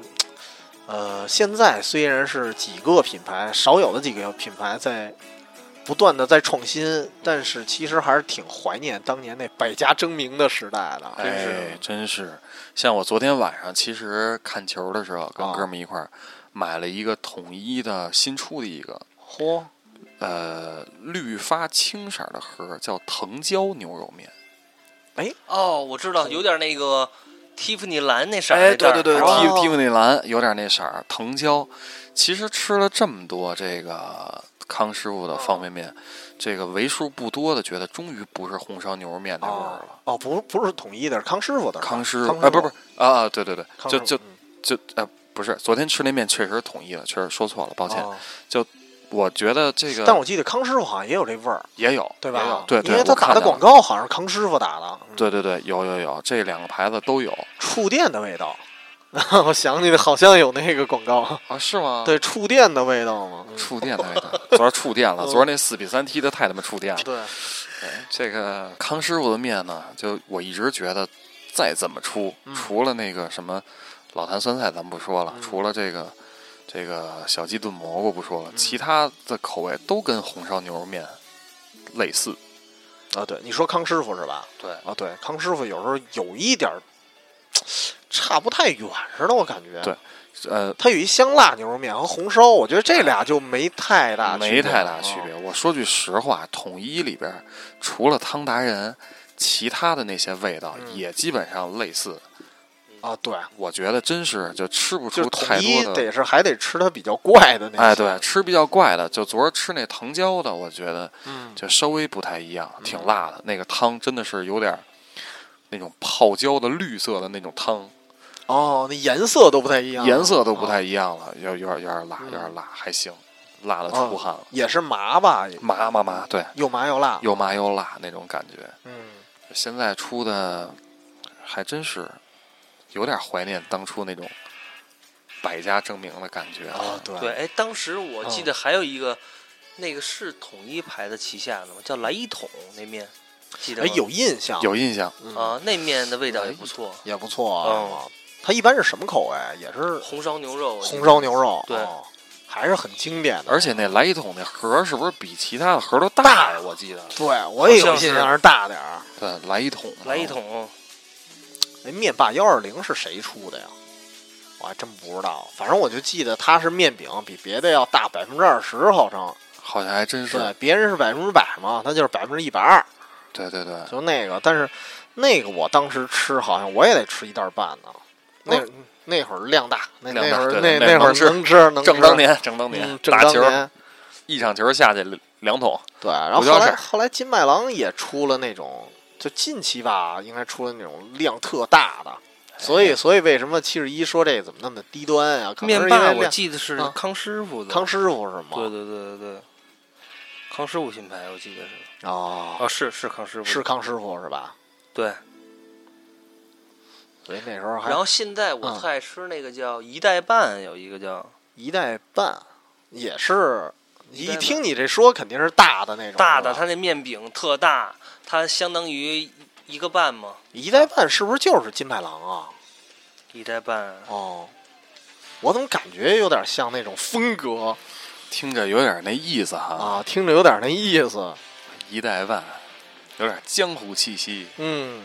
呃，现在虽然是几个品牌，少有的几个品牌在不断的在创新，但是其实还是挺怀念当年那百家争鸣的时代的。真是哎，真是。像我昨天晚上其实看球的时候，跟啊哥们一块儿买了一个统一的新出的一个嚯、呃绿发青色的盒儿，叫藤椒牛肉面。哦，我知道，有点那个蒂芙尼蓝那色儿哎，那对阵对儿。对，是吧哦蒂蒂芙尼蓝有点那色儿，藤椒。其实吃了这么多这个康师傅的方便面，这个为数不多的觉得终于不是红烧牛肉面那味儿哦了。哦，不不是统一的，是哦康师傅的是吧。康师傅傅啊，不是不是，啊啊，对对对，康就师傅就嗯就呃，不是，昨天吃那面确实统一了，确实说错了，抱歉。哦我觉得这个，但我记得康师傅好像也有这味儿，也有，对吧？对对因为他我看打的见了广告好像是康师傅打的。嗯对对对，有有有，这两个牌子都有触电的味道。 我想起来，好像有那个广告，啊？是吗？，对触电的味道嘛。嗯触电的味道， 昨儿触电了，昨儿那四比三踢的太他妈触电了。对，这个康师傅的面呢，就我一直觉得，再怎么出，嗯除了那个什么老坛酸菜咱不说了，嗯除了这个嗯这个小鸡炖蘑菇不说了，其他的口味都跟红烧牛肉面类似。啊，对，你说康师傅是吧？对，啊，对，康师傅有时候有一点儿差不太远似的，我感觉。对呃，它有一香辣牛肉面和红烧，我觉得这俩就没太大区别哎哦没太大区别。。我说句实话，统一里边儿除了汤达人，其他的那些味道嗯也基本上类似。啊啊，对，我觉得真是就吃不就出统太一多的。得是还得吃它比较怪的那些。哎，对，，吃比较怪的，就昨儿吃那藤椒的，我觉得嗯，就稍微不太一样，挺辣的。那个汤真的是有点儿那种泡椒的绿色的那种汤，哦，那颜色都不太一样，颜色都不啊太一样了，有有点有点辣，嗯哦有点辣，还行，辣的出汗了，也是麻吧，也麻麻麻，对，又麻又辣。又麻又辣那种感觉。嗯，现在出的还真是有点怀念当初那种百家争鸣的感觉啊，对，对，哎，当时我嗯记得还有一个，那个是统一牌子旗下的吗？叫来一桶那面，记得哎吗，有印象，有印象，嗯啊，那面的味道也不错，也不错嗯啊。它一般是什么口味？啊也是红烧牛肉，我记得红烧牛肉，对哦还是很经典的。而且那来一桶那盒儿是不是比其他的盒儿都大大呀？我记得，对我也有好像印是象是大点儿。对，来一桶，啊来一，桶，那面霸幺二零是谁出的呀？我还真不知道，反正我就记得它是面饼比别的要大百分之二十，好像好像还真是，对，别人是百分之百嘛，它就是百分之一百二，对对对，就那个。但是那个我当时吃，好像我也得吃一袋半呢。那、那会儿量大，那哦量大会儿对那那会儿能吃能吃能吃正当年，正当年嗯，正打当球儿年一场球儿下去两两桶，对。然后五幺后来是后来金麦郎也出了那种，就近期吧，应该出了那种量特大的。所以，所以为什么七十一说这怎么那么低端啊？可能哎面是因霸为我量记得是啊康师傅的，康师傅是吗？对对对对对，康师傅品牌我记得是，哦，哦是是康师傅的，是康师傅是吧？对。所以那时候还然后现在我嗯特爱吃那个叫一代半，有一个叫一代半，也是一一代半听你这说肯定是大的那种大的，是吧它那面饼特大，它相当于一个半嘛，一代半是不是就是金麦郎啊？一代半。哦，我怎么感觉有点像那种风格听着有点那意思哈，啊？听着有点那意思。一代万，有点江湖气息，嗯，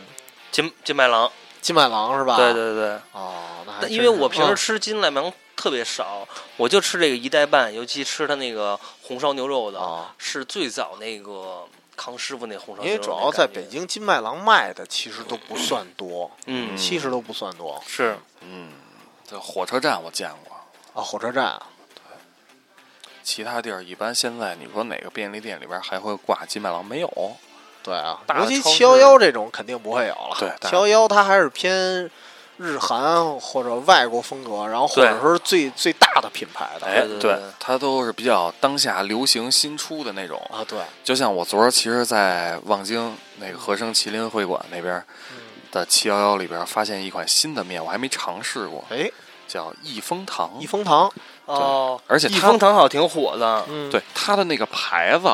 金金麦郎，金麦郎是吧？对。对对，哦，啊那还但真因为我是平时吃金麦郎特别少，我就吃这个一代半，尤其吃它那个红烧牛肉的，啊，是最早那个康师傅那红烧因牛肉。为主要在北，京金麦郎卖的其实都不算多，嗯，其实都不算多是嗯，这火车站我见过，啊。火车站其他地儿一般现在你说哪个便利店里边还会挂金麦郎没有？对啊，大的尤其超市七幺幺这种肯定不会有了。对大七幺幺它还是偏日韩或者外国风格，然后或者对说是最最大的品牌的。哎，对对对它都是比较当下流行新出的那种。啊，对，就像我昨儿其实，在望京那个和生麒麟会馆那边嗯，的七幺幺里边发现一款新的面，我还没尝试过，哎，叫益丰堂益。丰堂，哦，而且益它丰堂好像挺火的，嗯，对，它的那个牌子，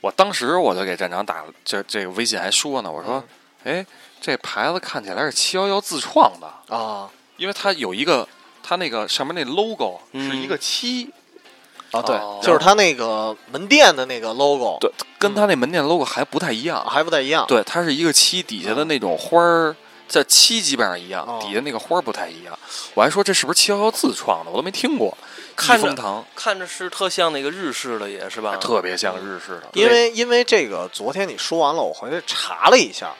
我当时我就给站长打这这个微信还说呢，我说，哎，这牌子看起来是七幺幺自创的，啊因为它有一个它那个上面那 logo 是嗯一个七，啊，对哦，就是它那个门店的那个 logo，对，跟它那门店 logo 还不太一样嗯啊，。还不太一样。嗯对，它是一个漆底下的那种花儿，这漆基本上一样哦，底下那个花儿不太一样。我还说这是不是七幺幺自创的，我都没听过。看益着丰堂看着是特像那个日式的，也是吧？特别像日式的，因为因为这个，昨天你说完了，我回去查了一下，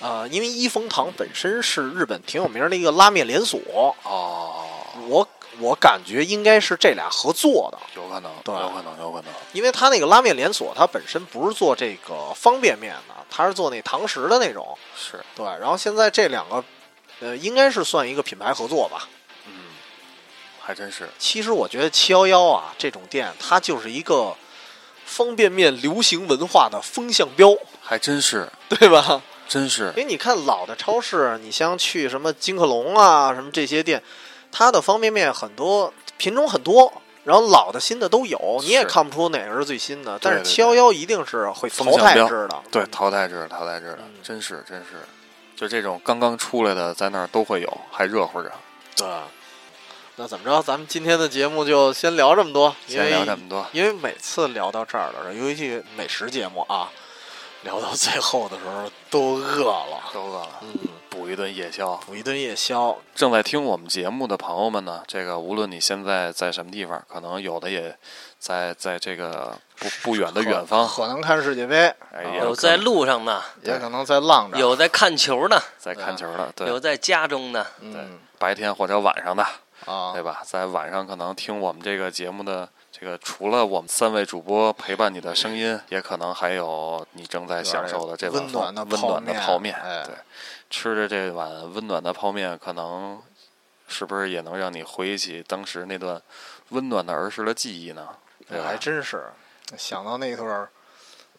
呃，因为益丰堂本身是日本挺有名的一个拉面连锁，哦，我我感觉应该是这俩合作的。有可能，对有可能，有可能。因为他那个拉面连锁，它本身不是做这个方便面的，它是做那堂食的那种。是，对，然后现在这两个，呃，应该是算一个品牌合作吧。嗯，还真是。其实我觉得七幺幺啊这种店，它就是一个方便面流行文化的风向标，还真是，对吧？真是因为你看老的超市，你像去什么金客隆啊，什么这些店，它的方便面很多品种很多，然后老的新的都有，你也是看不出哪个是最新的。但是对七对幺幺一定是会风淘向汰标制的，对淘汰制的，淘汰制的嗯，真是，真是。就这种刚刚出来的，在那儿都会有，还热乎着。对。那怎么着？咱们今天的节目就先聊这么多，因哎先为聊这么多，因为每次聊到这儿了，尤其美食节目啊， 聊到最后的时候都饿了，都饿了，嗯，补一顿夜宵。补一顿夜宵。正在听我们节目的朋友们呢，这个无论你现在在什么地方，可能有的也在在这个不不远的远方，可能看世界杯，哎，啊也可能有在路上的，也可能在浪着。有在看球的，在看球的，对嗯有在家中的，嗯白天或者晚上的，啊对，吧？在晚上可能听我们这个节目的这个，除了我们三位主播陪伴你的声音，也可能还有你正在享受的这碗温暖的温暖的泡泡面面哎，对，吃着这碗温暖的泡面，可能是不是也能让你回忆起当时那段温暖的儿时的记忆呢？对吧哎还？真是想到那段儿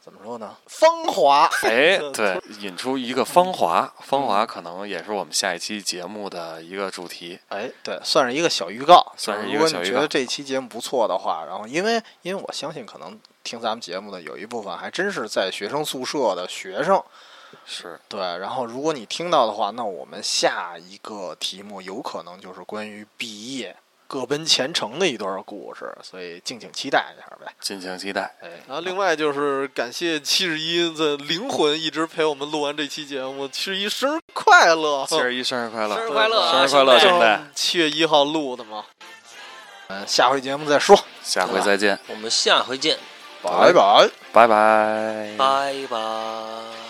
怎么说呢？芳华，哎，对，引出一个芳华，芳华可能也是我们下一期节目的一个主题。哎，对，算是一个小预告。算是一如个果小你预觉告得这期节目不错的话，然后因为因为我相信，可能听咱们节目的有一部分还真是在学生宿舍的学生。是，对，然后如果你听到的话，那我们下一个题目有可能就是关于毕业各奔前程的一段故事，所以敬请期待一下呗。敬请期待。哎，然后另外就是感谢七十一的灵魂一直陪我们录完这期节目，七十一生日快乐！哦七十一生日快乐！生日快乐啊，生日快乐兄兄弟！弟！七月一号录的嘛，呃嗯，下回节目再说，下回再见，我们下回见，拜拜。拜拜。拜拜。